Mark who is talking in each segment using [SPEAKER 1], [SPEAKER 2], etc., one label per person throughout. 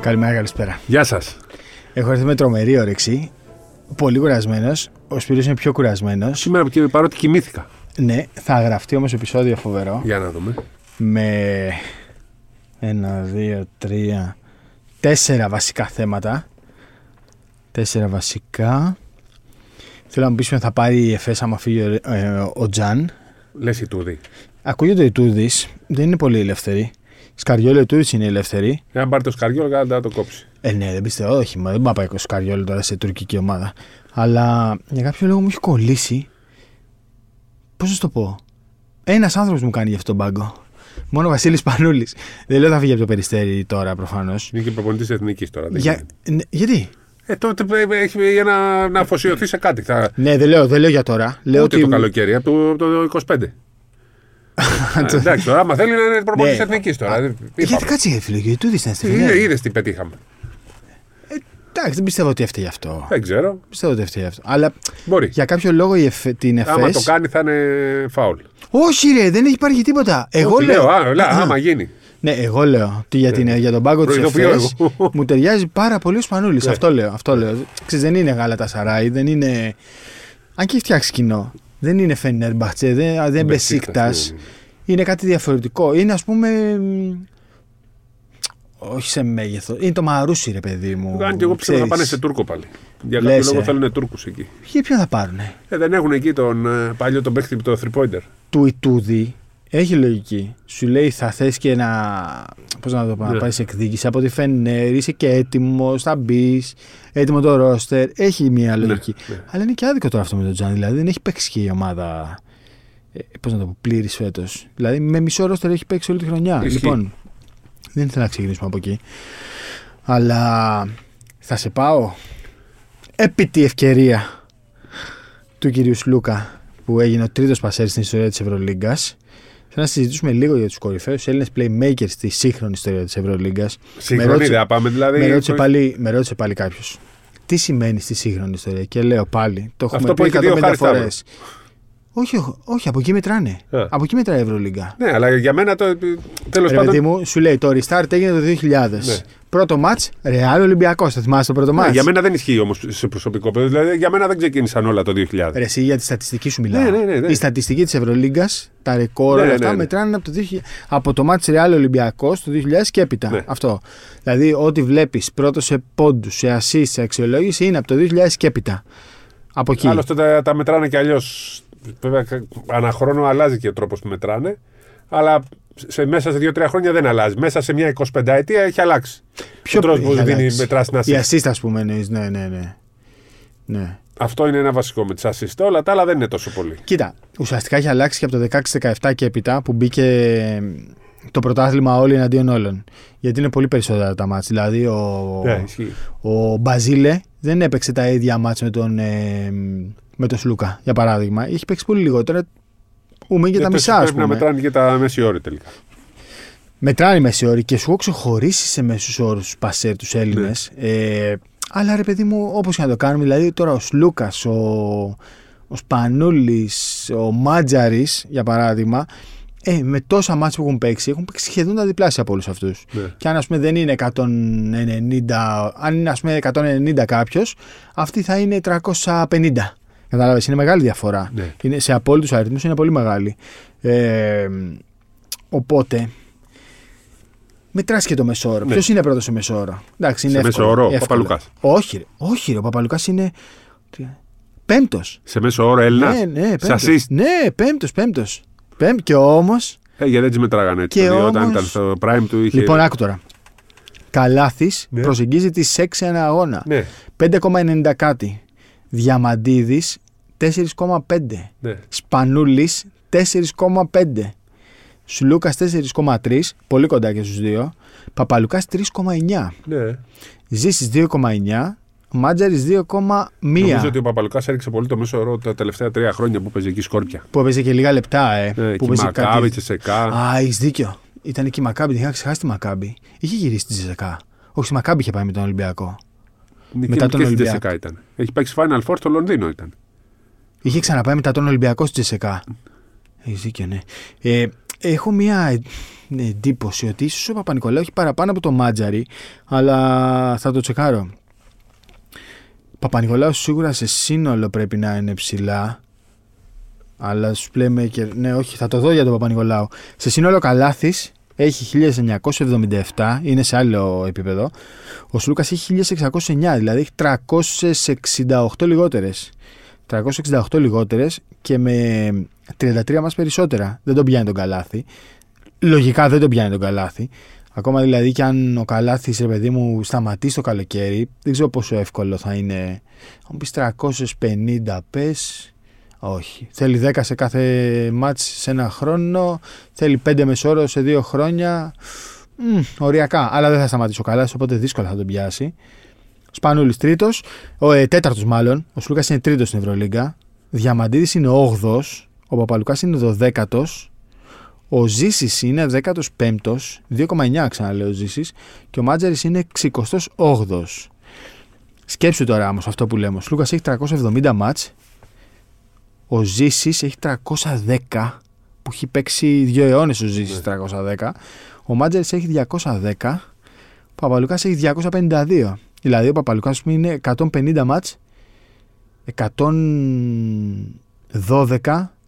[SPEAKER 1] Καλημέρα, καλησπέρα.
[SPEAKER 2] Γεια σας.
[SPEAKER 1] Έχω έρθει με τρομερή όρεξη. Πολύ κουρασμένος. Ο Σπύρος είναι πιο κουρασμένος.
[SPEAKER 2] Σήμερα που και- παρότι κοιμήθηκα.
[SPEAKER 1] Ναι, θα γραφτεί όμως επεισόδιο φοβερό.
[SPEAKER 2] Για να δούμε.
[SPEAKER 1] Με. Ένα, δύο, τρία. Τέσσερα βασικά θέματα. Τέσσερα βασικά. Θέλω να μου πεις ποιον θα πάρει η ΕΦΕΣ άμα φύγει ο, ε, ο Τζαν.
[SPEAKER 2] Λες η Τούδη.
[SPEAKER 1] Ακούγεται η Τούδη. Δεν είναι πολύ ελεύθερη. Σκαριόλη η Τούδη είναι ελεύθερη.
[SPEAKER 2] Εάν πάρει το σκαριό, θα το κόψει.
[SPEAKER 1] Ε, ναι, δεν πιστεύω, όχι, μα δεν πάω πάει κοσκαριόλ τώρα σε τουρκική ομάδα. Αλλά για κάποιο λόγο μου έχει κολλήσει. Πώς να σου το πω. Ένας άνθρωπος μου κάνει γι' αυτόν τον πάγκο. Μόνο ο Βασίλης Πανούλης. Δεν λέω θα φύγει από το περιστέρι τώρα προφανώς.
[SPEAKER 2] Είναι και προπονητής εθνικής τώρα. δεν
[SPEAKER 1] Για...
[SPEAKER 2] γίνεται.
[SPEAKER 1] ναι, γιατί.
[SPEAKER 2] Ε, τότε ε, έχει για να, να αφοσιωθεί σε κάτι. Θα...
[SPEAKER 1] Ναι, δεν λέω, δεν λέω για τώρα. Λέω
[SPEAKER 2] Ούτε
[SPEAKER 1] ότι.
[SPEAKER 2] το καλοκαίρι, από το, από το 25. Α, εντάξει, τώρα, άμα θέλει να είναι προπονητή
[SPEAKER 1] Ε, Ναι.
[SPEAKER 2] εθνικής τώρα. δεν-
[SPEAKER 1] Γιατί
[SPEAKER 2] είπαμε.
[SPEAKER 1] κάτσε, φίλε, γιατί του δείχνει στη
[SPEAKER 2] Είδε
[SPEAKER 1] φιλία.
[SPEAKER 2] είδες τι πετύχαμε.
[SPEAKER 1] ναι. Εντάξει, δεν πιστεύω ότι έφταιγε αυτό.
[SPEAKER 2] Δεν ξέρω.
[SPEAKER 1] Πιστεύω ότι έφταιγε αυτό. Αλλά
[SPEAKER 2] Μπορεί.
[SPEAKER 1] για κάποιο λόγο η εφ... την ΕΦΕΣ.
[SPEAKER 2] Άμα το κάνει, θα είναι φαουλ.
[SPEAKER 1] Όχι, ρε, δεν έχει υπάρχει τίποτα. Εγώ
[SPEAKER 2] Ό,τι
[SPEAKER 1] λέω.
[SPEAKER 2] α, λα- άμα γίνει.
[SPEAKER 1] Ναι, εγώ λέω ότι για, την, για τον πάγκο της
[SPEAKER 2] Ναι. Προειδοποιώ
[SPEAKER 1] ΕΦΕΣ
[SPEAKER 2] εγώ. Ναι.
[SPEAKER 1] μου ταιριάζει πάρα πολύ ο Σπανούλης. Αυτό λέω. Αυτό λέω. Ξέρεις, δεν είναι γάλα τα σαράι, δεν είναι. Αν και έχει φτιάξει κοινό, δεν είναι Φένερ Μπαχτσέ, δεν, δεν Μπεσίκτα.
[SPEAKER 2] Μπεσίκτας, ναι.
[SPEAKER 1] Είναι κάτι διαφορετικό. Είναι ας πούμε. μ, Όχι σε μέγεθος. Είναι το μαρούσι, ρε παιδί μου.
[SPEAKER 2] Αν και εγώ πιστεύω θα
[SPEAKER 1] Ξέρεις.
[SPEAKER 2] πάνε σε Τούρκο πάλι. Για
[SPEAKER 1] Λες,
[SPEAKER 2] κάποιο λόγο
[SPEAKER 1] ε.
[SPEAKER 2] θέλουν Τούρκους εκεί.
[SPEAKER 1] Ποιοι- ποιον θα πάρουνε.
[SPEAKER 2] Ε, δεν έχουν εκεί τον ε, παλιό τον παίχτη το 3-pointer.
[SPEAKER 1] του Ιτούδη έχει λογική. Σου λέει θα θες και να. Πώς να το πω, να
[SPEAKER 2] Ναι.
[SPEAKER 1] πάει σε εκδίκηση από τη Φενέρ, είσαι και έτοιμος, θα μπεις, έτοιμο το ρόστερ. Έχει μια λογική.
[SPEAKER 2] ναι.
[SPEAKER 1] Αλλά είναι και άδικο τώρα αυτό με τον Τζάν. Δηλαδή δεν έχει παίξει και η ομάδα. Πώς να το πω, πλήρης φέτος. Δηλαδή με μισό ρόστερ έχει παίξει όλη τη χρονιά.
[SPEAKER 2] Ισχύει.
[SPEAKER 1] Λοιπόν, δεν ήθελα να ξεκινήσουμε από εκεί. Αλλά θα σε πάω επί τη ευκαιρία του κυρίου Σλούκα που έγινε ο τρίτος πασέρ στην ιστορία της Ευρωλίγκας Θέλω να συζητήσουμε λίγο για τους κορυφαίους Έλληνες playmakers στη σύγχρονη ιστορία της Ευρωλίγκας
[SPEAKER 2] Συγχρονή
[SPEAKER 1] ρώτησε-
[SPEAKER 2] ιδέα πάμε δηλαδή.
[SPEAKER 1] με, ρώτησε πάλι, με ρώτησε πάλι κάποιος τι σημαίνει στη σύγχρονη ιστορία και λέω πάλι το έχουμε
[SPEAKER 2] Αυτό που
[SPEAKER 1] πει
[SPEAKER 2] έχει δει ο
[SPEAKER 1] 150
[SPEAKER 2] Χάρης Σταύρου.
[SPEAKER 1] φορές όχι, όχι, από εκεί μετράνε.
[SPEAKER 2] Ε.
[SPEAKER 1] Από εκεί μετράει η Ευρωλίγκα.
[SPEAKER 2] Ναι, αλλά για μένα το. Τέλος
[SPEAKER 1] Ρε παιδί
[SPEAKER 2] πάντων.
[SPEAKER 1] μου, σου λέει το restart έγινε το 2000.
[SPEAKER 2] Ναι.
[SPEAKER 1] Πρώτο μάτς, Ρεάλ Ολυμπιακός. Θα θυμάσαι το πρώτο
[SPEAKER 2] Ναι,
[SPEAKER 1] μάτς.
[SPEAKER 2] για μένα δεν ισχύει όμως σε προσωπικό επίπεδο. Δηλαδή, για μένα δεν ξεκίνησαν όλα το 2000.
[SPEAKER 1] Ρε, εσύ για τη στατιστική σου μιλάω.
[SPEAKER 2] Ναι, ναι, ναι, ναι.
[SPEAKER 1] Η στατιστική της Ευρωλίγκας, τα ρεκόρ,
[SPEAKER 2] Ναι,
[SPEAKER 1] όλα
[SPEAKER 2] ναι,
[SPEAKER 1] αυτά
[SPEAKER 2] ναι.
[SPEAKER 1] μετράνε από το, 2000, από το μάτς Real Ολυμπιακό του 2000 και έπειτα.
[SPEAKER 2] Ναι.
[SPEAKER 1] Αυτό. Δηλαδή, ό,τι βλέπεις πρώτο σε πόντους, σε assist, σε αξιολόγηση είναι από το 2000 και έπειτα. Από εκεί.
[SPEAKER 2] Άλλωστε τα, τα μετράνε και αλλιώς. Βέβαια, κα- ανά χρόνο αλλάζει και ο τρόπος που μετράνε. Αλλά σε, μέσα σε 2-3 χρόνια δεν αλλάζει. Μέσα σε μια 25 ετία έχει αλλάξει. ο τρόπος που
[SPEAKER 1] εντάξει.
[SPEAKER 2] δίνει μετρά στην
[SPEAKER 1] Η
[SPEAKER 2] assist.
[SPEAKER 1] assist, ας πούμε, εννοείς, ναι, ναι, ναι. ναι.
[SPEAKER 2] Αυτό είναι ένα βασικό με τις assist. Όλα τα άλλα δεν είναι τόσο πολύ.
[SPEAKER 1] Κοίτα, ουσιαστικά έχει αλλάξει και από το 16-17 και έπειτα που μπήκε το πρωτάθλημα όλοι εναντίον όλων. Γιατί είναι πολύ περισσότερα τα μάτς. Δηλαδή, ο,
[SPEAKER 2] Ναι, ισχύει.
[SPEAKER 1] Ο Μπαζίλε δεν έπαιξε τα ίδια μάτς με τον, ε, με τον Σλούκα, για παράδειγμα. Είχε παίξει πολύ λιγότερα. Ούμε και
[SPEAKER 2] Ναι,
[SPEAKER 1] τα
[SPEAKER 2] το
[SPEAKER 1] μισά, α
[SPEAKER 2] πρέπει να
[SPEAKER 1] πούμε.
[SPEAKER 2] μετράνε και τα μεσιόρια τελικά.
[SPEAKER 1] Μετράνε οι μεσαιόροι και σου έχω ξεχωρίσει σε μέσους όρους τους Πασέρ
[SPEAKER 2] Ναι.
[SPEAKER 1] του Έλληνες. Ε, αλλά ρε παιδί μου, όπως και να το κάνουμε, δηλαδή τώρα ο Σλούκας, ο, ο Σπανούλης, ο Μάτζαρης, για παράδειγμα, ε, με τόσα μάτς που έχουν παίξει, έχουν παίξει σχεδόν τα διπλάσια από όλους αυτούς.
[SPEAKER 2] Ναι.
[SPEAKER 1] Και αν ας πούμε δεν είναι 190, αν είναι ας πούμε 190 κάποιο, αυτή θα είναι 350. Κατάλαβες, είναι μεγάλη διαφορά.
[SPEAKER 2] Ναι.
[SPEAKER 1] Είναι, σε απόλυτους αριθμούς είναι πολύ μεγάλη. Ε, οπότε, μετράς και το μεσόωρο.
[SPEAKER 2] Ναι.
[SPEAKER 1] Ποιος είναι πρώτος σε μεσόωρο. Εντάξει, είναι
[SPEAKER 2] Σε
[SPEAKER 1] εύκολο,
[SPEAKER 2] μεσόωρο, ο
[SPEAKER 1] εύκολο.
[SPEAKER 2] Παπαλουκάς.
[SPEAKER 1] Όχι, ρε, όχι, ρε, ο Παπαλουκάς είναι. Πέμπτος.
[SPEAKER 2] Σε μέσο όρο Έλληνας.
[SPEAKER 1] Ναι, ναι,
[SPEAKER 2] σε
[SPEAKER 1] πέμπτος.
[SPEAKER 2] assist.
[SPEAKER 1] Ναι, πέμπτος, πέμπτος. Πέμπ, και όμως.
[SPEAKER 2] Ε, γιατί δεν τι μετράγανε έτσι.
[SPEAKER 1] Και
[SPEAKER 2] το δύο, Όταν
[SPEAKER 1] όμως-
[SPEAKER 2] ήταν στο prime του είχε.
[SPEAKER 1] Λοιπόν, άκου τώρα. Καλάθης
[SPEAKER 2] Ναι.
[SPEAKER 1] προσεγγίζει τη 6 ένα αγώνα.
[SPEAKER 2] ναι,
[SPEAKER 1] 5,90 κάτι. Διαμαντίδης 4,5.
[SPEAKER 2] ναι.
[SPEAKER 1] Σπανούλης 4,5. Σλούκα 4,3. Πολύ κοντά και στους δύο. Παπαλουκάς 3,9.
[SPEAKER 2] ναι.
[SPEAKER 1] Ζήσης 2,9. Μάτζαρη 2,1.
[SPEAKER 2] Νομίζω ότι ο Παπαλουκάς έριξε πολύ το μέσο όρο τα τελευταία τρία χρόνια που παίζει εκεί σκόρπια.
[SPEAKER 1] Που έπαιζε και λίγα λεπτά, ε.
[SPEAKER 2] Ναι,
[SPEAKER 1] που
[SPEAKER 2] εκεί
[SPEAKER 1] έπαιζε
[SPEAKER 2] Μακάβι, Τσεσεκά.
[SPEAKER 1] Α, έχεις δίκιο. Ήταν και η Μακάμπη, την είχα ξεχάσει τη Μακάμπη. Είχε γυρίσει τη Ζεσεκά. Όχι, στη Μακάμπη είχε πάει με τον Ολυμπιακό.
[SPEAKER 2] Νικ-
[SPEAKER 1] μετά
[SPEAKER 2] και
[SPEAKER 1] τον
[SPEAKER 2] στη
[SPEAKER 1] Ολυμπιακό.
[SPEAKER 2] Τσεσεκά ήταν. Έχει παίξει Final Four στο Λονδίνο ήταν.
[SPEAKER 1] Είχε ξαναπάει μετά τον Ολυμπιακό στη Τζεσεκά. Έχει δίκιο, ναι. Ε, έχω μία εντύπωση ότι ίσως ο Παπα-Νικολάου έχει παραπάνω από το Μάτζαρη, αλλά θα το τσεκάρω. Παπα-Νικολάου σίγουρα σε σύνολο πρέπει να είναι ψηλά. Αλλά σου λέμε και. Ναι, όχι, θα το δω για τον Παπα-Νικολάου. Σε σύνολο καλάθη έχει 1977, είναι σε άλλο επίπεδο. Ο Σλούκας έχει 1609, δηλαδή έχει 368 λιγότερε. 368 λιγότερες και με 33 μας περισσότερα. Δεν τον πιάνει τον καλάθι. Λογικά δεν τον πιάνει τον καλάθι. Ακόμα δηλαδή και αν ο καλάθις, ρε παιδί μου, σταματήσει το καλοκαίρι, δεν ξέρω πόσο εύκολο θα είναι. Αν πει 350 πες. Όχι. Θέλει 10 σε κάθε μάτς σε ένα χρόνο. Θέλει 5 μεσόρο σε δύο χρόνια. Μ, οριακά. Αλλά δεν θα σταματήσει ο καλά, οπότε δύσκολα θα τον πιάσει. Σπανούλης τρίτος. Ο ε, τέταρτος μάλλον. Ο Σλούκας είναι τρίτος στην Ευρωλίγκα. Διαμαντίδης είναι 8ο. Ο Παπαλουκάς είναι 12ο. Ο Ζήσης είναι 15ο. 2,9 ξαναλέω ο Ζήσης. Και ο Μάτζαρη είναι 68ο. Σκέψου τώρα όμως αυτό που λέμε. Ο Σλούκας έχει 370 μάτς ο Ζήσης έχει 310 που έχει παίξει δύο αιώνες ο Ζήσης 310. Ο Μάτζερ έχει 210. Ο Παπαλουκάς έχει 252. Δηλαδή ο Παπαλουκάς είναι 150 μάτς 112,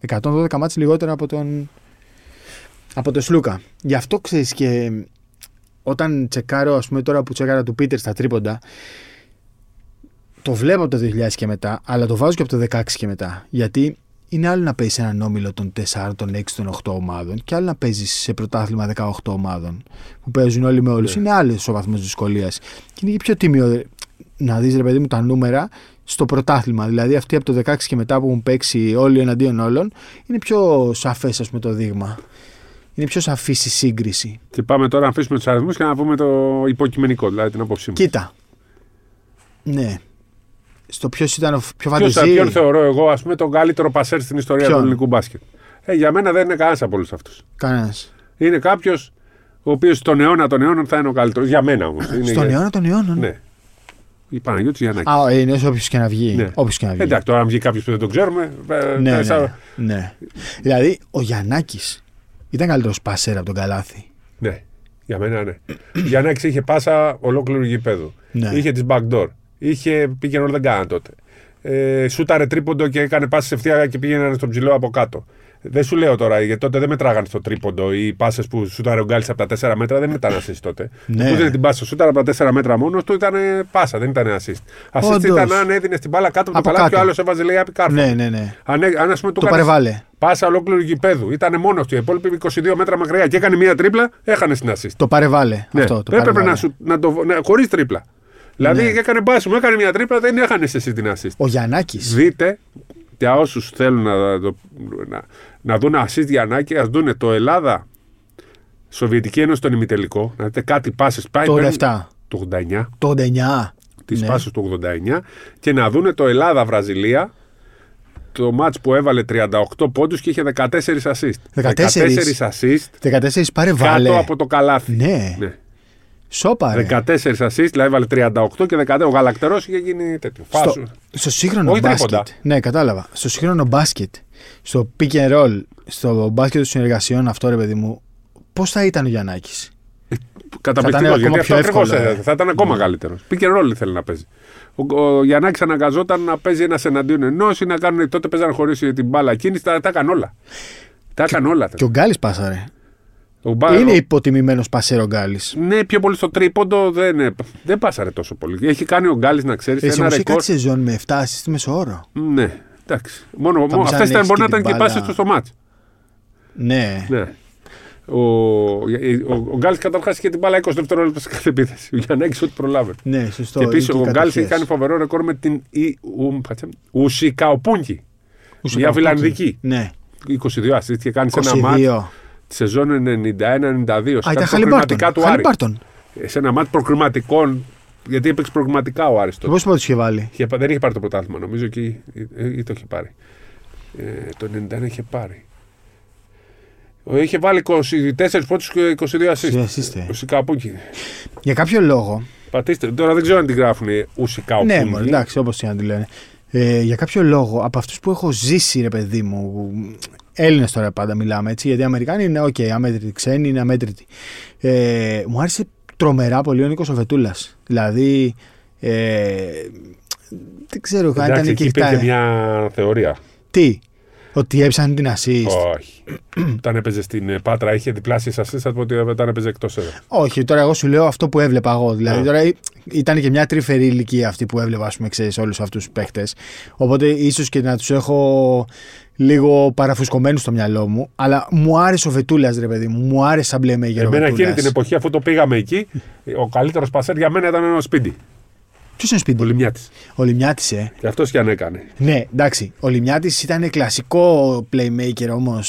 [SPEAKER 1] 112 μάτς λιγότερα από τον, από τον Σλούκα. Γι' αυτό ξέρεις και όταν τσεκάρω, ας πούμε τώρα που τσεκάρα του Πίτερ στα τρίποντα, το βλέπω από το 2000 και μετά, αλλά το βάζω και από το 16 και μετά. Γιατί είναι άλλο να παίζεις έναν όμιλο των 4, των 6, των 8 ομάδων και άλλο να παίζεις σε πρωτάθλημα 18 ομάδων που παίζουν όλοι με όλους.
[SPEAKER 2] Ναι.
[SPEAKER 1] Yeah. Είναι άλλος ο βαθμός δυσκολίας. Και είναι και πιο τίμιο να δεις, ρε παιδί μου, τα νούμερα στο πρωτάθλημα. Δηλαδή αυτοί από το 16 και μετά που έχουν παίξει όλοι εναντίον όλων, είναι πιο σαφές, ας πούμε, το δείγμα. Είναι πιο σαφή η σύγκριση.
[SPEAKER 2] Και πάμε τώρα να αφήσουμε τους αριθμούς και να πούμε το υποκειμενικό, δηλαδή την απόψη μου.
[SPEAKER 1] Κοίτα. Ναι, στο ποιος ήταν ο πιο
[SPEAKER 2] ποιος,
[SPEAKER 1] φανταζή.
[SPEAKER 2] Ποιον θεωρώ εγώ, ας πούμε, τον καλύτερο πασέρ στην ιστορία
[SPEAKER 1] Ποιον?
[SPEAKER 2] του ελληνικού μπάσκετ. Ε, για μένα δεν είναι κανένας από όλους αυτούς.
[SPEAKER 1] Κανένας.
[SPEAKER 2] Είναι κάποιος ο οποίος στον αιώνα των αιώνων θα είναι ο καλύτερος. Για μένα όμως.
[SPEAKER 1] Στον αιώνα των αιώνων.
[SPEAKER 2] Ναι. Η Παναγιώτης Γιαννάκης.
[SPEAKER 1] Α, είναι όποιος και να βγει.
[SPEAKER 2] Ναι.
[SPEAKER 1] Όποιος και να βγει.
[SPEAKER 2] Εντάξει, τώρα αν βγει κάποιος που δεν τον ξέρουμε. ε,
[SPEAKER 1] ναι, ναι,
[SPEAKER 2] θα-
[SPEAKER 1] ναι, ναι. Δηλαδή, ο Γιαννάκης ήταν καλύτερος πασέρ από τον Καλάθι.
[SPEAKER 2] ναι. Για μένα ναι. Γιαννάκης είχε πάσα ολόκληρο γηπέδο.
[SPEAKER 1] Ναι.
[SPEAKER 2] Είχε τις backdoor. Είχε πήγαινε όλα δεν κάνανε τότε. Ε, σούταρε τρίποντο και έκανε πάση ευθεία και πήγαιναν στον ψηλό από κάτω. Δεν σου λέω τώρα, γιατί τότε δεν μετράγαν στο τρίποντο οι πάσες που σούταρε ο Γκάλης από τα 4 μέτρα, δεν ήταν assist τότε.
[SPEAKER 1] Ναι.
[SPEAKER 2] Που έδινε την πάσα σούταρε από τα 4 μέτρα μόνος του ήταν ε, πάσα, δεν ήταν assist. Assist
[SPEAKER 1] Όντως.
[SPEAKER 2] ήταν αν έδινε την μπάλα κάτω από,
[SPEAKER 1] Από
[SPEAKER 2] το καλάθι και ο
[SPEAKER 1] κάτω.
[SPEAKER 2] άλλος έβαζε λέει απικάρφα.
[SPEAKER 1] Ναι, ναι, ναι.
[SPEAKER 2] Αν, έ- αν ας πούμε, του
[SPEAKER 1] Το
[SPEAKER 2] κάνεις
[SPEAKER 1] παρεβάλε.
[SPEAKER 2] Πάσα ολόκληρου γηπέδου. Ήταν μόνος του. Οι υπόλοιποι 22 μέτρα μακριά και έκανε μία τρίπλα, έχανε στην assist.
[SPEAKER 1] Το παρεβάλε.
[SPEAKER 2] Ναι.
[SPEAKER 1] Αυτό, το Ναι.
[SPEAKER 2] Έπρεπε
[SPEAKER 1] παρεβάλε.
[SPEAKER 2] να, σου, να το. Ναι, Χωρίς τρίπλα. Δηλαδή έκανε μπάσιμο, έκανε μία τρίπλα, δεν έχανες εσύ την assist.
[SPEAKER 1] Ο Γιαννάκης.
[SPEAKER 2] Δείτε, για όσους θέλουν να, το- να, να δουν assist για ανάγκη, ας δούνε το Ελλάδα. Σοβιετική Ένωση στον ημιτελικό. Να δείτε κάτι πάσες πάει.
[SPEAKER 1] Το
[SPEAKER 2] παίρνει
[SPEAKER 1] 87.
[SPEAKER 2] Το 89
[SPEAKER 1] Το 89.
[SPEAKER 2] τη
[SPEAKER 1] Ναι.
[SPEAKER 2] ναι. του 89 και να δούνε το Ελλάδα-Βραζιλία το μάτς που έβαλε 38 πόντους και είχε 14 assist.
[SPEAKER 1] 14
[SPEAKER 2] assist
[SPEAKER 1] 14 παρεβάλε.
[SPEAKER 2] κάτω από το καλάθι.
[SPEAKER 1] Ναι. Σόπα, ρε.
[SPEAKER 2] 14 assist, δηλαδή έβαλε 38 και 14. Ο Γαλακτερός είχε γίνει τέτοιο.
[SPEAKER 1] στο,
[SPEAKER 2] Φάσου.
[SPEAKER 1] στο σύγχρονο
[SPEAKER 2] Όχι
[SPEAKER 1] μπάσκετ.
[SPEAKER 2] τρίποντα.
[SPEAKER 1] Ναι, κατάλαβα. Στο σύγχρονο μπάσκετ, στο pick and roll, στο μπάσκετ των συνεργασιών, αυτό ρε παιδί μου, πώς θα ήταν ο Γιαννάκης.
[SPEAKER 2] Καταπληκτικό.
[SPEAKER 1] ακόμα
[SPEAKER 2] Γιατί
[SPEAKER 1] πιο
[SPEAKER 2] αυτό ακριβώς
[SPEAKER 1] εύκολο, ε.
[SPEAKER 2] θα ήταν ακόμα καλύτερος. Πήγε ρόλο θέλει να παίζει. Ο, ο Γιαννάκης αναγκαζόταν να παίζει ένας εναντίον ενός ή να κάνουν. Τότε παίζαν χωρίς την μπάλα κίνηση. Τα, τα έκανε όλα. Τα έκανε όλα.
[SPEAKER 1] Και ο Γκάλης πάσαρε.
[SPEAKER 2] Ο Μπα-
[SPEAKER 1] Είναι
[SPEAKER 2] ο-
[SPEAKER 1] υποτιμημένο πασέρο Γκάλης.
[SPEAKER 2] Ναι, πιο πολύ στο τρίποντο δεν, δεν πάσαρε τόσο πολύ. Έχει κάνει ο Γκάλης να ξέρεις
[SPEAKER 1] Εσύ
[SPEAKER 2] ένα
[SPEAKER 1] όμως
[SPEAKER 2] ρεκόρ.
[SPEAKER 1] κάτι σεζόν με 7 στη μέσο όρο.
[SPEAKER 2] Ναι, εντάξει. Μόνο,
[SPEAKER 1] Θα
[SPEAKER 2] μόνο
[SPEAKER 1] μας
[SPEAKER 2] αυτέ ήταν
[SPEAKER 1] ανοίξει
[SPEAKER 2] μπορεί να
[SPEAKER 1] και
[SPEAKER 2] ήταν και
[SPEAKER 1] την
[SPEAKER 2] οι
[SPEAKER 1] μπάλα.
[SPEAKER 2] πάσει τους στο μάτσο.
[SPEAKER 1] Ναι.
[SPEAKER 2] Ναι. Ο, ο, ο Γκάλης καταρχάς είχε την μπάλα 20 δευτερόλεπτα σε κάθε επίθεση. Για να έχεις ό,τι προλάβει.
[SPEAKER 1] Ναι, σωστό.
[SPEAKER 2] Και επίσης
[SPEAKER 1] είναι
[SPEAKER 2] ο
[SPEAKER 1] και οι
[SPEAKER 2] Γκάλη έχει
[SPEAKER 1] κατοχές.
[SPEAKER 2] κάνει φοβερό ρεκόρ με την Ι- Ου- πατσε, Ουσικαοπούνκι. Μια
[SPEAKER 1] Ουσιακά,
[SPEAKER 2] Φιλανδική.
[SPEAKER 1] Ναι.
[SPEAKER 2] 22 ασίστ και κάνει σε ένα μάτ
[SPEAKER 1] 22.
[SPEAKER 2] τη σεζόν
[SPEAKER 1] Α,
[SPEAKER 2] 91-92. σε
[SPEAKER 1] ήταν
[SPEAKER 2] κάτι προκριματικά
[SPEAKER 1] Χαλιμπάρτον.
[SPEAKER 2] του Άρη.
[SPEAKER 1] Χαλιμπάρτον.
[SPEAKER 2] Σε ένα μάτ προκριματικών. Γιατί έπαιξε προκριματικά ο Άρης τότε.
[SPEAKER 1] Πώ του είχε βάλει.
[SPEAKER 2] Είχε, δεν είχε πάρει το πρωτάθλημα, νομίζω και ή, ή το είχε πάρει. Ε, το 91 είχε πάρει. Ο- Είχε βάλει 24 πόντους και 22 assist.
[SPEAKER 1] Assist, ε.
[SPEAKER 2] Ουσικαπούνκι.
[SPEAKER 1] Για κάποιο λόγο.
[SPEAKER 2] Πατήστε. Τώρα δεν ξέρω αν την γράφουν Ουσικαπούνκι.
[SPEAKER 1] Ναι, μωρέ, εντάξει, όπως και να τη λένε. Ε, για κάποιο λόγο, από αυτούς που έχω ζήσει, ρε παιδί μου, Έλληνες τώρα πάντα μιλάμε έτσι, γιατί οι Αμερικάνοι είναι οκ, okay, αμέτρητοι, ξένοι είναι αμέτρητοι. Ε, μου άρεσε τρομερά πολύ ο Νίκος Οβετούλα. Δηλαδή. Ε, δεν ξέρω αν ήταν
[SPEAKER 2] Εντάξει, εκεί υπήρχε
[SPEAKER 1] νικητά.
[SPEAKER 2] μια θεωρία.
[SPEAKER 1] Τι, ότι έψανε την assist.
[SPEAKER 2] Όχι. Όταν έπαιζε στην ε, Πάτρα, είχε διπλάσει assist από ότι όταν έπαιζε εκτός έδρα.
[SPEAKER 1] Όχι, τώρα εγώ σου λέω αυτό που έβλεπα εγώ. Δηλαδή,
[SPEAKER 2] Ναι.
[SPEAKER 1] τώρα ή- ήταν και μια τρυφερή ηλικία αυτή που έβλεπα, ας πούμε, ξέρεις όλους αυτούς τους παίχτε. Οπότε ίσως και να τους έχω λίγο παραφουσκωμένους στο μυαλό μου. Αλλά μου άρεσε ο Βετούλας, ρε παιδί μου. Μου άρεσε σαν μπλεμέγερ ο
[SPEAKER 2] Εμένα εκείνη
[SPEAKER 1] Βετούλας.
[SPEAKER 2] την εποχή, αφού το πήγαμε εκεί, ο καλύτερος πασέρ για μένα ήταν ένα σπίτι.
[SPEAKER 1] Ποιος είναι σπίτι,
[SPEAKER 2] Ο Λιμιάτη.
[SPEAKER 1] ο Λιμιάτης, ε.
[SPEAKER 2] Και αυτός κι αν έκανε.
[SPEAKER 1] Ναι, εντάξει. Ο Λιμιάτη ήταν κλασικό playmaker όμως.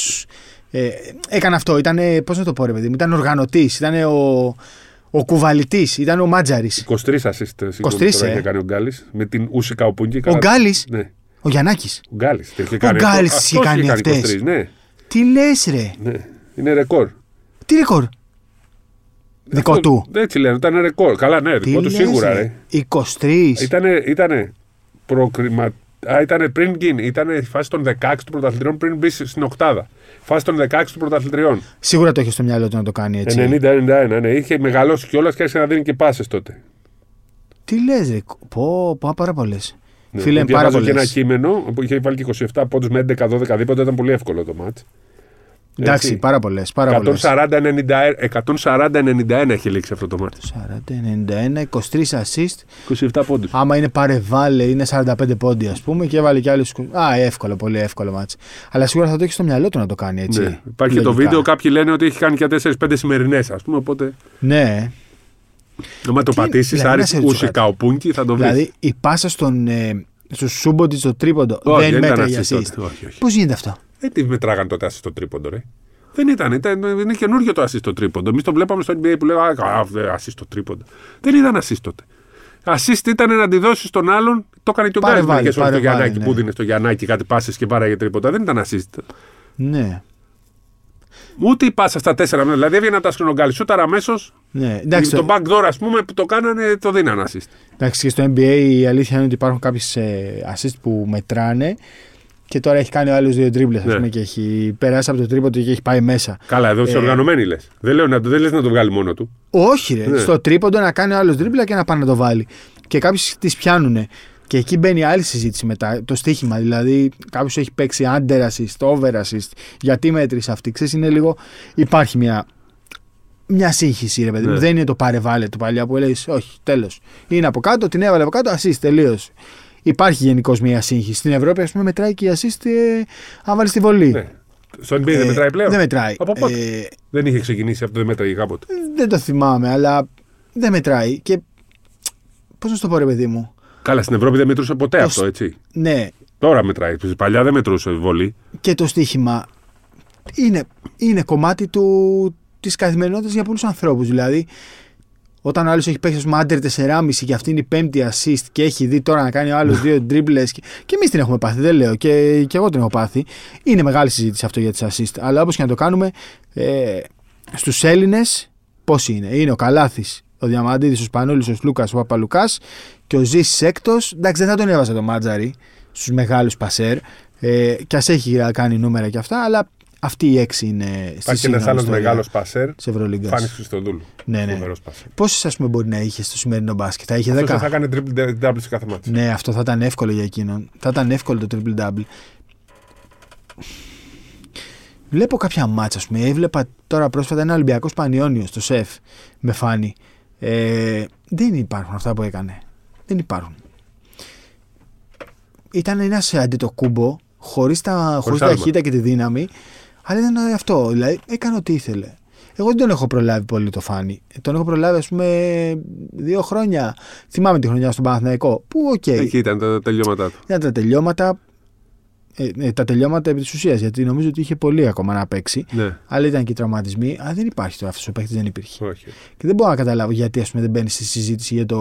[SPEAKER 1] Ε, έκανε αυτό. Ήταν, πώς να το πω, ρε παιδί μου, ήταν οργανωτής. Ήταν ο, ο κουβαλητής. Ήταν ο μάτζαρης.
[SPEAKER 2] 23 assist συγγνώμη,
[SPEAKER 1] 23,
[SPEAKER 2] τώρα
[SPEAKER 1] ε.
[SPEAKER 2] είχε κάνει ο Γκάλης με την Ούσικα Οπούγκη.
[SPEAKER 1] Ο Γκάλης.
[SPEAKER 2] Ναι,
[SPEAKER 1] Ο Γιαννάκης.
[SPEAKER 2] ο Γκάλης. Ο
[SPEAKER 1] Γκάλης είχε κάνει αυτές.
[SPEAKER 2] 23, ναι,
[SPEAKER 1] Τι λες, ρε.
[SPEAKER 2] ναι. Είναι ρεκόρ.
[SPEAKER 1] Τι ρεκόρ. Δικό
[SPEAKER 2] Αυτό-
[SPEAKER 1] του.
[SPEAKER 2] Έτσι λένε, ήταν ρεκόρ. Καλά, ναι,
[SPEAKER 1] Τι
[SPEAKER 2] δικό του
[SPEAKER 1] λες,
[SPEAKER 2] σίγουρα,
[SPEAKER 1] ρε.
[SPEAKER 2] ρε. Ε,
[SPEAKER 1] 23.
[SPEAKER 2] Ήτανε, ήτανε προκριμα... Α, ήτανε πριν γίνει. Ήτανε η φάση των 16 του πρωταθλητριών πριν μπει στην οκτάδα. Φάση των 16 του πρωταθλητριών.
[SPEAKER 1] Σίγουρα το έχεις στο μυαλό του να το κάνει έτσι.
[SPEAKER 2] 90-91, ναι. Είχε μεγαλώσει κιόλας και άρχισε να δίνει και πάσες τότε.
[SPEAKER 1] Τι λες, ρε. Πω, πω πάρα πολλές.
[SPEAKER 2] Ναι.
[SPEAKER 1] Φίλε,
[SPEAKER 2] Διάβαζα
[SPEAKER 1] πάρα πολλέ.
[SPEAKER 2] και ένα κείμενο που είχε βάλει και 27 πόντους με 11-12 δίποτα. Ήταν πολύ εύκολο το μάτ.
[SPEAKER 1] Εντάξει, πάρα πολλές. Πάρα πολλές.
[SPEAKER 2] 140-91 έχει λήξει αυτό το μάτ.
[SPEAKER 1] 40, 91, 23 assist.
[SPEAKER 2] 27 πόντους.
[SPEAKER 1] Άμα είναι παρεβάλε, είναι 45 πόντια, ας πούμε, και έβαλε και άλλου. Α, εύκολο, πολύ εύκολο μάτς. Αλλά σίγουρα θα το έχεις στο μυαλό του να το κάνει έτσι.
[SPEAKER 2] Ναι. Υπάρχει και το
[SPEAKER 1] Λογικά.
[SPEAKER 2] βίντεο, κάποιοι λένε ότι έχει κάνει και 4-5 σημερινές, ας πούμε. Οπότε,
[SPEAKER 1] Ναι.
[SPEAKER 2] άμα το
[SPEAKER 1] Τι-
[SPEAKER 2] πατήσεις,
[SPEAKER 1] δηλαδή, να σε
[SPEAKER 2] άρεσε
[SPEAKER 1] ρωτήσω
[SPEAKER 2] ούσικα ο Πούγκι, θα το βρει.
[SPEAKER 1] Δηλαδή η πάσα στον. Ε, στο Σούμποντι στο τρίποντο
[SPEAKER 2] Όχι,
[SPEAKER 1] δεν
[SPEAKER 2] δεν ήταν
[SPEAKER 1] μέτραγε
[SPEAKER 2] assist
[SPEAKER 1] assist.
[SPEAKER 2] τότε. Όχι, όχι.
[SPEAKER 1] Πώς γίνεται αυτό.
[SPEAKER 2] Δεν τη μετράγαν Ε, τότε assist στο τρίποντο, ρε. Δεν ήταν, ήταν είναι καινούριο το assist στο τρίποντο. Εμείς το βλέπαμε στο NBA που λέγαμε Α, καλά, ε, assist στο τρίποντο. Δεν ήταν assist τότε. Assist ήταν να τη δώσει στον άλλον, το έκανε και ο
[SPEAKER 1] Πάρε
[SPEAKER 2] Γκάρι
[SPEAKER 1] βάλει,
[SPEAKER 2] μερικέ φορέ
[SPEAKER 1] πάρε
[SPEAKER 2] στο
[SPEAKER 1] βάλει,
[SPEAKER 2] Γιαννάκη
[SPEAKER 1] ναι.
[SPEAKER 2] που δίνει στο Γιαννάκη κάτι πάσες και πάραγε τρίποντα. Δεν ήταν assist.
[SPEAKER 1] Ναι.
[SPEAKER 2] Ούτε η πάσα στα τέσσερα μέτρα. Δηλαδή έβγαινε από τα σκρινογκάλι, σούταρα αμέσως.
[SPEAKER 1] ναι. Εντάξει,
[SPEAKER 2] Το
[SPEAKER 1] το-
[SPEAKER 2] backdoor, ας πούμε, που το κάνανε, το δίνανε assist.
[SPEAKER 1] εντάξει, και στο NBA η αλήθεια είναι ότι υπάρχουν κάποιες ε, assist που μετράνε και τώρα έχει κάνει ο άλλος δύο τρίμπλες
[SPEAKER 2] Ναι.
[SPEAKER 1] πούμε, και έχει περάσει από το τρίποντο και έχει πάει μέσα.
[SPEAKER 2] Καλά, εδώ είσαι
[SPEAKER 1] Ε.
[SPEAKER 2] οργανωμένοι λες. Δεν, λέω να, το- δεν λες να το βγάλει μόνο του.
[SPEAKER 1] Όχι, ρε.
[SPEAKER 2] Ναι.
[SPEAKER 1] Στο τρίποντο να κάνει ο άλλος τρίπλα και να πάνε να το βάλει. Και κάποιοι τι πιάνουν. Και εκεί μπαίνει άλλη συζήτηση μετά. Το στοίχημα. Δηλαδή, κάποιος έχει παίξει under assist, over assist. Γιατί μέτρησε αυτή. Ξέρεις, είναι λίγο. Υπάρχει μια, μια σύγχυση, ρε παιδί μου.
[SPEAKER 2] Ναι.
[SPEAKER 1] Δεν είναι το πάρε βάλε του παλιά που έλεγε Όχι, τέλος. Είναι από κάτω, την έβαλε από κάτω, assist, τελείω. Υπάρχει γενικώς μια σύγχυση. Στην Ευρώπη, ας πούμε, μετράει και η assist ε, αν βάλεις τη βολή.
[SPEAKER 2] Ναι. Στο NBA δεν
[SPEAKER 1] Ε,
[SPEAKER 2] μετράει πλέον.
[SPEAKER 1] Δεν μετράει.
[SPEAKER 2] Από πότε.
[SPEAKER 1] Ε,
[SPEAKER 2] Δεν είχε ξεκινήσει αυτό, δεν μέτραγε κάποτε.
[SPEAKER 1] δεν το θυμάμαι, αλλά δεν μετράει. Και πώς να σου το πω, ρε παιδί μου.
[SPEAKER 2] Καλά, στην Ευρώπη δεν μετρούσε ποτέ
[SPEAKER 1] Το
[SPEAKER 2] αυτό,
[SPEAKER 1] σ-
[SPEAKER 2] έτσι.
[SPEAKER 1] Ναι,
[SPEAKER 2] Τώρα μετράει. Παλιά δεν μετρούσε βολή.
[SPEAKER 1] και το στοίχημα είναι, είναι κομμάτι του, της καθημερινότητας για πολλούς ανθρώπους. Δηλαδή, όταν ο άλλος έχει παίξει ας πούμε, άντερ 4,5 και αυτή είναι η πέμπτη assist και έχει δει τώρα να κάνει ο άλλος δύο dribbles και, και εμείς την έχουμε πάθει, δεν λέω και, και εγώ την έχω πάθει. Είναι μεγάλη συζήτηση αυτό για τις assist, αλλά όπως και να το κάνουμε, ε, στους Έλληνες πώς είναι. Είναι ο Καλάθης, ο Διαμαντίδης, ο Σπανούλης, ο Σλούκας, ο Παπαλουκάς και ο Ζήσης έκτος. Εντάξει, δεν θα τον έβαζα το Μάτζαρη στους μεγάλους πασέρ ε, και ας έχει κάνει νούμερα και αυτά, αλλά αυτοί οι έξι είναι στη
[SPEAKER 2] Υπάρχει ένας
[SPEAKER 1] σύγχρονη
[SPEAKER 2] άλλο
[SPEAKER 1] ιστορία
[SPEAKER 2] μεγάλο πασέρ.
[SPEAKER 1] της Ευρωλίγκας.
[SPEAKER 2] Φάνης Χριστοδούλου.
[SPEAKER 1] Ναι, ναι.
[SPEAKER 2] Φοβερός πασέρ.
[SPEAKER 1] Πόσες, ας πούμε, μπορεί να είχε στο σημερινό μπάσκετ, θα είχε 10.
[SPEAKER 2] Αυτό θα κάνει triple double σε κάθε μάτι.
[SPEAKER 1] Ναι, αυτό θα ήταν εύκολο για εκείνον. Θα ήταν εύκολο το triple double. Βλέπω κάποια μάτσα, ας πούμε. Έβλεπα τώρα πρόσφατα ένα Ολυμπιακός Πανιόνιο στο σεφ με φάνη. Ε, δεν υπάρχουν αυτά που έκανε. Δεν υπάρχουν. Ήταν ένας αντιτοκούμπο χωρίς τα, χωρίς
[SPEAKER 2] άλμα.
[SPEAKER 1] ταχύτητα και τη δύναμη. Αλλά ήταν αυτό. Δηλαδή έκανε ό,τι ήθελε. Εγώ δεν τον έχω προλάβει πολύ το φάνη. Ε, Τον έχω προλάβει, ας πούμε, δύο χρόνια. Θυμάμαι τη χρονιά στον Παναθηναϊκό. Που οκ.
[SPEAKER 2] Εκεί ήταν τα τα τελειώματά του.
[SPEAKER 1] Ήταν τα τελειώματα. Ε, ε, τα τελειώματα επί της ουσίας, γιατί νομίζω ότι είχε πολύ ακόμα να παίξει.
[SPEAKER 2] Ναι.
[SPEAKER 1] Αλλά ήταν και οι τραυματισμοί. Α, δεν υπάρχει τώρα αυτός ο παίκτης, δεν υπήρχε.
[SPEAKER 2] Όχι.
[SPEAKER 1] Και δεν μπορώ να καταλάβω γιατί ας πούμε, δεν μπαίνει στη συζήτηση για το.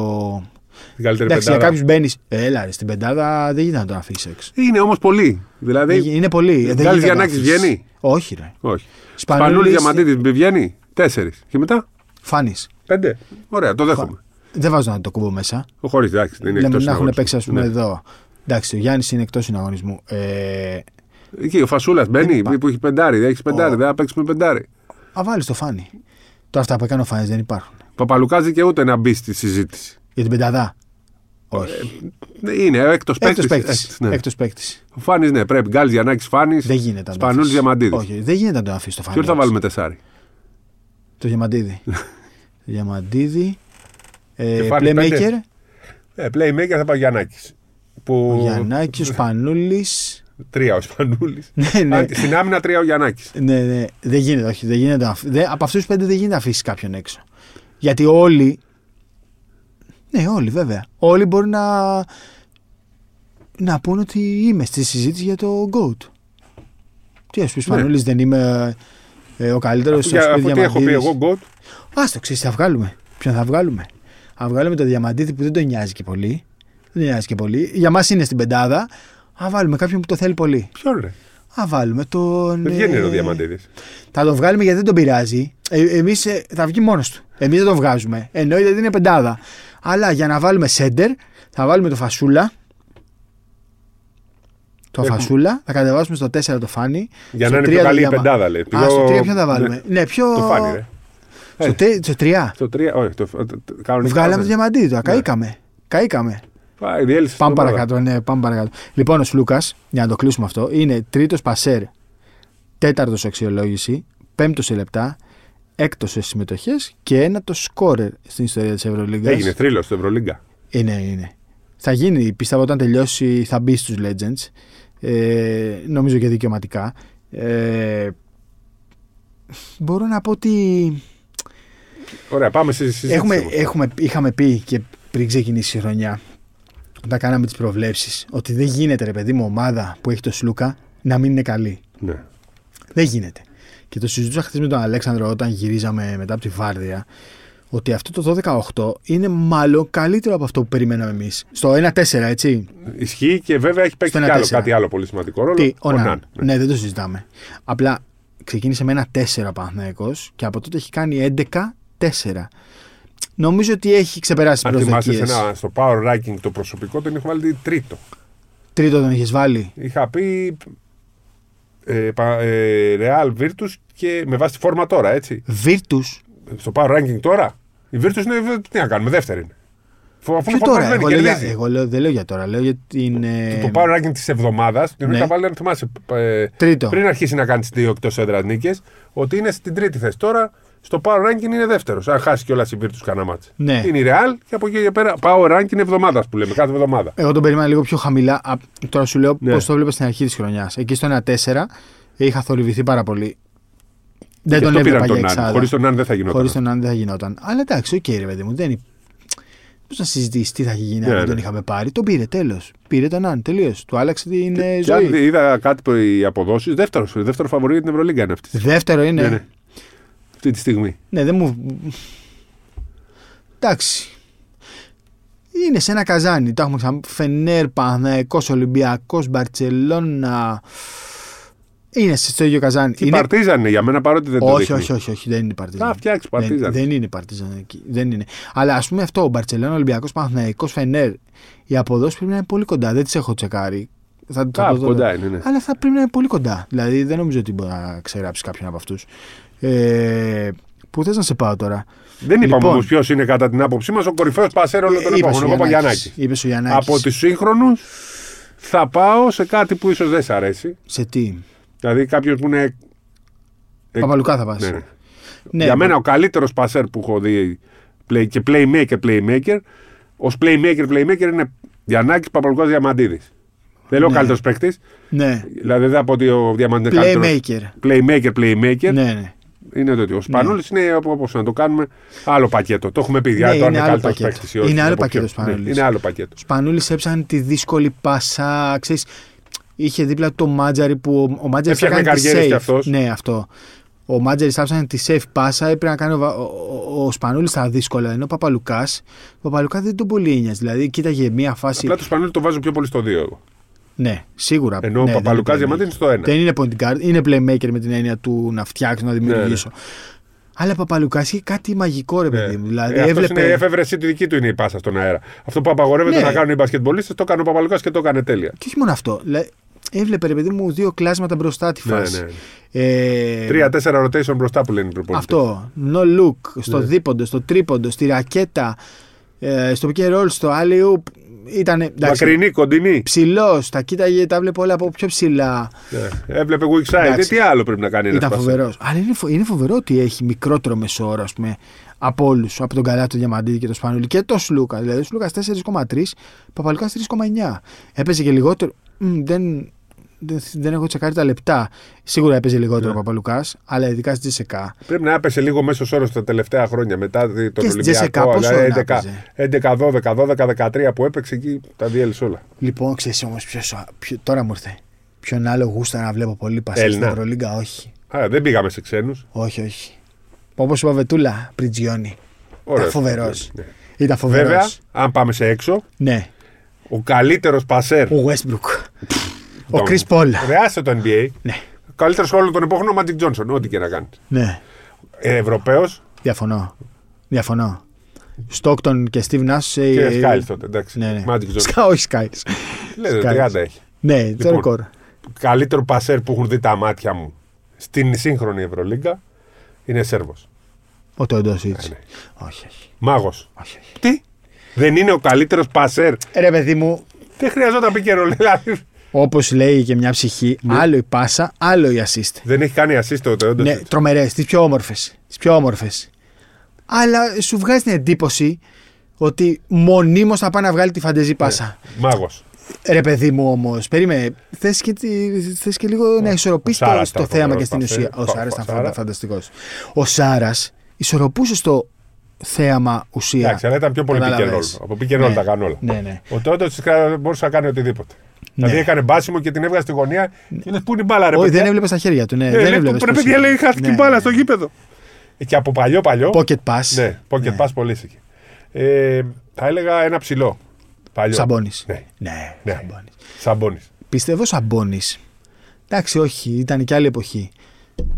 [SPEAKER 2] Την καλύτερη
[SPEAKER 1] Εντάξει, για
[SPEAKER 2] πεντάδα.
[SPEAKER 1] κάποιους μπαίνεις. Έλα, ρε, στην πεντάδα δεν γίνεται να τον αφήσεις έξω.
[SPEAKER 2] Είναι όμως πολύ. Δηλαδή.
[SPEAKER 1] Δεν- Ναι, Είναι πολύ.
[SPEAKER 2] Γκάλης
[SPEAKER 1] δεν γίνεται να
[SPEAKER 2] Γιαννάκης
[SPEAKER 1] τον αφήσεις.
[SPEAKER 2] βγαίνει?
[SPEAKER 1] Όχι, ρε.
[SPEAKER 2] Όχι.
[SPEAKER 1] Σπανούλης-
[SPEAKER 2] Σπανούλης Διαμαντίδης βγαίνει. Τέσσερις. Και μετά.
[SPEAKER 1] Φάνης.
[SPEAKER 2] Πέντε. Ωραία, το δέχομαι.
[SPEAKER 1] Δεν βάζω να το κούμπο μέσα.
[SPEAKER 2] Χωρίς εντάξει, δεν είναι Ναι.
[SPEAKER 1] Λέμε
[SPEAKER 2] εκτός.
[SPEAKER 1] να έχουν παίξει, ας πούμε, εδώ. Εντάξει, ο Γιάννης είναι εκτός συναγωνισμού. Ε,
[SPEAKER 2] Εκεί ο Φασούλας μπαίνει,
[SPEAKER 1] υπάρχει.
[SPEAKER 2] που έχει πεντάρι, έχεις πεντάρι,
[SPEAKER 1] Ο-
[SPEAKER 2] δεν θα παίξουμε πεντάρι.
[SPEAKER 1] Α, βάλεις το φάνη. Το αυτά που έκανε ο Φάνης δεν υπάρχουν.
[SPEAKER 2] Παπαλουκά δικαιούται να μπεις στη συζήτηση.
[SPEAKER 1] Για την πενταδά.
[SPEAKER 2] Ε,
[SPEAKER 1] Όχι.
[SPEAKER 2] Ναι, Είναι ο έκτος
[SPEAKER 1] Έκτος παίκτης.
[SPEAKER 2] Ναι.
[SPEAKER 1] Έκτος παίκτης.
[SPEAKER 2] Ο Φάνης, ναι, πρέπει. Γκάλι Γιαννάκης Φάνης.
[SPEAKER 1] Δεν γίνεται να το
[SPEAKER 2] Σπανούλης
[SPEAKER 1] αφήσεις.
[SPEAKER 2] Διαμαντίδης.
[SPEAKER 1] Όχι, δεν γίνεται να το αφήσεις το φάνη.
[SPEAKER 2] Ποιο θα βάλουμε τεσάρι.
[SPEAKER 1] Το Διαμαντίδη. Διαμαντίδη. Ε,
[SPEAKER 2] Κεφάλι
[SPEAKER 1] playmaker.
[SPEAKER 2] πέντε. Ε, playmaker θα πάει ο Γιαννάκης. Που...
[SPEAKER 1] Ο Γιαννάκης, ο Σπανούλης.
[SPEAKER 2] Τρία ο Σπανούλης.
[SPEAKER 1] ναι, ναι.
[SPEAKER 2] Στην άμυνα τρία ο Γιαννάκης.
[SPEAKER 1] ναι, ναι. Δεν γίνεται, όχι. Δεν γίνεται. να αφ- δεν- από αυτούς τους πέντε δεν γίνεται να αφήσεις κάποιον έξω. Γιατί όλοι. Ναι, όλοι βέβαια. Όλοι μπορεί να. να πούνε ότι είμαι στη συζήτηση για το GOAT. Τι ας πεις, Σπανούλη, δεν είμαι ε, ο καλύτερος.
[SPEAKER 2] Ναι. Από τι έχω πει εγώ, Γκοτ.
[SPEAKER 1] Άστο, ξέρεις, θα βγάλουμε. Ποιον θα βγάλουμε. Θα βγάλουμε το διαμαντίδη που δεν τον νοιάζει και πολύ. Δεν τον νοιάζει και πολύ. Για μας είναι στην πεντάδα. Α βάλουμε κάποιον που το θέλει πολύ.
[SPEAKER 2] Ποιον ρε.
[SPEAKER 1] Α βάλουμε τον.
[SPEAKER 2] Δεν
[SPEAKER 1] ε,
[SPEAKER 2] βγαίνει ρε ο Διαμαντίδη.
[SPEAKER 1] Θα τον βγάλουμε γιατί δεν τον πειράζει. Ε, Εμείς θα βγει μόνος του. Εμείς δεν τον βγάζουμε. Εννοείται ότι είναι πεντάδα. Αλλά για να βάλουμε σέντερ, θα βάλουμε το φασούλα. Το
[SPEAKER 2] Έχουμε-
[SPEAKER 1] φασούλα. Θα κατεβάσουμε στο 4 το φάνη.
[SPEAKER 2] Για
[SPEAKER 1] στο
[SPEAKER 2] να είναι
[SPEAKER 1] τρία
[SPEAKER 2] πιο
[SPEAKER 1] το
[SPEAKER 2] καλή η
[SPEAKER 1] Διαμα-
[SPEAKER 2] πεντάδα, λέει.
[SPEAKER 1] Α, στο
[SPEAKER 2] Πιο-
[SPEAKER 1] 3 ποιον θα
[SPEAKER 2] ναι.
[SPEAKER 1] βάλουμε. Ναι, πιο.
[SPEAKER 2] Το φάνη, ρε.
[SPEAKER 1] Στο, τε- στο 3.
[SPEAKER 2] Στο τρία, όχι. Το, το, το, κανονικά
[SPEAKER 1] Βγάλαμε το
[SPEAKER 2] δεν.
[SPEAKER 1] διαμαντίδη του.
[SPEAKER 2] Ναι.
[SPEAKER 1] Καήκαμε. Καήκαμε.
[SPEAKER 2] Πάει, διέλυσε
[SPEAKER 1] Πάμε
[SPEAKER 2] την ομάδα.
[SPEAKER 1] παρακάτω, ναι, πάμε παρακάτω. Λοιπόν, ο Σλούκα, για να το κλείσουμε αυτό, είναι τρίτος πασέρ, τέταρτος σε αξιολόγηση, πέμπτος σε λεπτά, έκτος σε συμμετοχές και ένατο σκόρερ στην ιστορία της Ευρωλίγκας.
[SPEAKER 2] Έγινε θρύλος στην Ευρωλίγκα.
[SPEAKER 1] Είναι, ναι, είναι. Θα γίνει, πιστεύω, όταν τελειώσει θα μπει στους Legends. Ε, νομίζω και δικαιωματικά. Ε, μπορώ να πω ότι
[SPEAKER 2] Ωραία, πάμε στη συζήτηση.
[SPEAKER 1] Έχουμε, ε-
[SPEAKER 2] όμως.
[SPEAKER 1] έχουμε, είχαμε πει και πριν ξεκινήσει η χρονιά, όταν κάναμε τις προβλέψεις, ότι δεν γίνεται ρε παιδί μου ομάδα που έχει το Σλούκα να μην είναι καλή.
[SPEAKER 2] Ναι.
[SPEAKER 1] Δεν γίνεται. Και το συζητούσα χθες με τον Αλέξανδρο όταν γυρίζαμε μετά από τη Βάρδια, ότι αυτό το 12-18 είναι μάλλον καλύτερο από αυτό που περιμέναμε εμείς. Στο 1-4, έτσι.
[SPEAKER 2] Ισχύει και βέβαια έχει παίξει
[SPEAKER 1] ένα
[SPEAKER 2] κι άλλο,
[SPEAKER 1] τέσσερα.
[SPEAKER 2] κάτι άλλο πολύ σημαντικό ρόλο.
[SPEAKER 1] Τι, ο
[SPEAKER 2] Ο
[SPEAKER 1] Ναν.
[SPEAKER 2] Ναν, ναι.
[SPEAKER 1] Ναι, δεν το συζητάμε. Απλά ξεκίνησε με ένα 4 ο Παναθηναϊκός και από τότε έχει κάνει 11-4. Νομίζω ότι έχει ξεπεράσει τις
[SPEAKER 2] Αν θυμάσαι σε
[SPEAKER 1] προσδοκίε.
[SPEAKER 2] ένα, στο power ranking το προσωπικό τον είχα βάλει τρίτο.
[SPEAKER 1] Τρίτο τον είχες βάλει.
[SPEAKER 2] Είχα πει ε, πα- ε, Real Virtus και με βάση τη φόρμα τώρα, έτσι.
[SPEAKER 1] Βίρτου.
[SPEAKER 2] Στο power ranking τώρα. Η Virtus είναι, ε, τι να κάνουμε, δεύτερη είναι. Φο- Αφού
[SPEAKER 1] Ποιο
[SPEAKER 2] είναι
[SPEAKER 1] τώρα,
[SPEAKER 2] φορμαρισμένη,
[SPEAKER 1] εγώ, λέω, για-
[SPEAKER 2] κερδίζει.
[SPEAKER 1] εγώ λέω, δεν λέω για τώρα, λέω για την. ε,
[SPEAKER 2] Το power ranking της εβδομάδας, την
[SPEAKER 1] ναι.
[SPEAKER 2] είχα βάλει, αν θυμάσαι, π- ε,
[SPEAKER 1] Τρίτο.
[SPEAKER 2] πριν αρχίσει να κάνει δύο εκτός έδρας νίκες, ότι είναι στην τρίτη θέση. Τώρα στο power ranking είναι δεύτερος. Αν χάσει κιόλας η Virtus κανένα μάτς.
[SPEAKER 1] Ναι.
[SPEAKER 2] Είναι η Real και από εκεί και πέρα power ranking εβδομάδας που λέμε, κάθε εβδομάδα.
[SPEAKER 1] Εγώ τον περίμενα λίγο πιο χαμηλά. Α, τώρα σου λέω
[SPEAKER 2] Ναι.
[SPEAKER 1] πώς το βλέπω στην αρχή της χρονιάς. Εκεί στο 1-4 είχα θορυβηθεί πάρα πολύ. Δεν
[SPEAKER 2] Γι'
[SPEAKER 1] Ε, τον
[SPEAKER 2] αυτό
[SPEAKER 1] έβλεπα
[SPEAKER 2] πήραν
[SPEAKER 1] για
[SPEAKER 2] τον Νάν.
[SPEAKER 1] εξάδα.
[SPEAKER 2] Χωρίς τον Νάν δεν θα γινόταν.
[SPEAKER 1] Χωρίς τον αν δεν θα γινόταν. Αλλά εντάξει, οκ, ρε παιδί μου. Δεν... Πώς να συζητήσεις τι θα είχε γίνει αν
[SPEAKER 2] Ναι,
[SPEAKER 1] δεν τον
[SPEAKER 2] ναι.
[SPEAKER 1] είχαμε πάρει. Τον πήρε, τέλος. Πήρε τον αν, τελείως. Του άλλαξε την ε,
[SPEAKER 2] Και
[SPEAKER 1] ζωή.
[SPEAKER 2] αν δι- είδα κάτι που οι αποδόσεις, δεύτερος, δεύτερο φαβορή για την Ευρωλίγκα είναι αυτή,
[SPEAKER 1] Δεύτερο είναι.
[SPEAKER 2] Ναι, ναι. αυτή τη στιγμή.
[SPEAKER 1] Ναι, δεν μου. Εντάξει. Είναι σε ένα καζάνι. Το έχουμε ξαναπεί. Φενέρ, Παναθυναϊκό, Ολυμπιακό, Μπαρσελόνα. Είναι στο ίδιο καζάνι.
[SPEAKER 2] Τι
[SPEAKER 1] είναι...
[SPEAKER 2] παρτίζαν είναι για μένα παρότι δεν το
[SPEAKER 1] όχι,
[SPEAKER 2] δείχνει.
[SPEAKER 1] όχι, όχι, όχι, δεν είναι Παρτίζαν.
[SPEAKER 2] Θα φτιάξει
[SPEAKER 1] δεν,
[SPEAKER 2] παρτίζαν.
[SPEAKER 1] δεν είναι Παρτίζαν εκεί. Δεν είναι. Αλλά ας πούμε αυτό, ο Μπαρσελόνα, Ολυμπιακό, Παναθυναϊκό, Φενέρ. Οι αποδόσει πρέπει να είναι πολύ κοντά. Δεν τις έχω τσεκάρει. Θα, θα
[SPEAKER 2] Κάπου
[SPEAKER 1] το δω.
[SPEAKER 2] κοντά είναι. Ναι.
[SPEAKER 1] Αλλά θα πρέπει να είναι πολύ κοντά. Δηλαδή δεν νομίζω ότι μπορεί να ξεγράψει κάποιον από αυτούς. Ε, πού θες να σε πάω τώρα.
[SPEAKER 2] Δεν είπαμε
[SPEAKER 1] Λοιπόν.
[SPEAKER 2] όμως ποιος είναι κατά την άποψή μας ο κορυφαίος πασέρο όλων των
[SPEAKER 1] Ε, είπες
[SPEAKER 2] εποχών. Εγώ είπα
[SPEAKER 1] ο Γιαννάκης.
[SPEAKER 2] Γιαννάκη.
[SPEAKER 1] Είπες ο Γιαννάκης.
[SPEAKER 2] Από τους σύγχρονους θα πάω σε κάτι που ίσως δεν σ' αρέσει.
[SPEAKER 1] Σε τι.
[SPEAKER 2] Δηλαδή κάποιος που είναι. Ε,
[SPEAKER 1] Παπαλουκά θα πας.
[SPEAKER 2] ναι, ναι.
[SPEAKER 1] Ναι,
[SPEAKER 2] για
[SPEAKER 1] ναι.
[SPEAKER 2] μένα ο καλύτερος πασέρ που έχω δει play- και playmaker, playmaker. Ως playmaker, playmaker είναι Γιαννάκης Παπαλουκάς Διαμαντίδης. Δεν λέω
[SPEAKER 1] Ναι.
[SPEAKER 2] καλύτερος παίκτης.
[SPEAKER 1] Ναι.
[SPEAKER 2] Δηλαδή δεν θα πω ότι ο Διαμαντίδης είναι καλύτερος.
[SPEAKER 1] Playmaker.
[SPEAKER 2] Playmaker, playmaker.
[SPEAKER 1] Ναι, ναι.
[SPEAKER 2] Είναι το ότι ο Σπανούλης είναι όπως να το κάνουμε άλλο πακέτο. Το έχουμε πει.
[SPEAKER 1] Ναι,
[SPEAKER 2] Ναι,
[SPEAKER 1] είναι
[SPEAKER 2] είναι
[SPEAKER 1] άλλο
[SPEAKER 2] καλύτερος
[SPEAKER 1] πακέτο.
[SPEAKER 2] παίκτης ή όχι.
[SPEAKER 1] Είναι άλλο
[SPEAKER 2] από
[SPEAKER 1] πακέτο ο
[SPEAKER 2] ποιον.
[SPEAKER 1] Σπανούλης.
[SPEAKER 2] Ναι, Είναι άλλο πακέτο.
[SPEAKER 1] Σπανούλης έψαχνε τη δύσκολη πάσα. Ξέρεις, είχε δίπλα του το Μάτζαρη που ο, ο Μάτζαρης
[SPEAKER 2] Έφτιαχνε
[SPEAKER 1] έκανε τη
[SPEAKER 2] καριέρες
[SPEAKER 1] safe.
[SPEAKER 2] κι αυτός.
[SPEAKER 1] Ναι, αυτό. Ο Μάτζερη άψανε τη safe πάσα, έπρεπε να κάνει ο, Βα- ο, ο, ο Σπανούλης τα δύσκολα. Ενώ ο Παπαλουκάς, ο Παπαλουκάς δεν τον πολύ ένοιαζε. Δηλαδή, κοίταγε μία φάση.
[SPEAKER 2] Απλά το Σπανούλη το βάζω πιο πολύ στο 2 εγώ.
[SPEAKER 1] Ναι, σίγουρα.
[SPEAKER 2] Ενώ
[SPEAKER 1] ναι,
[SPEAKER 2] ο Παπαλουκά
[SPEAKER 1] δεν είναι
[SPEAKER 2] Διαμαντίδη είναι στο 1.
[SPEAKER 1] Δεν είναι point guard, είναι playmaker με την έννοια του να φτιάξω,
[SPEAKER 2] Ναι,
[SPEAKER 1] να δημιουργήσω. Αλλά Παπαλουκάς είχε κάτι μαγικό, ρε παιδί μου. Δηλαδή,
[SPEAKER 2] ε, αυτός
[SPEAKER 1] έβλεπε.
[SPEAKER 2] είναι η εφεύρεσή του δική του είναι η πάσα στον αέρα. Αυτό που απαγορεύεται
[SPEAKER 1] Ναι.
[SPEAKER 2] να κάνουν οι μπασκετμπολίστες το έκανε ο Παπαλουκάς και το έκανε τέλεια.
[SPEAKER 1] Και όχι μόνο αυτό. λέ- έβλεπε ρε παιδί μου δύο κλάσματα μπροστά τη
[SPEAKER 2] Ναι,
[SPEAKER 1] φάση.
[SPEAKER 2] ναι, ναι.
[SPEAKER 1] Ε,
[SPEAKER 2] Τρία-τέσσερα rotation μπροστά που λένε οι προπονητές.
[SPEAKER 1] Αυτό. No look. Στο
[SPEAKER 2] Ναι.
[SPEAKER 1] δίποντο, στο τρίποντο, στη ρακέτα. Ε, στο pick and roll, στο alley Ήταν
[SPEAKER 2] Μακρινή, κοντινή.
[SPEAKER 1] ψηλός. Τα κοίταγε, τα βλέπω όλα από πιο ψηλά.
[SPEAKER 2] Ναι. Έβλεπε weak side.
[SPEAKER 1] Εντάξει.
[SPEAKER 2] Ε, Τι άλλο πρέπει να κάνει ένας
[SPEAKER 1] Ήταν φοβερός. Αλλά είναι, φο- είναι φοβερό ότι έχει μικρότερο μεσόωρο ας πούμε, από όλους. Από τον Καλά, τον Διαμαντίδη και τον Σπανούλη και τον Σλούκα. Δηλαδή, ο Σλούκας 4,3, Παπαλουκά 3,9. Έπαιζε και λιγότερο. Μ, δεν, δεν, δεν έχω τσεκάρει τα λεπτά. Σίγουρα έπαιζε λιγότερο
[SPEAKER 2] Ναι.
[SPEAKER 1] ο Παπαλουκάς, αλλά ειδικά στη Τζεσεκά.
[SPEAKER 2] Πρέπει να έπεσε λίγο μέσος όρος τα τελευταία χρόνια μετά δι- τον
[SPEAKER 1] στην Τζέσικα,
[SPEAKER 2] Ολυμπιακό.
[SPEAKER 1] πόσο
[SPEAKER 2] αλλά
[SPEAKER 1] να
[SPEAKER 2] 11,
[SPEAKER 1] έπαιζε.
[SPEAKER 2] 11, 12, 12, 13 που έπαιξε εκεί τα διέλυσε όλα.
[SPEAKER 1] Λοιπόν, ξέρεις όμως ποιος. Τώρα μου ήρθε. Ποιον άλλο γούστα να βλέπω πολύ πασέ στην
[SPEAKER 2] Έλληνα.
[SPEAKER 1] Ευρωλίγκα, όχι.
[SPEAKER 2] Α, δεν πήγαμε σε ξένους.
[SPEAKER 1] Όχι, όχι. Όπως είπα, Βετούλα, Πριτζιόνι. Ήταν φοβερό. Ήταν φοβερός.
[SPEAKER 2] Ναι. Βέβαια, αν πάμε σε έξω,
[SPEAKER 1] Ναι.
[SPEAKER 2] ο καλύτερος πασέρ.
[SPEAKER 1] Ο Westbrook. Ο
[SPEAKER 2] Τον-
[SPEAKER 1] Chris Paul.
[SPEAKER 2] Ρε, άσε το NBA.
[SPEAKER 1] Ναι.
[SPEAKER 2] Ο καλύτερο όλων των εποχών ο Μάτικ Τζόνσον, ό,τι και να κάνει. Ε,
[SPEAKER 1] Ναι.
[SPEAKER 2] Ευρωπαίος
[SPEAKER 1] Διαφωνώ. Διαφωνώ. Στόκτον και Steve Nash.
[SPEAKER 2] και
[SPEAKER 1] ε,
[SPEAKER 2] Σκάιλ τότε. Εντάξει.
[SPEAKER 1] Ναι, ναι.
[SPEAKER 2] Μάτικ Τζόνσον.
[SPEAKER 1] Σκα, όχι Sky.
[SPEAKER 2] Λέτε,
[SPEAKER 1] Σκάιλ.
[SPEAKER 2] 30 έχει.
[SPEAKER 1] Ναι, το
[SPEAKER 2] Λοιπόν.
[SPEAKER 1] ρεκόρ.
[SPEAKER 2] Καλύτερο πασέρ που έχουν δει τα μάτια μου στην σύγχρονη Ευρωλίγκα είναι Σέρβος.
[SPEAKER 1] Ο Τοντόσιτ.
[SPEAKER 2] Ναι, ναι.
[SPEAKER 1] Όχι, όχι.
[SPEAKER 2] Μάγος.
[SPEAKER 1] όχι, όχι.
[SPEAKER 2] Τι. Δεν είναι ο καλύτερος πασέρ.
[SPEAKER 1] Ρε παιδί μου,
[SPEAKER 2] Δεν χρειαζόταν πει καιρό. Δηλαδή,
[SPEAKER 1] όπως λέει και μια ψυχή,
[SPEAKER 2] Ναι.
[SPEAKER 1] άλλο η πάσα, άλλο η assist.
[SPEAKER 2] δεν έχει κάνει assist ο Τεόντο.
[SPEAKER 1] Ναι, τρομερές, τις πιο όμορφες. Τις πιο όμορφες. Αλλά σου βγάζει την εντύπωση ότι μονίμως θα πάει να βγάλει τη φαντεζή
[SPEAKER 2] Ναι.
[SPEAKER 1] πάσα.
[SPEAKER 2] Μάγος.
[SPEAKER 1] Ρε παιδί μου όμως, περίμενε. Θες και, τη- θες και λίγο να ισορροπήσει
[SPEAKER 2] ο
[SPEAKER 1] το,
[SPEAKER 2] Σάρας
[SPEAKER 1] στο
[SPEAKER 2] ήταν
[SPEAKER 1] θέαμα και
[SPEAKER 2] φοβερός
[SPEAKER 1] στην
[SPEAKER 2] πασέρ.
[SPEAKER 1] ουσία. Ο
[SPEAKER 2] Ο
[SPEAKER 1] Σάρα
[SPEAKER 2] Σάρα.
[SPEAKER 1] ήταν φανταστικός. Ο Σάρας ισορροπούσε στο θέαμα ουσία.
[SPEAKER 2] Εντάξει, αλλά ήταν πιο πολύ pick and roll.
[SPEAKER 1] Καταλαβες.
[SPEAKER 2] Από pick and roll
[SPEAKER 1] Ναι.
[SPEAKER 2] τα έκανε όλα.
[SPEAKER 1] Ναι, ναι.
[SPEAKER 2] Ο Τόντο μπορούσε να κάνει οτιδήποτε. Δηλαδή έκανε μπάσιμο και την έβγαλε στη γωνία. Και λε, πού είναι η μπάλα, ρε
[SPEAKER 1] Όχι,
[SPEAKER 2] παιδιά.
[SPEAKER 1] δεν έβλεπες τα χέρια του. Ναι,
[SPEAKER 2] Ε,
[SPEAKER 1] δεν
[SPEAKER 2] λέει,
[SPEAKER 1] έβλεπες
[SPEAKER 2] Ρε
[SPEAKER 1] πώς
[SPEAKER 2] παιδιά,
[SPEAKER 1] είναι.
[SPEAKER 2] λέει, χάθηκε η
[SPEAKER 1] Ναι,
[SPEAKER 2] μπάλα
[SPEAKER 1] ναι.
[SPEAKER 2] στο γήπεδο. Ε, Και από παλιό παλιό.
[SPEAKER 1] Pocket pass.
[SPEAKER 2] Ναι, pocket
[SPEAKER 1] Ναι.
[SPEAKER 2] pass πολύ είχε. Ε, θα έλεγα ένα ψηλό. Παλιό.
[SPEAKER 1] Σαμπόνι.
[SPEAKER 2] Ναι,
[SPEAKER 1] Ναι,
[SPEAKER 2] Ναι.
[SPEAKER 1] Σαμπόνις.
[SPEAKER 2] Σαμπόνι.
[SPEAKER 1] Πιστεύω Σαμπόνι. Εντάξει, όχι, ήταν και άλλη εποχή.
[SPEAKER 2] Σε όλα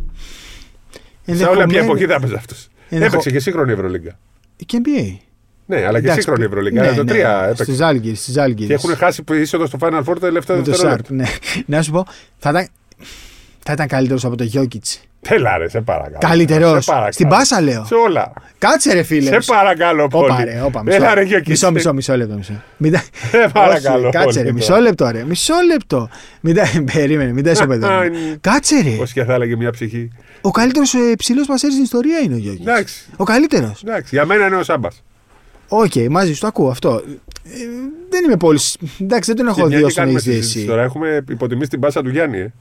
[SPEAKER 2] μια
[SPEAKER 1] Ενδεχομένου-
[SPEAKER 2] εποχή θα έπαιζε αυτός.
[SPEAKER 1] Ενδεχο-
[SPEAKER 2] Έπαιξε και σύγχρονη Ευρωλίγκα.
[SPEAKER 1] Και NBA.
[SPEAKER 2] Ναι, αλλά και
[SPEAKER 1] Εντάξει,
[SPEAKER 2] σύγχρονη
[SPEAKER 1] πι-
[SPEAKER 2] Ευρωλίγκα.
[SPEAKER 1] ναι,
[SPEAKER 2] Ναι, το
[SPEAKER 1] ναι,
[SPEAKER 2] 3 έπαιξε.
[SPEAKER 1] Στις Άλγηρες, στις Άλγηρες.
[SPEAKER 2] Και έχουν χάσει είσοδο στο Final Four το τελευταίο
[SPEAKER 1] με το
[SPEAKER 2] δευτερόλεπτο.
[SPEAKER 1] Σάρπ, ναι. Να σου πω, θα ήταν, θα ήταν καλύτερος από το Γιώκητ.
[SPEAKER 2] Έλα ρε, σε παρακαλώ.
[SPEAKER 1] Καλύτερος.
[SPEAKER 2] Σε παρακαλώ.
[SPEAKER 1] Στην πάσα λέω.
[SPEAKER 2] Σε όλα.
[SPEAKER 1] Κάτσε ρε φίλε.
[SPEAKER 2] Σε παρακαλώ πολύ.
[SPEAKER 1] Όπα ρε, όπα, μισό.
[SPEAKER 2] Έλα ρε Γιώκη.
[SPEAKER 1] μισό, μισό, μισό λεπτό. Μισό. Μην τα-
[SPEAKER 2] Σε παρακαλώ
[SPEAKER 1] Όχι, κάτσε
[SPEAKER 2] πολύ,
[SPEAKER 1] ρε,
[SPEAKER 2] τώρα.
[SPEAKER 1] μισό λεπτό ρε. Μισό λεπτό. Μην τα... Περίμενε, μην τα ισοπεδώνουμε.
[SPEAKER 2] είναι-
[SPEAKER 1] κάτσε ρε.
[SPEAKER 2] Όσο και θα έλεγε μια ψυχή.
[SPEAKER 1] Ο καλύτερος ε, ψηλός πασέρης στην ιστορία είναι ο Γιώκητ.
[SPEAKER 2] Εντάξει.
[SPEAKER 1] Ο καλύτερος.
[SPEAKER 2] Εντάξει, για μένα είναι ο Σάμπας.
[SPEAKER 1] Οκ, μαζί σου το ακούω αυτό. Ε, δεν είμαι πολύ. σ- Εντάξει, δεν τον έχω δει όσον έχει δει εσύ.
[SPEAKER 2] Τώρα έχουμε υποτιμήσει την πάσα του Γιάννη. Ε.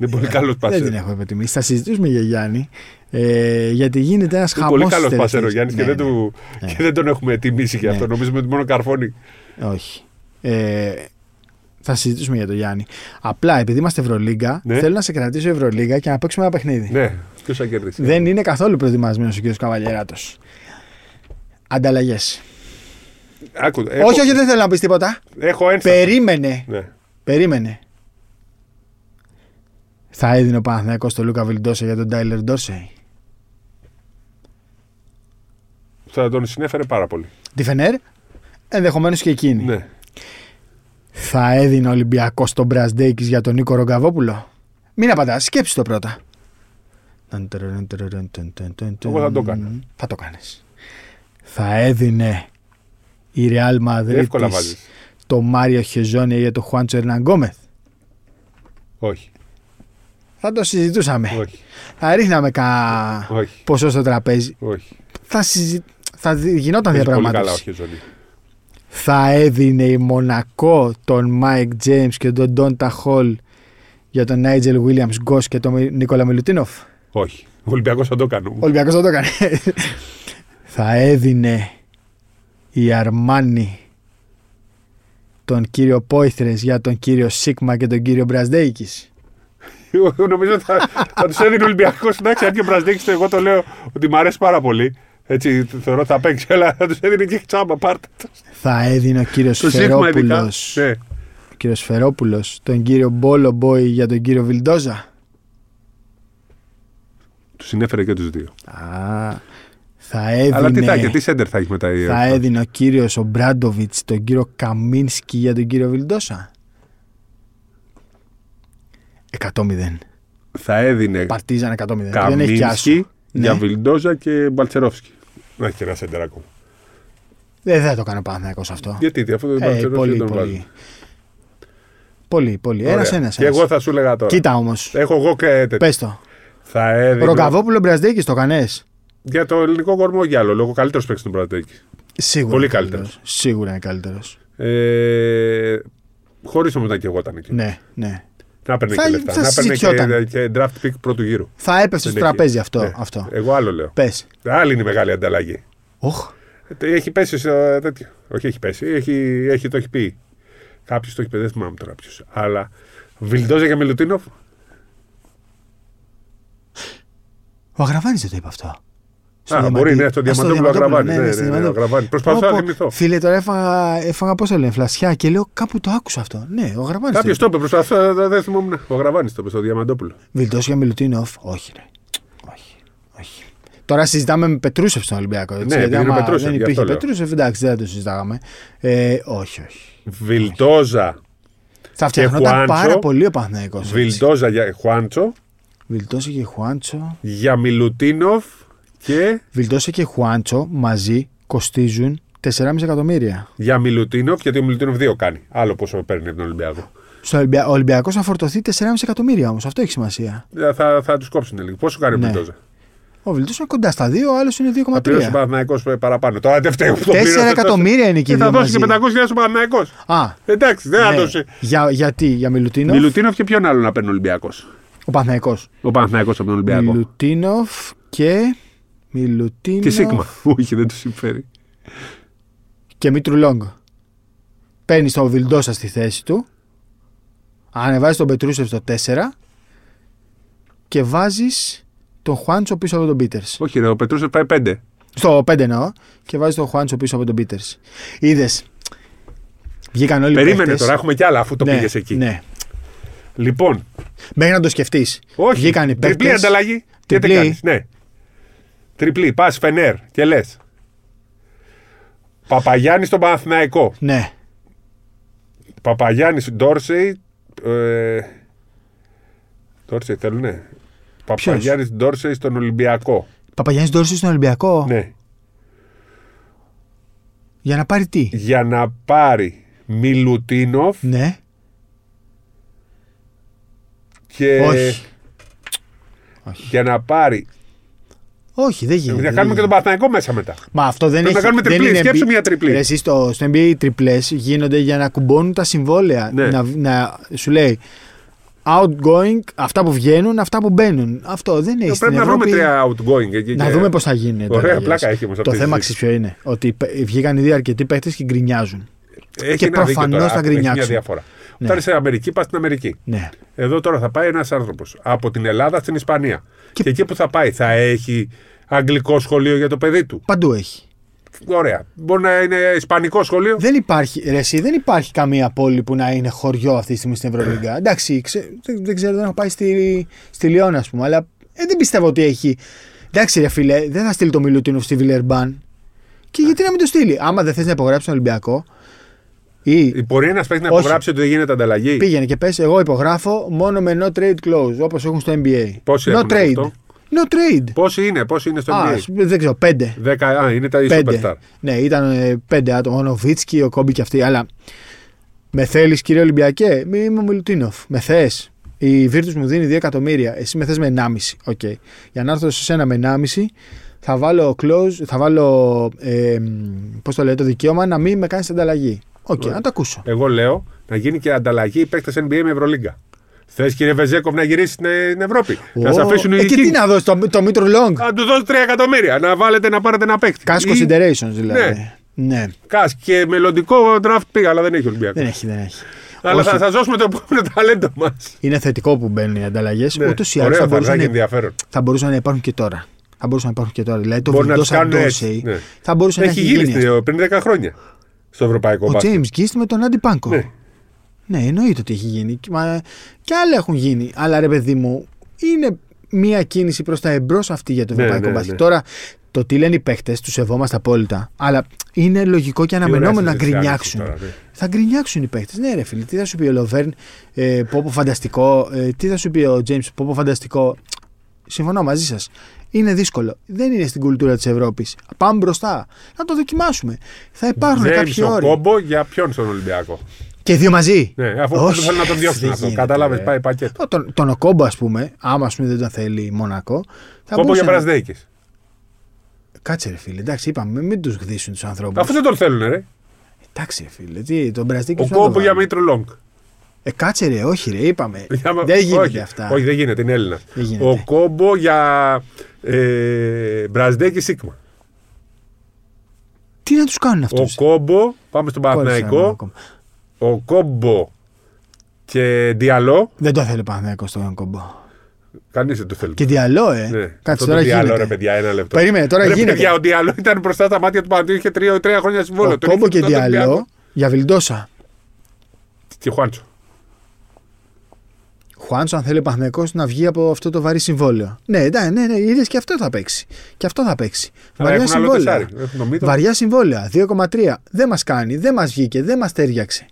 [SPEAKER 2] Είναι πολύ καλός
[SPEAKER 1] Δεν
[SPEAKER 2] πασέρ.
[SPEAKER 1] την
[SPEAKER 2] Είναι
[SPEAKER 1] έχω υποτιμήσει. Θα συζητήσουμε για Γιάννη. Ε, γιατί γίνεται ένας χαμό.
[SPEAKER 2] πολύ καλό πασέρ ο Γιάννης και, δεν του- και δεν τον έχουμε τιμήσει γι' αυτό.
[SPEAKER 1] Ναι.
[SPEAKER 2] Νομίζουμε ότι μόνο καρφώνει.
[SPEAKER 1] Όχι. Ε, θα συζητήσουμε για τον Γιάννη. Απλά επειδή είμαστε Ευρωλίγκα,
[SPEAKER 2] Ναι.
[SPEAKER 1] θέλω να σε κρατήσω Ευρωλίγκα και να παίξουμε ένα παιχνίδι.
[SPEAKER 2] Ναι, ποιος θα κερδίσει.
[SPEAKER 1] Δεν είναι καθόλου προετοιμασμένος ο κ. Καβαλιεράτος. Ανταλλαγές.
[SPEAKER 2] Άκου, έχω,
[SPEAKER 1] Όχι, όχι, δεν θέλω να πεις τίποτα.
[SPEAKER 2] Έχω ένσταση.
[SPEAKER 1] Περίμενε.
[SPEAKER 2] Ναι.
[SPEAKER 1] Περίμενε. Θα έδινε ο Παναθηναϊκός τον Λούκα Βιλντόσε για τον Τάιλερ Ντόρσεϊ.
[SPEAKER 2] Θα τον συνέφερε πάρα πολύ.
[SPEAKER 1] Τη Φενέρ, ενδεχομένως και εκείνη.
[SPEAKER 2] Ναι.
[SPEAKER 1] Θα έδινε ο Ολυμπιακός τον Μπρασδέικη για τον Νίκο Ρογκαβόπουλο. Μην απαντάς, σκέψει το πρώτα.
[SPEAKER 2] Εγώ θα το έκανα.
[SPEAKER 1] Θα το κάνεις. Θα έδινε η Ρεάλ Μαδρίτη
[SPEAKER 2] Εύκολα βάζεις.
[SPEAKER 1] το Μάριο Χεζόνια για τον Χουάντσο Ερναγκόμεθ.
[SPEAKER 2] Όχι.
[SPEAKER 1] Θα το συζητούσαμε.
[SPEAKER 2] Όχι.
[SPEAKER 1] Θα ρίχναμε κα
[SPEAKER 2] Όχι.
[SPEAKER 1] ποσό στο τραπέζι.
[SPEAKER 2] Όχι.
[SPEAKER 1] Θα, συζη... θα δι- γινόταν
[SPEAKER 2] Παίζει πολύ καλά,
[SPEAKER 1] διαπραγμάτευση.
[SPEAKER 2] όχι, Ζωνή.
[SPEAKER 1] θα έδινε η Μονακό τον Μάικ James και τον Ντόντα Χολ για τον Νάιτζελ Βίλιαμ Γκος και τον Νίκολα Μιλουτίνοφ.
[SPEAKER 2] Όχι. Ο Ολυμπιακός θα το
[SPEAKER 1] Ο
[SPEAKER 2] κάνω.
[SPEAKER 1] Ολυμπιακός θα το έκανε. θα έδινε η Αρμάνι τον κύριο Πόηθρες για τον κύριο Σίγμα και τον κύριο Μπρασδέικη.
[SPEAKER 2] Εγώ Νομίζω ότι θα, θα τους έδινε ο Ολυμπιακός. Εντάξει, αν και βραζδίξετε, εγώ το λέω ότι μου αρέσει πάρα πολύ. Έτσι, θεωρώ ότι θα παίξει, αλλά θα τους έδινε και τσάμπα. Πάρτε το.
[SPEAKER 1] Θα έδινε ο κύριος
[SPEAKER 2] Στο σίγμα ειδικά.
[SPEAKER 1] Φερόπουλος
[SPEAKER 2] Ναι.
[SPEAKER 1] κύριος Φερόπουλος, τον κύριο Μπόλο Μπόι για τον κύριο Βιλντόζα.
[SPEAKER 2] Τους συνέφερε και τους δύο.
[SPEAKER 1] Α, θα έδινε...
[SPEAKER 2] Αλλά τι θα έχει, τι σέντερ θα έχει μετά η
[SPEAKER 1] Θα έδινε ο κύριος ο Μπράντοβιτ τον κύριο Καμίνσκι για τον κύριο Βιλντόσα. 100-0.
[SPEAKER 2] Θα έδινε
[SPEAKER 1] Παρτίζαν 100-0. Δεν έχει
[SPEAKER 2] Ε, Καμίνσκι,
[SPEAKER 1] πιάσει.
[SPEAKER 2] για
[SPEAKER 1] Ναι.
[SPEAKER 2] Βιλντόζα και Μπαλτσερόφσκι. Να έχει και ένα σέντερ ακόμα.
[SPEAKER 1] Ε, Δεν θα το έκανε ο Παναθηναϊκός αυτό.
[SPEAKER 2] Γιατί, τι, αυτό το
[SPEAKER 1] Ε,
[SPEAKER 2] Μπαλτσερόφσκι
[SPEAKER 1] πολύ,
[SPEAKER 2] δεν τον
[SPEAKER 1] πολύ.
[SPEAKER 2] βάζει.
[SPEAKER 1] Πολύ, πολύ.
[SPEAKER 2] Ωραία.
[SPEAKER 1] Ένας ένας.
[SPEAKER 2] Και εγώ θα Ε, σου λέγα τώρα.
[SPEAKER 1] Κοίτα όμως.
[SPEAKER 2] Έχω εγώ και τέτοιο.
[SPEAKER 1] Πες το.
[SPEAKER 2] Θα έδινε
[SPEAKER 1] Ροκαβόπουλο Μπραζδέκης το κανέ.
[SPEAKER 2] για το ελληνικό κορμό για άλλο λόγο. Καλύτερος παίξει τον Πρατέκη.
[SPEAKER 1] Σίγουρα.
[SPEAKER 2] Πολύ
[SPEAKER 1] είναι καλύτερος.
[SPEAKER 2] καλύτερος.
[SPEAKER 1] Σίγουρα είναι καλύτερος.
[SPEAKER 2] Ε, Χωρίς όμως να και εγώ ήταν εκεί.
[SPEAKER 1] Ναι, ναι.
[SPEAKER 2] Να παίρνει
[SPEAKER 1] Θα-
[SPEAKER 2] και λεφτά.
[SPEAKER 1] θα
[SPEAKER 2] να παίρνει
[SPEAKER 1] συζητιόταν.
[SPEAKER 2] και, και draft pick πρώτου γύρου.
[SPEAKER 1] Θα έπεφτε στο
[SPEAKER 2] Δεν έχει.
[SPEAKER 1] τραπέζι αυτό.
[SPEAKER 2] Ναι.
[SPEAKER 1] αυτό.
[SPEAKER 2] Εγώ άλλο λέω.
[SPEAKER 1] Πες.
[SPEAKER 2] Άλλη είναι η μεγάλη ανταλλαγή.
[SPEAKER 1] Οχ.
[SPEAKER 2] Ε, Έχει πέσει σε τέτοιο. Όχι, έχει πέσει. Έχει, έχει, το έχει πει. Κάποιος το έχει πει. Δεν θυμάμαι τώρα ποιος. Αλλά Βιλντόζα για Μιλουτίνοφ.
[SPEAKER 1] Ο Αγραβάνης δεν το είπε αυτό. Στο
[SPEAKER 2] Α,
[SPEAKER 1] Διαμαντή.
[SPEAKER 2] μπορεί, ναι, στο
[SPEAKER 1] Ας,
[SPEAKER 2] Διαμαντόπουλο Αγραβάνη. Ναι, ναι,
[SPEAKER 1] στο
[SPEAKER 2] ναι,
[SPEAKER 1] Διαμαντόπουλο.
[SPEAKER 2] Αγραβάνη. Προσπαθώ
[SPEAKER 1] Πω,
[SPEAKER 2] να
[SPEAKER 1] πω,
[SPEAKER 2] θυμηθώ.
[SPEAKER 1] Φίλε, τώρα έφαγα, έφαγα πώς το λένε, φλασιά και λέω κάπου το άκουσα αυτό. Ναι, ο Αγραβάνη.
[SPEAKER 2] Κάποιο το είπε. Προσπαθώ. δε- Δεν θυμόμουν. Ο Γραβάνης το είπε στο Διαμαντόπουλο.
[SPEAKER 1] Βιλτό για Μιλουτίνοφ. Όχι, ρε. Όχι. όχι. Τώρα συζητάμε με Πετρούσεφ στον Ολυμπιακό. Έτσι,
[SPEAKER 2] Ναι,
[SPEAKER 1] γιατί
[SPEAKER 2] επειδή είναι
[SPEAKER 1] άμα
[SPEAKER 2] Πετρούσεφ,
[SPEAKER 1] δεν
[SPEAKER 2] γι' αυτό
[SPEAKER 1] υπήρχε
[SPEAKER 2] λέω.
[SPEAKER 1] Πετρούσεφ, εντάξει, δεν το συζητάγαμε. Ε, όχι, όχι.
[SPEAKER 2] Βιλντόζα.
[SPEAKER 1] Θα φτιαχνόταν
[SPEAKER 2] Χουάντσο.
[SPEAKER 1] πάρα πολύ ο Παναθυναϊκό.
[SPEAKER 2] Βιλντόζα για Χουάντσο.
[SPEAKER 1] Βιλτό και Χουάντσο.
[SPEAKER 2] Για Μιλουτίνοφ και
[SPEAKER 1] Βιλτό και Χουάντσο μαζί κοστίζουν 4,5 εκατομμύρια.
[SPEAKER 2] για Μιλουτίνοφ, γιατί ο Μιλουτίνοφ δύο κάνει. Άλλο πόσο παίρνει από τον Ολυμπιακό.
[SPEAKER 1] Στο Ολυμπια... Ο Ολυμπιακός θα φορτωθεί 4,5 εκατομμύρια όμως. Αυτό έχει σημασία.
[SPEAKER 2] Ε, Θα, θα τους κόψουν λίγο. Πόσο κάνει ο
[SPEAKER 1] Ναι.
[SPEAKER 2] Μιλουτίνοφ.
[SPEAKER 1] Ο Βιλτό είναι κοντά στα 2, ο άλλος είναι
[SPEAKER 2] Θα πληρώσει ο
[SPEAKER 1] 2,3.
[SPEAKER 2] Παναθυναϊκό παραπάνω. Τώρα δεν φταίει.
[SPEAKER 1] 4 εκατομμύρια είναι εκεί.
[SPEAKER 2] Και Ε, θα δώσει και 500.000 ο Παναθυναϊκό.
[SPEAKER 1] Α,
[SPEAKER 2] Εντάξει, δεν θα
[SPEAKER 1] ναι.
[SPEAKER 2] δώσει.
[SPEAKER 1] για, γιατί, για Μιλουτίνοφ.
[SPEAKER 2] Μιλουτίνοφ και ποιον άλλο να παίρνει ο Ολυμπιακός.
[SPEAKER 1] Ο Παναθηναϊκός.
[SPEAKER 2] Ο Παναθυναϊκό από τον Ολυμπιακό.
[SPEAKER 1] Μιλουτίνοφ και. Μιλουτίνοφ.
[SPEAKER 2] Τη Σίγμα. Όχι, δεν τους συμφέρει.
[SPEAKER 1] Και Μήτρου Λόγκ. Παίρνει τον Βιλντόσα στη θέση του. Ανεβάζει τον Πετρούσεφ στο 4. Και βάζεις τον Χουάντσο πίσω από τον Πίτερ.
[SPEAKER 2] Όχι, ρε, ο Πετρούσεφ πάει 5.
[SPEAKER 1] Στο 5 εννοώ. Και βάζεις τον Χουάντσο πίσω από τον Πίτερ. Είδες. Βγήκαν όλοι οι
[SPEAKER 2] Περίμενε
[SPEAKER 1] παίκτες.
[SPEAKER 2] τώρα, έχουμε κι άλλα αφού το
[SPEAKER 1] ναι,
[SPEAKER 2] πήγες εκεί.
[SPEAKER 1] Ναι.
[SPEAKER 2] Λοιπόν,
[SPEAKER 1] Μέχρι να το σκεφτείς.
[SPEAKER 2] όχι.
[SPEAKER 1] Βγήκαν οι
[SPEAKER 2] Τριπλή
[SPEAKER 1] παίκτες.
[SPEAKER 2] ανταλλαγή. Και τι
[SPEAKER 1] Τριπλή.
[SPEAKER 2] κάνει. Ναι. Τριπλή. Πας Φενέρ και λες. Παπαγιάννης στον Παναθηναϊκό.
[SPEAKER 1] Ναι.
[SPEAKER 2] Παπαγιάννης Ντόρσεϊ. Ε, Ντόρσεϊ θέλουνε. Παπαγιάννης Ντόρσεϊ στον Ολυμπιακό.
[SPEAKER 1] Παπαγιάννης Ντόρση στον Ολυμπιακό.
[SPEAKER 2] Ναι.
[SPEAKER 1] Για να πάρει τι.
[SPEAKER 2] Για να πάρει Μιλουτίνοφ
[SPEAKER 1] Ναι.
[SPEAKER 2] και.
[SPEAKER 1] Όχι. Όχι.
[SPEAKER 2] Για να πάρει.
[SPEAKER 1] Όχι, δεν γίνεται.
[SPEAKER 2] Να
[SPEAKER 1] δεν
[SPEAKER 2] κάνουμε
[SPEAKER 1] γίνεται.
[SPEAKER 2] και τον Παναθηναϊκό μέσα μετά.
[SPEAKER 1] Μα αυτό δεν
[SPEAKER 2] Πρέπει
[SPEAKER 1] έχει.
[SPEAKER 2] να κάνουμε
[SPEAKER 1] δεν
[SPEAKER 2] τριπλή.
[SPEAKER 1] είναι
[SPEAKER 2] Σκέψου
[SPEAKER 1] μπι-
[SPEAKER 2] μια τριπλή.
[SPEAKER 1] Ρε, εσύ στο, στο NBA οι τριπλές γίνονται για να κουμπώνουν τα συμβόλαια.
[SPEAKER 2] Ναι.
[SPEAKER 1] Να, να σου λέει outgoing, αυτά που βγαίνουν, αυτά που μπαίνουν. Αυτό δεν έχει.
[SPEAKER 2] Ε, Πρέπει
[SPEAKER 1] στην
[SPEAKER 2] να βρούμε
[SPEAKER 1] Ευρώπη.
[SPEAKER 2] τρία outgoing εκεί.
[SPEAKER 1] Να
[SPEAKER 2] και-
[SPEAKER 1] δούμε πώς θα γίνει. τώρα,
[SPEAKER 2] Ωραία
[SPEAKER 1] γες.
[SPEAKER 2] πλάκα έχει όμως
[SPEAKER 1] Το
[SPEAKER 2] αυτή η
[SPEAKER 1] θέμα
[SPEAKER 2] συζήτηση.
[SPEAKER 1] ξέρεις ποιο είναι. Ότι πε- βγήκαν οι δύο αρκετοί παίχτε και γκρινιάζουν.
[SPEAKER 2] Έχει
[SPEAKER 1] και
[SPEAKER 2] ένα δίκιο
[SPEAKER 1] προφανώς
[SPEAKER 2] τώρα,
[SPEAKER 1] θα
[SPEAKER 2] έχει
[SPEAKER 1] γκρινιάξουν.
[SPEAKER 2] μια διαφορά.
[SPEAKER 1] Ναι.
[SPEAKER 2] Όταν είσαι Αμερική, πας στην Αμερική.
[SPEAKER 1] Ναι.
[SPEAKER 2] Εδώ τώρα θα πάει ένας άνθρωπος από την Ελλάδα στην Ισπανία. Και...
[SPEAKER 1] Και-
[SPEAKER 2] εκεί που θα πάει, θα έχει αγγλικό σχολείο για το παιδί του.
[SPEAKER 1] Παντού έχει.
[SPEAKER 2] Ωραία. Μπορεί να είναι ισπανικό σχολείο.
[SPEAKER 1] Δεν υπάρχει, ρε, εσύ, δεν υπάρχει καμία πόλη που να είναι χωριό αυτή τη στιγμή στην Ευρωλίγκα. Εντάξει, ξε- δεν, δεν ξέρω, δεν έχω πάει στη, στη Λιώνα, ας πούμε, αλλά ε, δεν πιστεύω ότι έχει. Εντάξει, ρε φίλε, δεν θα στείλει το Μιλουτίνοφ στη Βιλερμπάν. Και γιατί να μην το στείλει. Άμα δεν θες να υπογράψεις τον Ολυμπιακό. Ή
[SPEAKER 2] Μπορεί ένα παίχτη να
[SPEAKER 1] Όχι.
[SPEAKER 2] υπογράψει ότι δεν γίνεται ανταλλαγή.
[SPEAKER 1] πήγαινε και πες, εγώ υπογράφω μόνο με no trade clause, όπως έχουν στο NBA.
[SPEAKER 2] Πόσοι
[SPEAKER 1] no
[SPEAKER 2] έχουν
[SPEAKER 1] trade.
[SPEAKER 2] αυτό?
[SPEAKER 1] No trade.
[SPEAKER 2] Πόσοι είναι, πόσοι είναι στο
[SPEAKER 1] Α,
[SPEAKER 2] NBA.
[SPEAKER 1] ας πούμε, δεν ξέρω, πέντε.
[SPEAKER 2] Δέκα, α, είναι τα
[SPEAKER 1] Πέντε.
[SPEAKER 2] Superstar.
[SPEAKER 1] Ναι, ήταν ε, πέντε άτομα. Ο Νοβίτσκι, ο Κόμπι και αυτοί. Αλλά με θέλεις, κύριε Ολυμπιακέ, μη είμαι ο Μιλουτίνοφ. Με θες. Η Virtus μου δίνει 2 εκατομμύρια. Εσύ με θες με 1,5. Οκ. Για να έρθω σε σένα με 1,5, θα βάλω close, θα βάλω. Ε, Πώς το λέει, το δικαίωμα να μην με κάνεις ανταλλαγή. Οκ,
[SPEAKER 2] Ωραία.
[SPEAKER 1] να το ακούσω.
[SPEAKER 2] Εγώ λέω να γίνει και ανταλλαγή παίχτε NBA με Ευρωλίγκα. Θες κύριε Βεζέκοβ να γυρίσεις στην στην Ευρώπη. να σε
[SPEAKER 1] Ω,
[SPEAKER 2] αφήσουν
[SPEAKER 1] ε,
[SPEAKER 2] οι
[SPEAKER 1] και
[SPEAKER 2] Kings.
[SPEAKER 1] τι να δώσεις, το, το Μήτρο Λόγκ.
[SPEAKER 2] Να του δώσεις 3 εκατομμύρια. Να βάλετε να πάρετε ένα παίχτη.
[SPEAKER 1] Κάνει
[SPEAKER 2] Ή-
[SPEAKER 1] considerations δηλαδή. Ναι.
[SPEAKER 2] Κάς και μελλοντικό draft πήγα, αλλά δεν έχει Ολυμπιακός.
[SPEAKER 1] δεν έχει, δεν έχει.
[SPEAKER 2] αλλά
[SPEAKER 1] όχι.
[SPEAKER 2] θα σα δώσουμε το επόμενο ταλέντο μας.
[SPEAKER 1] Είναι θετικό που μπαίνουν οι ανταλλαγές.
[SPEAKER 2] Ναι.
[SPEAKER 1] Ούτως ή άλλω
[SPEAKER 2] Ωραίο,
[SPEAKER 1] θα
[SPEAKER 2] θα
[SPEAKER 1] μπορούσαν
[SPEAKER 2] βγάζει
[SPEAKER 1] να
[SPEAKER 2] ενδιαφέρον.
[SPEAKER 1] θα μπορούσαν να υπάρχουν και τώρα. Θα μπορούσαν να υπάρχουν και τώρα. Δηλαδή το
[SPEAKER 2] Μπορεί να
[SPEAKER 1] βιντεό
[SPEAKER 2] τους
[SPEAKER 1] σαν
[SPEAKER 2] κάνουν έτσι,
[SPEAKER 1] Ντόρσεϊ
[SPEAKER 2] ναι.
[SPEAKER 1] θα μπορούσε
[SPEAKER 2] Έχει
[SPEAKER 1] να έχει
[SPEAKER 2] γίνει
[SPEAKER 1] γίνει.
[SPEAKER 2] στην- πριν 10 χρόνια στο ευρωπαϊκό
[SPEAKER 1] Ο
[SPEAKER 2] μπάσκετ.
[SPEAKER 1] James Gist με τον Άντι Πάνκο.
[SPEAKER 2] Ναι.
[SPEAKER 1] Ναι. εννοείται ότι έχει γίνει. Και- Μα, και άλλα έχουν γίνει. Αλλά ρε παιδί μου, είναι μία κίνηση προς τα εμπρός αυτή για το
[SPEAKER 2] Ναι,
[SPEAKER 1] ευρωπαϊκό
[SPEAKER 2] ναι,
[SPEAKER 1] μπάσκετ.
[SPEAKER 2] ναι.
[SPEAKER 1] Τώρα, το τι λένε οι παίχτε, τους σεβόμαστε απόλυτα. Αλλά είναι λογικό και αναμενόμενο να
[SPEAKER 2] ωραία συζήτηση
[SPEAKER 1] γκρινιάξουν.
[SPEAKER 2] άνοιξε τώρα, ναι.
[SPEAKER 1] Θα γκρινιάξουν οι παίχτε. Ναι, ρε φίλε, τι θα σου πει ο Λοβέρν, ε, πόπο φανταστικό. Ε, τι θα σου πει ο Τζέιμ, πόπο φανταστικό. Συμφωνώ μαζί σας. Είναι δύσκολο. Δεν είναι στην κουλτούρα της Ευρώπης. Πάμε μπροστά. Να το δοκιμάσουμε. Θα υπάρχουν
[SPEAKER 2] James
[SPEAKER 1] κάποιοι
[SPEAKER 2] ο
[SPEAKER 1] όροι.
[SPEAKER 2] κόμπο για ποιον στον Ολυμπιακό.
[SPEAKER 1] Και δύο μαζί.
[SPEAKER 2] Ναι, αφού
[SPEAKER 1] Όχι,
[SPEAKER 2] θέλουν να τον
[SPEAKER 1] δεν
[SPEAKER 2] διώξουν αυτό.
[SPEAKER 1] γίνεται,
[SPEAKER 2] Κατάλαβε,
[SPEAKER 1] ρε.
[SPEAKER 2] πάει πακέτο.
[SPEAKER 1] Ο- Τον, τον Οκόμπο, ας πούμε, άμα ας πούμε, δεν τον θέλει η Μονακό. Θα
[SPEAKER 2] Κόμπο
[SPEAKER 1] μπορούσε
[SPEAKER 2] για
[SPEAKER 1] να-
[SPEAKER 2] Πρασδέικη.
[SPEAKER 1] Κάτσε, ρε φίλε, εντάξει, είπαμε, μην τους γδίσουν τους ανθρώπους.
[SPEAKER 2] Αφού δεν τον θέλουν, ρε.
[SPEAKER 1] Εντάξει, ρε φίλε, τι, τον Μπραζδίκη.
[SPEAKER 2] Ο
[SPEAKER 1] σου να το
[SPEAKER 2] κόμπο για
[SPEAKER 1] βάλουμε.
[SPEAKER 2] Μήτρο Λόγκ.
[SPEAKER 1] Ε, κάτσε, ρε, όχι, ρε, είπαμε.
[SPEAKER 2] Για μα-
[SPEAKER 1] δεν γίνεται
[SPEAKER 2] όχι,
[SPEAKER 1] αυτά.
[SPEAKER 2] Όχι, δεν γίνεται, είναι Έλληνα.
[SPEAKER 1] Δεν γίνεται.
[SPEAKER 2] Ο κόμπο για ε, Μπραζδέκη Σίγμα.
[SPEAKER 1] Τι να τους κάνουν αυτού.
[SPEAKER 2] Ο κόμπο, πάμε στον Παναθηναϊκό. Ο κόμπο και Διαλό.
[SPEAKER 1] Δεν το θέλει ο Παναθηναϊκός τον Οκόμπο.
[SPEAKER 2] Κανείς δεν το θέλει.
[SPEAKER 1] Και διαλό, ε.
[SPEAKER 2] Ναι. Αυτό
[SPEAKER 1] Κάτσε
[SPEAKER 2] το
[SPEAKER 1] τώρα
[SPEAKER 2] Διαλό,
[SPEAKER 1] γίνεται.
[SPEAKER 2] ρε παιδιά, ένα λεπτό.
[SPEAKER 1] Περίμενε, τώρα
[SPEAKER 2] Ρε
[SPEAKER 1] γίνεται.
[SPEAKER 2] παιδιά, ο Διαλό ήταν μπροστά στα μάτια του Παναθηναϊκού, είχε τρία, τρία χρόνια συμβόλαιο.
[SPEAKER 1] ο
[SPEAKER 2] Τον
[SPEAKER 1] Κόμπο
[SPEAKER 2] είχε
[SPEAKER 1] και
[SPEAKER 2] τότε τον
[SPEAKER 1] διαλό
[SPEAKER 2] Ολυμπιακό.
[SPEAKER 1] για Βιλντόσα.
[SPEAKER 2] Και Χουάντσο.
[SPEAKER 1] Χουάντσο, αν θέλει ο Παναθηναϊκός να βγει από αυτό το βαρύ συμβόλαιο. Ναι, ναι, ναι, ναι είδες και αυτό θα παίξει. Και αυτό θα παίξει.
[SPEAKER 2] Αλλά
[SPEAKER 1] Βαριά
[SPEAKER 2] έχουν άλλο
[SPEAKER 1] συμβόλαια.
[SPEAKER 2] τεσάρι. Έχουν το Μήτρο.
[SPEAKER 1] Βαριά συμβόλαια. 2,3. Δεν μας κάνει, δεν μας βγήκε, δεν μας τέριαξε.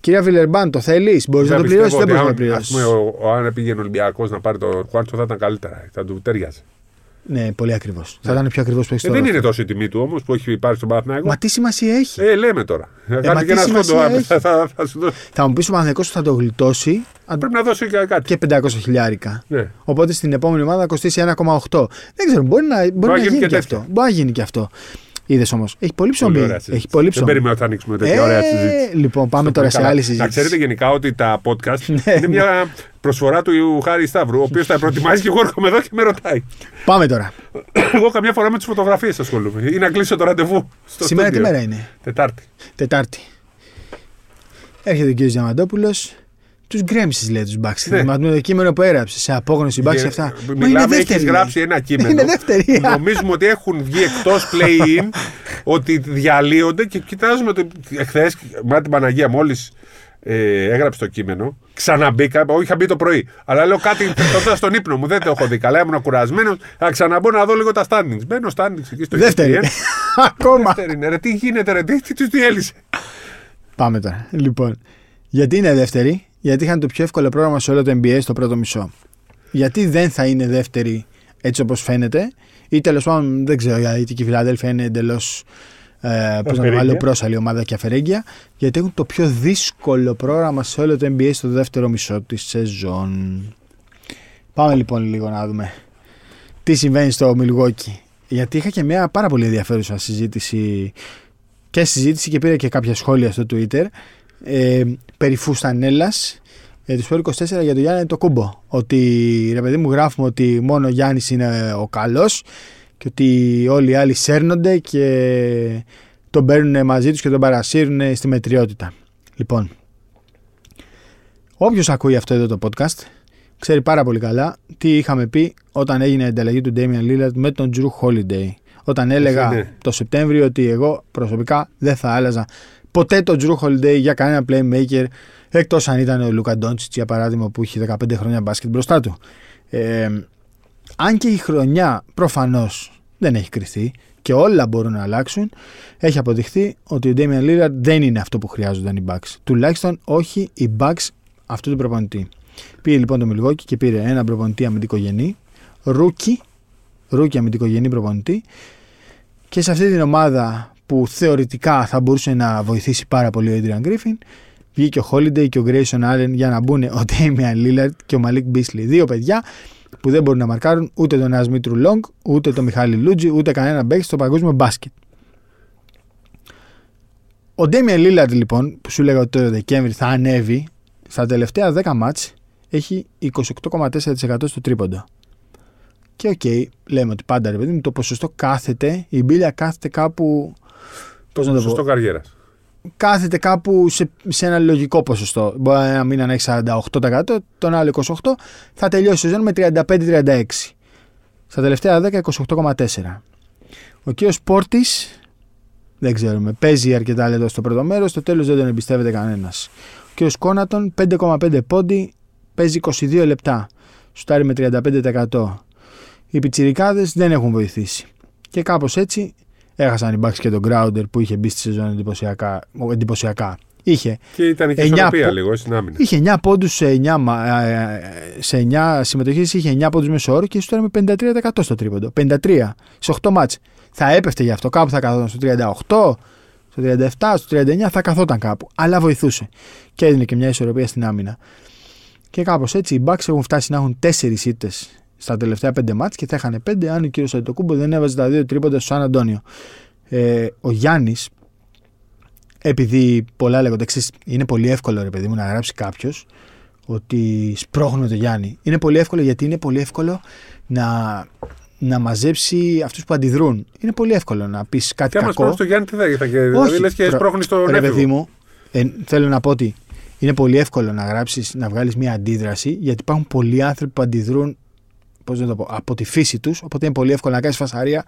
[SPEAKER 1] Κυρία Βιλερμπάν, το θέλεις, μπορείς να
[SPEAKER 2] Δεν
[SPEAKER 1] το πληρώσει, δεν μπορείς να το
[SPEAKER 2] Ας πούμε,
[SPEAKER 1] πληρώσεις.
[SPEAKER 2] ο, ο, αν πήγαινε ο Ολυμπιακός να πάρει τον Χουάντσο θα ήταν καλύτερα. Θα του ταιριάζει.
[SPEAKER 1] Ναι, πολύ ακριβώς. Θα ήταν πιο ακριβώς που έχεις
[SPEAKER 2] Ε, δεν είναι τόσο η τιμή του όμως που έχει πάρει στον Παναθηναϊκό.
[SPEAKER 1] Μα τι σημασία έχει.
[SPEAKER 2] Ε, λέμε τώρα. Ε,
[SPEAKER 1] μα
[SPEAKER 2] Κάνε και
[SPEAKER 1] τι
[SPEAKER 2] ένα σκόντο.
[SPEAKER 1] σημασία
[SPEAKER 2] άμεσα,
[SPEAKER 1] έχει.
[SPEAKER 2] Θα, θα, θα σου δώσω.
[SPEAKER 1] Θα μου πεις ο Παναθηναϊκός ότι θα το γλιτώσει αν-
[SPEAKER 2] Πρέπει να δώσω και κάτι.
[SPEAKER 1] και 500 χιλιάρικα.
[SPEAKER 2] Ναι.
[SPEAKER 1] Οπότε στην επόμενη ομάδα θα κοστίσει 1,8. Δεν ξέρω, μπορεί να, μπορεί να, γίνει και,
[SPEAKER 2] τέτοιο.
[SPEAKER 1] αυτό. Μπορεί να γίνει και αυτό. Είδες όμως. Έχει πολύ
[SPEAKER 2] Πολύ
[SPEAKER 1] ψωμί.
[SPEAKER 2] ωραία συζήτηση.
[SPEAKER 1] Έχει πολύ
[SPEAKER 2] Δεν
[SPEAKER 1] ψωμί.
[SPEAKER 2] περίμενα ότι θα ανοίξουμε τέτοια ωραία συζήτηση.
[SPEAKER 1] Λοιπόν, πάμε τώρα σε
[SPEAKER 2] Καλά.
[SPEAKER 1] άλλη
[SPEAKER 2] Να ξέρετε
[SPEAKER 1] συζήτηση.
[SPEAKER 2] γενικά ότι τα podcast
[SPEAKER 1] Ναι, ναι.
[SPEAKER 2] είναι μια προσφορά του Χάρη Σταύρου, ο οποίος τα προετοιμάζει και εγώ έρχομαι εδώ και με ρωτάει.
[SPEAKER 1] Πάμε τώρα.
[SPEAKER 2] Εγώ καμιά φορά με τις φωτογραφίες ασχολούμαι. Ή να κλείσω το ραντεβού. Στο
[SPEAKER 1] Σήμερα τι
[SPEAKER 2] στούντιο.
[SPEAKER 1] μέρα είναι.
[SPEAKER 2] Τετάρτη.
[SPEAKER 1] Τετάρτη. Έρχεται ο κ. Διαμαντόπουλος. Τους γκρέμισες, λέει τους Μπάξι.
[SPEAKER 2] Ναι.
[SPEAKER 1] Με το κείμενο που έγραψες. Σε απόγνωση Μπάξι
[SPEAKER 2] Γε-
[SPEAKER 1] αυτά. Μα είναι
[SPEAKER 2] Μιλάμε, έχεις
[SPEAKER 1] δεύτερη, λέει.
[SPEAKER 2] γράψει ένα κείμενο.
[SPEAKER 1] Είναι δεύτερη.
[SPEAKER 2] που Νομίζουμε ότι έχουν βγει εκτός play-in, ότι διαλύονται και κοιτάζουμε το. Εχθές, μα την Παναγία, μόλις ε, έγραψε το κείμενο, ξαναμπήκα. Όχι, είχα μπει το πρωί. Αλλά λέω κάτι τότε στον ύπνο μου, δεν το έχω δει καλά. Ήμουν κουρασμένος. Θα ξαναμπω να δω λίγο τα standings. Μπαίνω standings εκεί στο
[SPEAKER 1] Δεύτερη.
[SPEAKER 2] ESPN.
[SPEAKER 1] Ακόμα.
[SPEAKER 2] Δεύτερη, ναι, ρε, τι γίνεται, ρε, τι, τι τους διέλυσε.
[SPEAKER 1] Πάμε τώρα. Λοιπόν, γιατί είναι δεύτερη, γιατί είχαν το πιο εύκολο πρόγραμμα σε όλο το NBA στο πρώτο μισό. Γιατί δεν θα είναι δεύτερη έτσι όπως φαίνεται, ή τέλος πάντων δεν ξέρω γιατί και η Φιλαδέλφια είναι εντελώς. Ε, πώς να το
[SPEAKER 2] Αφαιρέγγια.
[SPEAKER 1] βάλω, πρόσαλη ομάδα και αφαιρέγγια, γιατί έχουν το πιο δύσκολο πρόγραμμα σε όλο το NBA στο δεύτερο μισό της σεζόν. Πάμε λοιπόν λίγο να δούμε τι συμβαίνει στο Milwaukee. Γιατί είχα και μια πάρα πολύ ενδιαφέρουσα συζήτηση και συζήτηση και πήρα και κάποια σχόλια στο Twitter ε, περί Φουστανέλλας ε, του Σπόρ 24 για τον Γιάννη το κούμπο. Ότι ρε παιδί μου γράφουμε ότι μόνο ο Γιάννης είναι ο καλός και ότι όλοι οι άλλοι σέρνονται και τον παίρνουν μαζί τους και τον παρασύρουν στη μετριότητα. Λοιπόν, όποιος ακούει αυτό εδώ το podcast ξέρει πάρα πολύ καλά τι είχαμε πει όταν έγινε η ανταλλαγή του Damian Lillard με τον Drew Holiday. Όταν έλεγα
[SPEAKER 2] Ναι.
[SPEAKER 1] το Σεπτέμβριο ότι εγώ προσωπικά δεν θα άλλαζα ποτέ τον Drew Holiday για κανένα playmaker εκτός αν ήταν ο Λούκα Ντόντσιτς για παράδειγμα που είχε 15 χρόνια μπάσκετ μπροστά του. Ε, αν και η χρονιά προφανώς δεν έχει κρυθεί και όλα μπορούν να αλλάξουν, έχει αποδειχθεί ότι ο Damian Lillard δεν είναι αυτό που χρειάζονταν οι Bucks. Τουλάχιστον όχι οι Bucks αυτού του προπονητή. Πήγε λοιπόν το Μιλγόκι και πήρε έναν προπονητή αμυντικογενή, ρούκι, ρούκι αμυντικογενή προπονητή και σε αυτή την ομάδα που θεωρητικά θα μπορούσε να βοηθήσει πάρα πολύ ο Adrian Griffin βγήκε ο Holiday και ο Grayson Allen για να μπουν ο Damian Lillard και ο Malik Beasley. Δύο παιδιά που δεν μπορούν να μαρκάρουν ούτε τον Ασμήτρου Λόγκ, ούτε τον Μιχάλη Λούτζι, ούτε κανένα παίκτη στο παγκόσμιο μπάσκετ. Ο Damian Lillard λοιπόν, που σου λέγα ότι το Δεκέμβρη θα ανέβει, στα τελευταία 10 μάτς έχει 28,4% στο τρίποντο. Και οκ, λέμε ότι πάντα ρε παιδί μου, το ποσοστό κάθεται, η μπίλια κάθεται κάπου Πώς να το πω.
[SPEAKER 2] Σωστό καριέρας.
[SPEAKER 1] κάθεται κάπου σε, σε ένα λογικό ποσοστό. Μπορεί ένα μήνα να έχει 48%, τον άλλο 28%, θα τελειώσει η σεζόν με 35-36%. Στα τελευταία 10, 28,4%. Ο κύριος Πόρτης, δεν ξέρουμε, παίζει αρκετά λεπτό στο πρώτο μέρος, στο τέλος δεν τον εμπιστεύεται κανένας. Ο κύριος Κόνατον, 5,5 πόντι, παίζει 22 λεπτά. σουτάρει με 35%. Οι πιτσιρικάδες δεν έχουν βοηθήσει. Και κάπως έτσι έχασαν οι Bucks και τον Crowder που είχε μπει στη σεζόν εντυπωσιακά. εντυπωσιακά. Είχε,
[SPEAKER 2] Και ήταν και
[SPEAKER 1] Εννιά
[SPEAKER 2] ισορροπία
[SPEAKER 1] πο-
[SPEAKER 2] λίγο στην άμυνα.
[SPEAKER 1] είχε 9 πόντους σε 9, μα- ε, σε 9 συμμετοχές, είχε 9 πόντους μέσω όρο και σουτάρει με 53% στο τρίποντο. 53 σε 8 μάτς. Θα έπεφτε γι' αυτό. Κάπου θα καθόταν στο 38, στο 37, στο 39 θα καθόταν κάπου. Αλλά βοηθούσε. Και έδινε και μια ισορροπία στην άμυνα. Και κάπως έτσι οι Bucks έχουν φτάσει να έχουν 4 ήττες στα τελευταία 5 μάτς και θα είχαν 5 αν ο κύριος Αντιτοκούμπο δεν έβαζε τα δύο τρίποντα στο Σαν Αντώνιο. Ε, ο Γιάννης, επειδή πολλά λέγονται εξή, είναι πολύ εύκολο ρε παιδί μου να γράψει κάποιος ότι σπρώχνουμε τον Γιάννη. Είναι πολύ εύκολο γιατί είναι πολύ εύκολο να, να μαζέψει αυτούς που αντιδρούν. Είναι πολύ εύκολο να πεις κάτι
[SPEAKER 2] Και άμα
[SPEAKER 1] κακό.
[SPEAKER 2] σπρώχνεις το Γιάννη, τι θα θα- Δηλαδή λες και
[SPEAKER 1] προ-
[SPEAKER 2] σπρώχνεις τον
[SPEAKER 1] ρε παιδί
[SPEAKER 2] έφηβο.
[SPEAKER 1] μου, ε, θέλω να πω ότι είναι πολύ εύκολο να γράψεις, να βγάλεις μια αντίδραση, γιατί υπάρχουν πολλοί άνθρωποι που αντιδρούν πώς να το πω, από τη φύση τους, οπότε είναι πολύ εύκολο να κάνεις φασαρία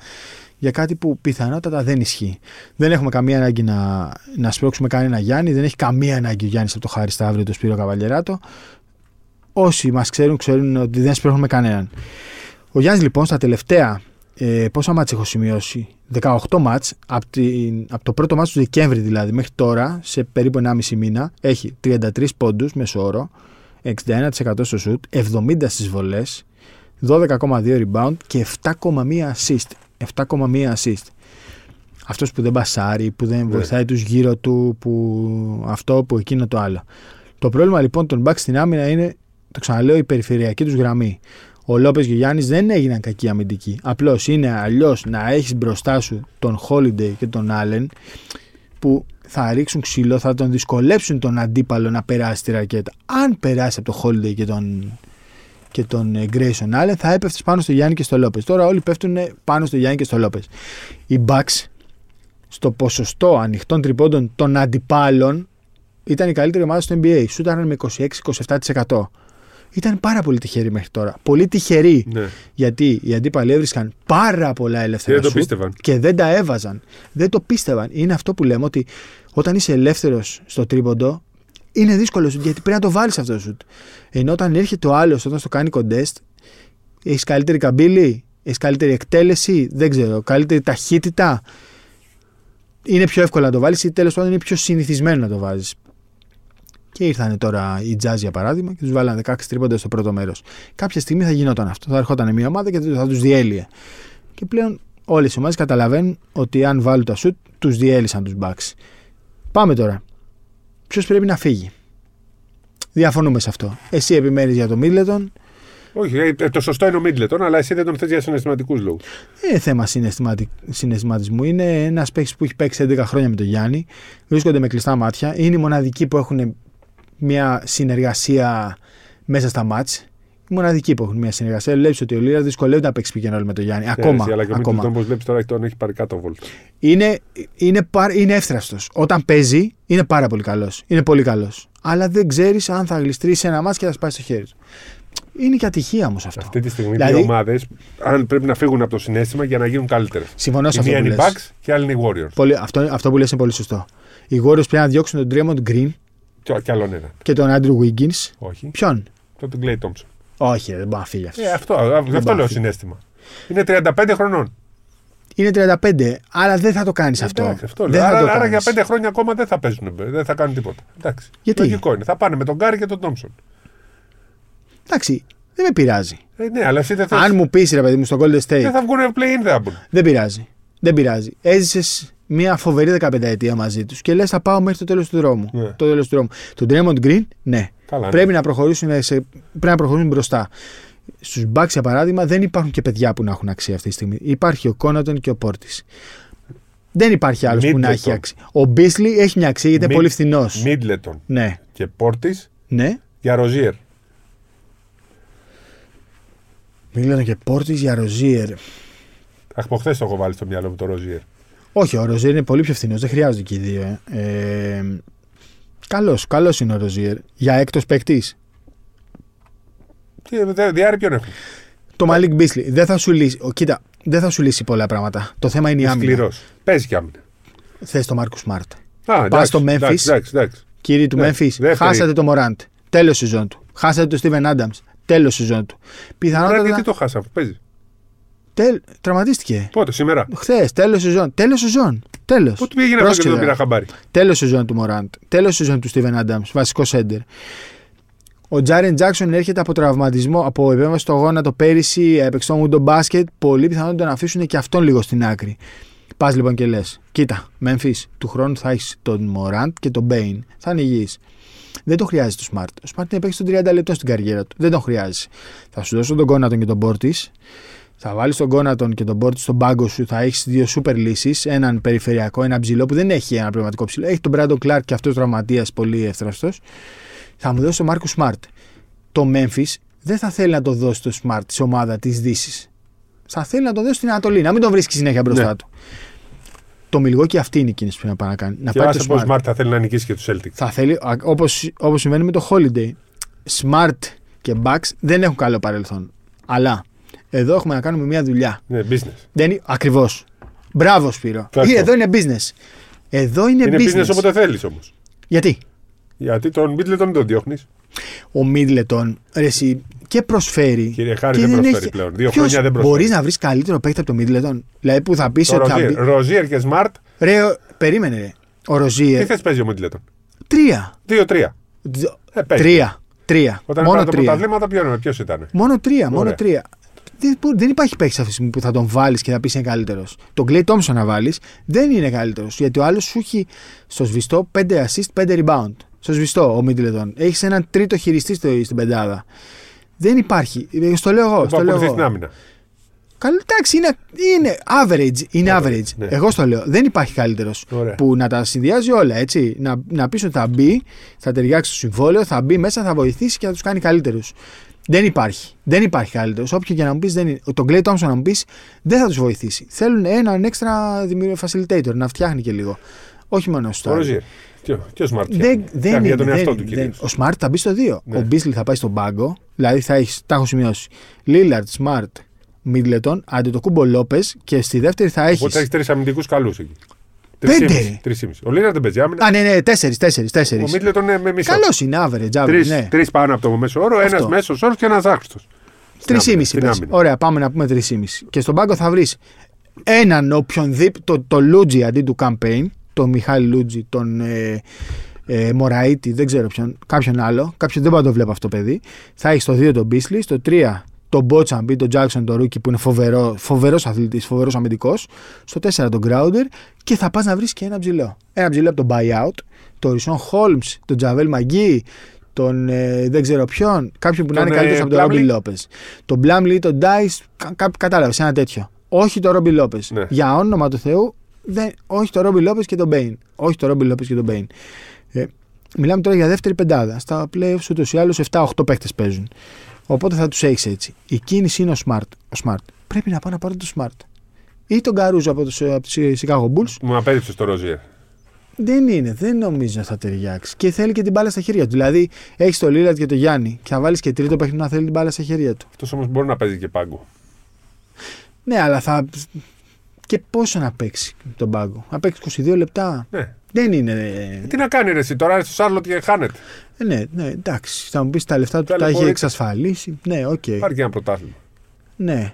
[SPEAKER 1] για κάτι που πιθανότατα δεν ισχύει. Δεν έχουμε καμία ανάγκη να, να σπρώξουμε κανένα Γιάννη, δεν έχει καμία ανάγκη ο Γιάννης από το Χάρη Σταύριο, το Σπύρο Καβαλιεράτο. Όσοι μας ξέρουν, ξέρουν ότι δεν σπρώχνουμε κανέναν. Ο Γιάννης λοιπόν στα τελευταία ε, πόσα μάτς έχω σημειώσει, 18 μάτς, από, την, από το πρώτο μάτς του Δεκέμβρη δηλαδή μέχρι τώρα, σε περίπου 1,5 μήνα, έχει 33 πόντους μεσόωρο, 61% στο σουτ, 70 στις βολές, 12,2 rebound και 7,1 assist. 7,1 assist. Αυτός που δεν μπασάρει, που δεν βοηθάει τους γύρω του, που αυτό, που εκείνο το άλλο. Το πρόβλημα λοιπόν των μπακ στην άμυνα είναι, το ξαναλέω, η περιφερειακή τους γραμμή. Ο Λόπες και ο Γιάννης δεν έγιναν κακοί αμυντικοί. Απλώς είναι αλλιώς να έχεις μπροστά σου τον Holiday και τον Allen που θα ρίξουν ξύλο, θα τον δυσκολέψουν τον αντίπαλο να περάσει τη ρακέτα. Αν περάσει από το Holiday και τον, και τον ε, Grayson Allen, θα έπεφτε πάνω στο Γιάννη και στο Λόπες. Τώρα όλοι πέφτουν ε, πάνω στο Γιάννη και στο Λόπες. Οι Bucks στο ποσοστό ανοιχτών τριπώντων των αντιπάλων ήταν η καλύτερη ομάδα στο NBA. Σούταραν με 26-27%. Ήταν πάρα πολύ τυχεροί μέχρι τώρα. Πολύ τυχεροί.
[SPEAKER 2] Ναι.
[SPEAKER 1] Γιατί οι αντίπαλοι έβρισκαν πάρα πολλά ελεύθερα
[SPEAKER 2] Δεν το
[SPEAKER 1] σουτ
[SPEAKER 2] πίστευαν.
[SPEAKER 1] και δεν τα έβαζαν. Δεν το πίστευαν. Είναι αυτό που λέμε ότι όταν είσαι ελεύθερος στο τρίποντο, είναι δύσκολο σου γιατί πρέπει να το βάλεις αυτό το σουτ. Ενώ όταν έρχεται ο άλλος, όταν στο κάνει κοντέστ, έχεις καλύτερη καμπύλη, έχεις καλύτερη εκτέλεση, δεν ξέρω, καλύτερη ταχύτητα. Είναι πιο εύκολο να το βάλεις ή τέλος πάντων είναι πιο συνηθισμένο να το βάζεις. Και ήρθαν τώρα οι Jazz για παράδειγμα και τους βάλανε 16 τρίποντα στο πρώτο μέρος. Κάποια στιγμή θα γινόταν αυτό. Θα ερχόταν μια ομάδα και θα τους διέλυε. Και πλέον όλες οι ομάδες καταλαβαίνουν ότι αν βάλουν τα σουτ, τους διέλυσαν τους Bucks. Πάμε τώρα. Ποιος πρέπει να φύγει. Διαφωνούμε σε αυτό. Εσύ επιμένεις για τον Μίτλετον.
[SPEAKER 2] Όχι, ε, το σωστό είναι ο Μίτλετον, αλλά εσύ δεν τον θες για συναισθηματικούς λόγους.
[SPEAKER 1] Ε, θέμα συναισθηματικ- συναισθηματισμού. Είναι ένας παίκτης που έχει παίξει 11 χρόνια με τον Γιάννη. Βρίσκονται με κλειστά μάτια. Είναι οι μοναδικοί που έχουν μια συνεργασία μέσα στα μάτς. Οι μοναδικοί που έχουν μια συνεργασία. Λέει ότι ο Λίρα δυσκολεύεται να παίξει πικενόλ με τον Γιάννη. Ακόμα.
[SPEAKER 2] Ε, αλλά και ο
[SPEAKER 1] ακόμα.
[SPEAKER 2] Μίτλετον, όπω βλέπεις τώρα, έχει- τον έχει πάρει κάτω βόλτα.
[SPEAKER 1] είναι, είναι, πα- είναι εύθραυστος. Όταν παίζει, είναι πάρα πολύ καλός. Είναι πολύ καλός. Αλλά δεν ξέρεις αν θα γλιστρήσει σε ένα μάτς και θα σπάσει το χέρι του. Είναι και ατυχία όμως αυτό.
[SPEAKER 2] Αυτή τη στιγμή
[SPEAKER 1] Δηλαδή-
[SPEAKER 2] δύο ομάδες, αν πρέπει να φύγουν από το συνέστημα για να γίνουν καλύτερες.
[SPEAKER 1] Συμφωνώ σε
[SPEAKER 2] Η
[SPEAKER 1] αυτό
[SPEAKER 2] μία
[SPEAKER 1] που
[SPEAKER 2] είναι η
[SPEAKER 1] λες.
[SPEAKER 2] Bucks και η άλλη είναι η Warriors.
[SPEAKER 1] Πολύ, αυτό, αυτό που λες είναι πολύ σωστό. Οι Warriors πρέπει να διώξουν τον Draymond Green
[SPEAKER 2] Και, και άλλον έναν.
[SPEAKER 1] και τον Andrew Wiggins.
[SPEAKER 2] Όχι.
[SPEAKER 1] Ποιον?
[SPEAKER 2] Το τον Clay Thompson.
[SPEAKER 1] Όχι, ρε, δεν μπορεί να φύγει αυτός.
[SPEAKER 2] Ε, αυτό, α, γι' αυτό
[SPEAKER 1] πάθει.
[SPEAKER 2] λέω συνέστημα. Είναι 35 χρονών.
[SPEAKER 1] Είναι 35, αλλά δεν θα το κάνεις αυτό.
[SPEAKER 2] Ε, Εντάξει, αυτό
[SPEAKER 1] δεν
[SPEAKER 2] λέω.
[SPEAKER 1] θα
[SPEAKER 2] άρα,
[SPEAKER 1] το
[SPEAKER 2] άρα
[SPEAKER 1] κάνεις.
[SPEAKER 2] για 5 χρόνια ακόμα δεν θα παίζουν. ε, Δεν θα κάνουν τίποτα. Εντάξει.
[SPEAKER 1] Γιατί?
[SPEAKER 2] Λογικό είναι. Θα πάνε με τον Γκάρι και τον Τόμψον.
[SPEAKER 1] Εντάξει, δεν με πειράζει.
[SPEAKER 2] Ε, ναι, αλλά εσύ δεν θα,
[SPEAKER 1] Αν μου πεις ρε παιδί μου στο Golden State,
[SPEAKER 2] δεν θα βγουν play-in, δεν θα μπουν.
[SPEAKER 1] δεν πειράζει. Δεν πειράζει. Έζησες μια φοβερή 15 ετία μαζί τους και λες: Θα πάω μέχρι το τέλος του δρόμου.
[SPEAKER 2] Ναι.
[SPEAKER 1] Το τέλος του δρόμου. Τον Draymond Green, ναι.
[SPEAKER 2] Καλά, ναι.
[SPEAKER 1] πρέπει, να προχωρήσουν, σε- πρέπει να προχωρήσουν μπροστά. Στους Bucks, για παράδειγμα, δεν υπάρχουν και παιδιά που να έχουν αξία αυτή τη στιγμή. Υπάρχει ο Κόνατον και ο Πόρτη. Δεν υπάρχει άλλος που να
[SPEAKER 2] Middleton.
[SPEAKER 1] έχει αξία. Ο Μπίσλι έχει μια αξία γιατί είναι
[SPEAKER 2] Mid-
[SPEAKER 1] πολύ φθηνός.
[SPEAKER 2] Μίτλετον
[SPEAKER 1] Ναι,
[SPEAKER 2] και Πόρτη
[SPEAKER 1] ναι.
[SPEAKER 2] για Ροζίερ.
[SPEAKER 1] Μιλάνε και Πόρτη για Ροζίερ.
[SPEAKER 2] Αχ, χθες το έχω βάλει στο μυαλό μου το Ροζίερ.
[SPEAKER 1] Όχι, ο Ροζίερ είναι πολύ πιο φθηνός. Δεν χρειάζονται και οι δύο. Ε. Ε, καλός, καλός είναι ο Ροζίερ. Για έκτος παίκτης.
[SPEAKER 2] Και δε- διάρρη ποιον έχουν.
[SPEAKER 1] Το Μαλίκ
[SPEAKER 2] Ε.
[SPEAKER 1] Μπίσλι. Δεν θα σου λύσει. Ο, κοίτα, δεν θα σου λύσει πολλά πράγματα. Το θέμα είναι η άμυνα.
[SPEAKER 2] Σκληρός. Παίζει κι άμυνα.
[SPEAKER 1] Θες το Μάρκο Σμαρτ.
[SPEAKER 2] Α, εντάξει,
[SPEAKER 1] στο Memphis.
[SPEAKER 2] Εντάξει, εντάξει, εντάξει.
[SPEAKER 1] Κύριοι του
[SPEAKER 2] Ναι,
[SPEAKER 1] Memphis,
[SPEAKER 2] δεύτερη.
[SPEAKER 1] χάσατε το Μωράντ. Τέλος σεζόν του. Χάσατε το Steven Adams. Τέλος σεζόν του.
[SPEAKER 2] Πρέπει τι
[SPEAKER 1] Πιθανότατα.
[SPEAKER 2] το χάσαμε. Παίζει.
[SPEAKER 1] Τελ... Τραυματίστηκε.
[SPEAKER 2] Πότε, σήμερα.
[SPEAKER 1] Χθες, τέλος σεζόν. Τέλος σεζόν. Τέλος.
[SPEAKER 2] Πού του πήγαινε αυτό και δεν το πήρα χαμπάρι.
[SPEAKER 1] Τέλος σεζόν του Μωράντ. Τέλος σεζόν του Στίβεν Άνταμ. Βασικό σέντερ. Ο Τζάριν Τζάξον έρχεται από τραυματισμό, από επέμβαση στο γόνατο πέρυσι. Έπαιξε το μουντο μπάσκετ. Πολύ πιθανόν να τον αφήσουν και αυτόν λίγο στην άκρη. Πας λοιπόν και λες: Κοίτα, Μέμφυ, του χρόνου θα έχεις τον Μωράντ και τον Μπέιν. Θα είναι υγιής. Δεν τον χρειάζεται το Smart. Ο Smart είναι παίξει των 30 λεπτών στην καριέρα του. Δεν τον χρειάζεσαι. Θα σου δώσω τον Κόνατον και τον Πόρτη. Θα βάλεις τον Κόνατον και τον Πόρτη στον πάγκο σου. Θα έχεις δύο σούπερ λύσεις. Έναν περιφερειακό, ένα ψηλό που δεν έχει ένα πνευματικό ψηλό. Έχει τον Μπράντο Κλάρκ και αυτός τραυματίας πολύ εύθραυστος. Θα μου δώσει τον Μάρκο Smart. Το Memphis δεν θα θέλει να το δώσει το Smart τη ομάδα της Δύσης. Θα θέλει να το δώσει στην Ανατολή, να μην τον βρίσκει συνέχεια μπροστά
[SPEAKER 2] Ναι.
[SPEAKER 1] του. Το Μιλγόκι αυτή είναι η κίνηση που πρέπει να πάει να κάνει. Να
[SPEAKER 2] Και
[SPEAKER 1] πάρει το
[SPEAKER 2] άσε πω
[SPEAKER 1] Smart.
[SPEAKER 2] Smart θα θέλει να νικήσει και τους Celtics.
[SPEAKER 1] Θα θέλει, α- όπως, όπως συμβαίνει με το Holiday, Smart και Bucks δεν έχουν καλό παρελθόν. Αλλά εδώ έχουμε να κάνουμε μια δουλειά.
[SPEAKER 2] Ναι, business.
[SPEAKER 1] Δεν είναι, ακριβώς. Μπράβο Σπύρο.
[SPEAKER 2] Ευχαριστώ.
[SPEAKER 1] Ή, εδώ είναι business. Εδώ είναι,
[SPEAKER 2] Είναι
[SPEAKER 1] business.
[SPEAKER 2] business όποτε θέλεις όμως.
[SPEAKER 1] Γιατί
[SPEAKER 2] Γιατί τον Μπίτλε τον τον διώχνεις.
[SPEAKER 1] ο Μίτλετον ρε, εσύ, και προσφέρει.
[SPEAKER 2] Κύριε Χάρη,
[SPEAKER 1] και
[SPEAKER 2] δεν προσφέρει πλέον. Δύο χρόνια δεν προσφέρει.
[SPEAKER 1] Μπορείς να βρεις καλύτερο παίκτη από τον Μίτλετον. Δηλαδή που θα πεις
[SPEAKER 2] Το
[SPEAKER 1] ότι θα
[SPEAKER 2] Ροζίερ,
[SPEAKER 1] μπει.
[SPEAKER 2] Ροζίερ και Smart,
[SPEAKER 1] Ρε, ο- περίμενε, ρε. Ο
[SPEAKER 2] τι
[SPEAKER 1] Ροζίερ.
[SPEAKER 2] θες παίζει ο Μίτλετον.
[SPEAKER 1] Τρία.
[SPEAKER 2] Δύο-τρία.
[SPEAKER 1] Δ-
[SPEAKER 2] Ε, παίζει.
[SPEAKER 1] Τρία. Τρία.
[SPEAKER 2] Όταν
[SPEAKER 1] Μόνο
[SPEAKER 2] πάρει τα
[SPEAKER 1] τρία.
[SPEAKER 2] πρωταθλήματα, ποιο ποιος ήταν.
[SPEAKER 1] Μόνο τρία, μόνο
[SPEAKER 2] Ωραία.
[SPEAKER 1] τρία. Δεν, μπο- δεν υπάρχει παίκτης αυτή τη στιγμή που θα τον βάλεις και θα πεις είναι καλύτερος. Τον Clay Thompson να βάλεις δεν είναι καλύτερος. Γιατί ο άλλος σου έχει στο σβηστό 5 assist, 5 rebound. Στο σβηστό ο Μίτλετον. Έχεις έναν τρίτο χειριστή στο, στην πεντάδα. Δεν υπάρχει. Ε, Στο λέω εγώ.
[SPEAKER 2] Το
[SPEAKER 1] Στο λέω
[SPEAKER 2] ακολουθεί
[SPEAKER 1] εγώ.
[SPEAKER 2] στην άμυνα.
[SPEAKER 1] Καλή, εντάξει, είναι, είναι average. Είναι average.
[SPEAKER 2] ναι.
[SPEAKER 1] Εγώ στο λέω. Δεν υπάρχει καλύτερος
[SPEAKER 2] Ωραία.
[SPEAKER 1] που να τα συνδυάζει όλα. Έτσι. Να, να πεις ότι θα μπει, θα ταιριάξει το συμβόλαιο, θα μπει μέσα, θα βοηθήσει και θα τους κάνει καλύτερους. Δεν υπάρχει. Δεν υπάρχει καλύτερος. Όποιο και να μου πεις, δεν είναι. Τον Clay Thompson να μου πεις, δεν θα τους βοηθήσει. Θέλουν έναν έξτρα δημιουργό facilitator να φτιάχνει και λίγο. Όχι μόνο στο.
[SPEAKER 2] Το Ροζίερ. Ποιο Smart.
[SPEAKER 1] Δεν,
[SPEAKER 2] φτιάχνει.
[SPEAKER 1] δεν
[SPEAKER 2] Φτιάχνει
[SPEAKER 1] είναι.
[SPEAKER 2] για τον
[SPEAKER 1] δεν
[SPEAKER 2] εαυτό του
[SPEAKER 1] είναι, δεν
[SPEAKER 2] κυρίως.
[SPEAKER 1] είναι. Ο Smart θα μπει στο 2.
[SPEAKER 2] Ναι.
[SPEAKER 1] Ο Μπίσλι θα πάει στον πάγκο. Δηλαδή θα έχεις, τα έχω σημειώσει. Λίλαρτ, Smart, Μίτλετον, Αντιτοκούμπο Λόπες και στη δεύτερη θα έχεις.
[SPEAKER 2] Οπότε θα έχεις τρεις αμυντικούς καλούς εκεί.
[SPEAKER 1] Πέντε.
[SPEAKER 2] Τρεις ή μισή. Ο Λίναρ δεν παίζει άμυνα.
[SPEAKER 1] Α, ναι, ναι, τέσσερις, τέσσερις.
[SPEAKER 2] Ο
[SPEAKER 1] τέσσερις.
[SPEAKER 2] Μίτλετον είναι με μισό.
[SPEAKER 1] Καλός είναι, average, average.
[SPEAKER 2] Τρεις,
[SPEAKER 1] ναι.
[SPEAKER 2] τρεις πάνω από το μέσο όρο, ένα
[SPEAKER 1] Αυτό.
[SPEAKER 2] μέσος όρος και ένας άχρηστος.
[SPEAKER 1] Τρεις ή μισή.
[SPEAKER 2] στην
[SPEAKER 1] πες.
[SPEAKER 2] άμυνα.
[SPEAKER 1] Ωραία, πάμε να πούμε τρεις ή μισή. Και στον πάγκο θα βρεις έναν οποιονδήποτε. Το, το Λούτζι αντί του campaign. Τον Μιχάλη Λούτζι, τον ε, ε, Μωραήτη, δεν ξέρω ποιον. Κάποιον άλλο. Κάποιον δεν πάω να το βλέπω αυτό το παιδί. Θα έχεις στο 2 τον Μπίσλι, στο 3 τον Μπότσαμπι, τον Τζάξον, τον Ρούκι που είναι φοβερό φοβερός αθλητής, φοβερός αμυντικός, στο 4 τον Γκράουντερ και θα πας να βρεις και ένα ψηλό. Ένα ψηλό από τον buyout, τον Ρισόν Χόλμς, τον Τζαβέλ Μαγκί, τον ε, δεν ξέρω ποιον, κάποιον που να
[SPEAKER 2] Τον,
[SPEAKER 1] είναι
[SPEAKER 2] ε,
[SPEAKER 1] καλύτερος από τον Ρόμπι
[SPEAKER 2] Plumlee.
[SPEAKER 1] Λόπες. Τον Πλάμλι ή τον Ντάι, κατάλαβες ένα τέτοιο. Όχι τον Ρόμπι Λόπες.
[SPEAKER 2] Ναι.
[SPEAKER 1] Για όνομα του Θεού, δεν, όχι τον Ρόμπι Λόπες και τον Μπέιν. Όχι τον Ρόμπι Λόπες και τον Μπέιν. Ε, μιλάμε τώρα για δεύτερη πεντάδα. Στα playoffs ούτως ή άλλως 7-8 παίχτε παίζουν. Οπότε θα τους έχεις έτσι. Η κίνηση είναι ο Smart. Ο Smart. Πρέπει να πάω να πάρω τον Smart. Ή τον Καρούζο από τους από τους, ε, Chicago Bulls.
[SPEAKER 2] Μου απέριψες το Ροζιέρ.
[SPEAKER 1] Δεν είναι, δεν νομίζω ότι θα ταιριάξει. Και θέλει και την μπάλα στα χέρια του. Δηλαδή, έχεις τον Λίλατ και τον Γιάννη και θα βάλεις και τρίτο παίχτη να θέλει την μπάλα στα χέρια του.
[SPEAKER 2] Αυτός όμως μπορεί να παίζει και πάγκο.
[SPEAKER 1] Ναι, αλλά θα. Και πόσο να παίξει τον πάγκο. Να παίξει 22 λεπτά.
[SPEAKER 2] Ναι.
[SPEAKER 1] Δεν είναι. ε,
[SPEAKER 2] Τι να κάνει ρε, εσύ, τώρα είναι στο Σάρλοτ και χάνεται.
[SPEAKER 1] Ναι, ναι, εντάξει. Θα μου πεις τα λεφτά του τα έχει
[SPEAKER 2] Ταλαιπωρείται.
[SPEAKER 1] εξασφαλίσει. Ναι, οκ.
[SPEAKER 2] Πάρει και ένα πρωτάθλημα.
[SPEAKER 1] Ναι.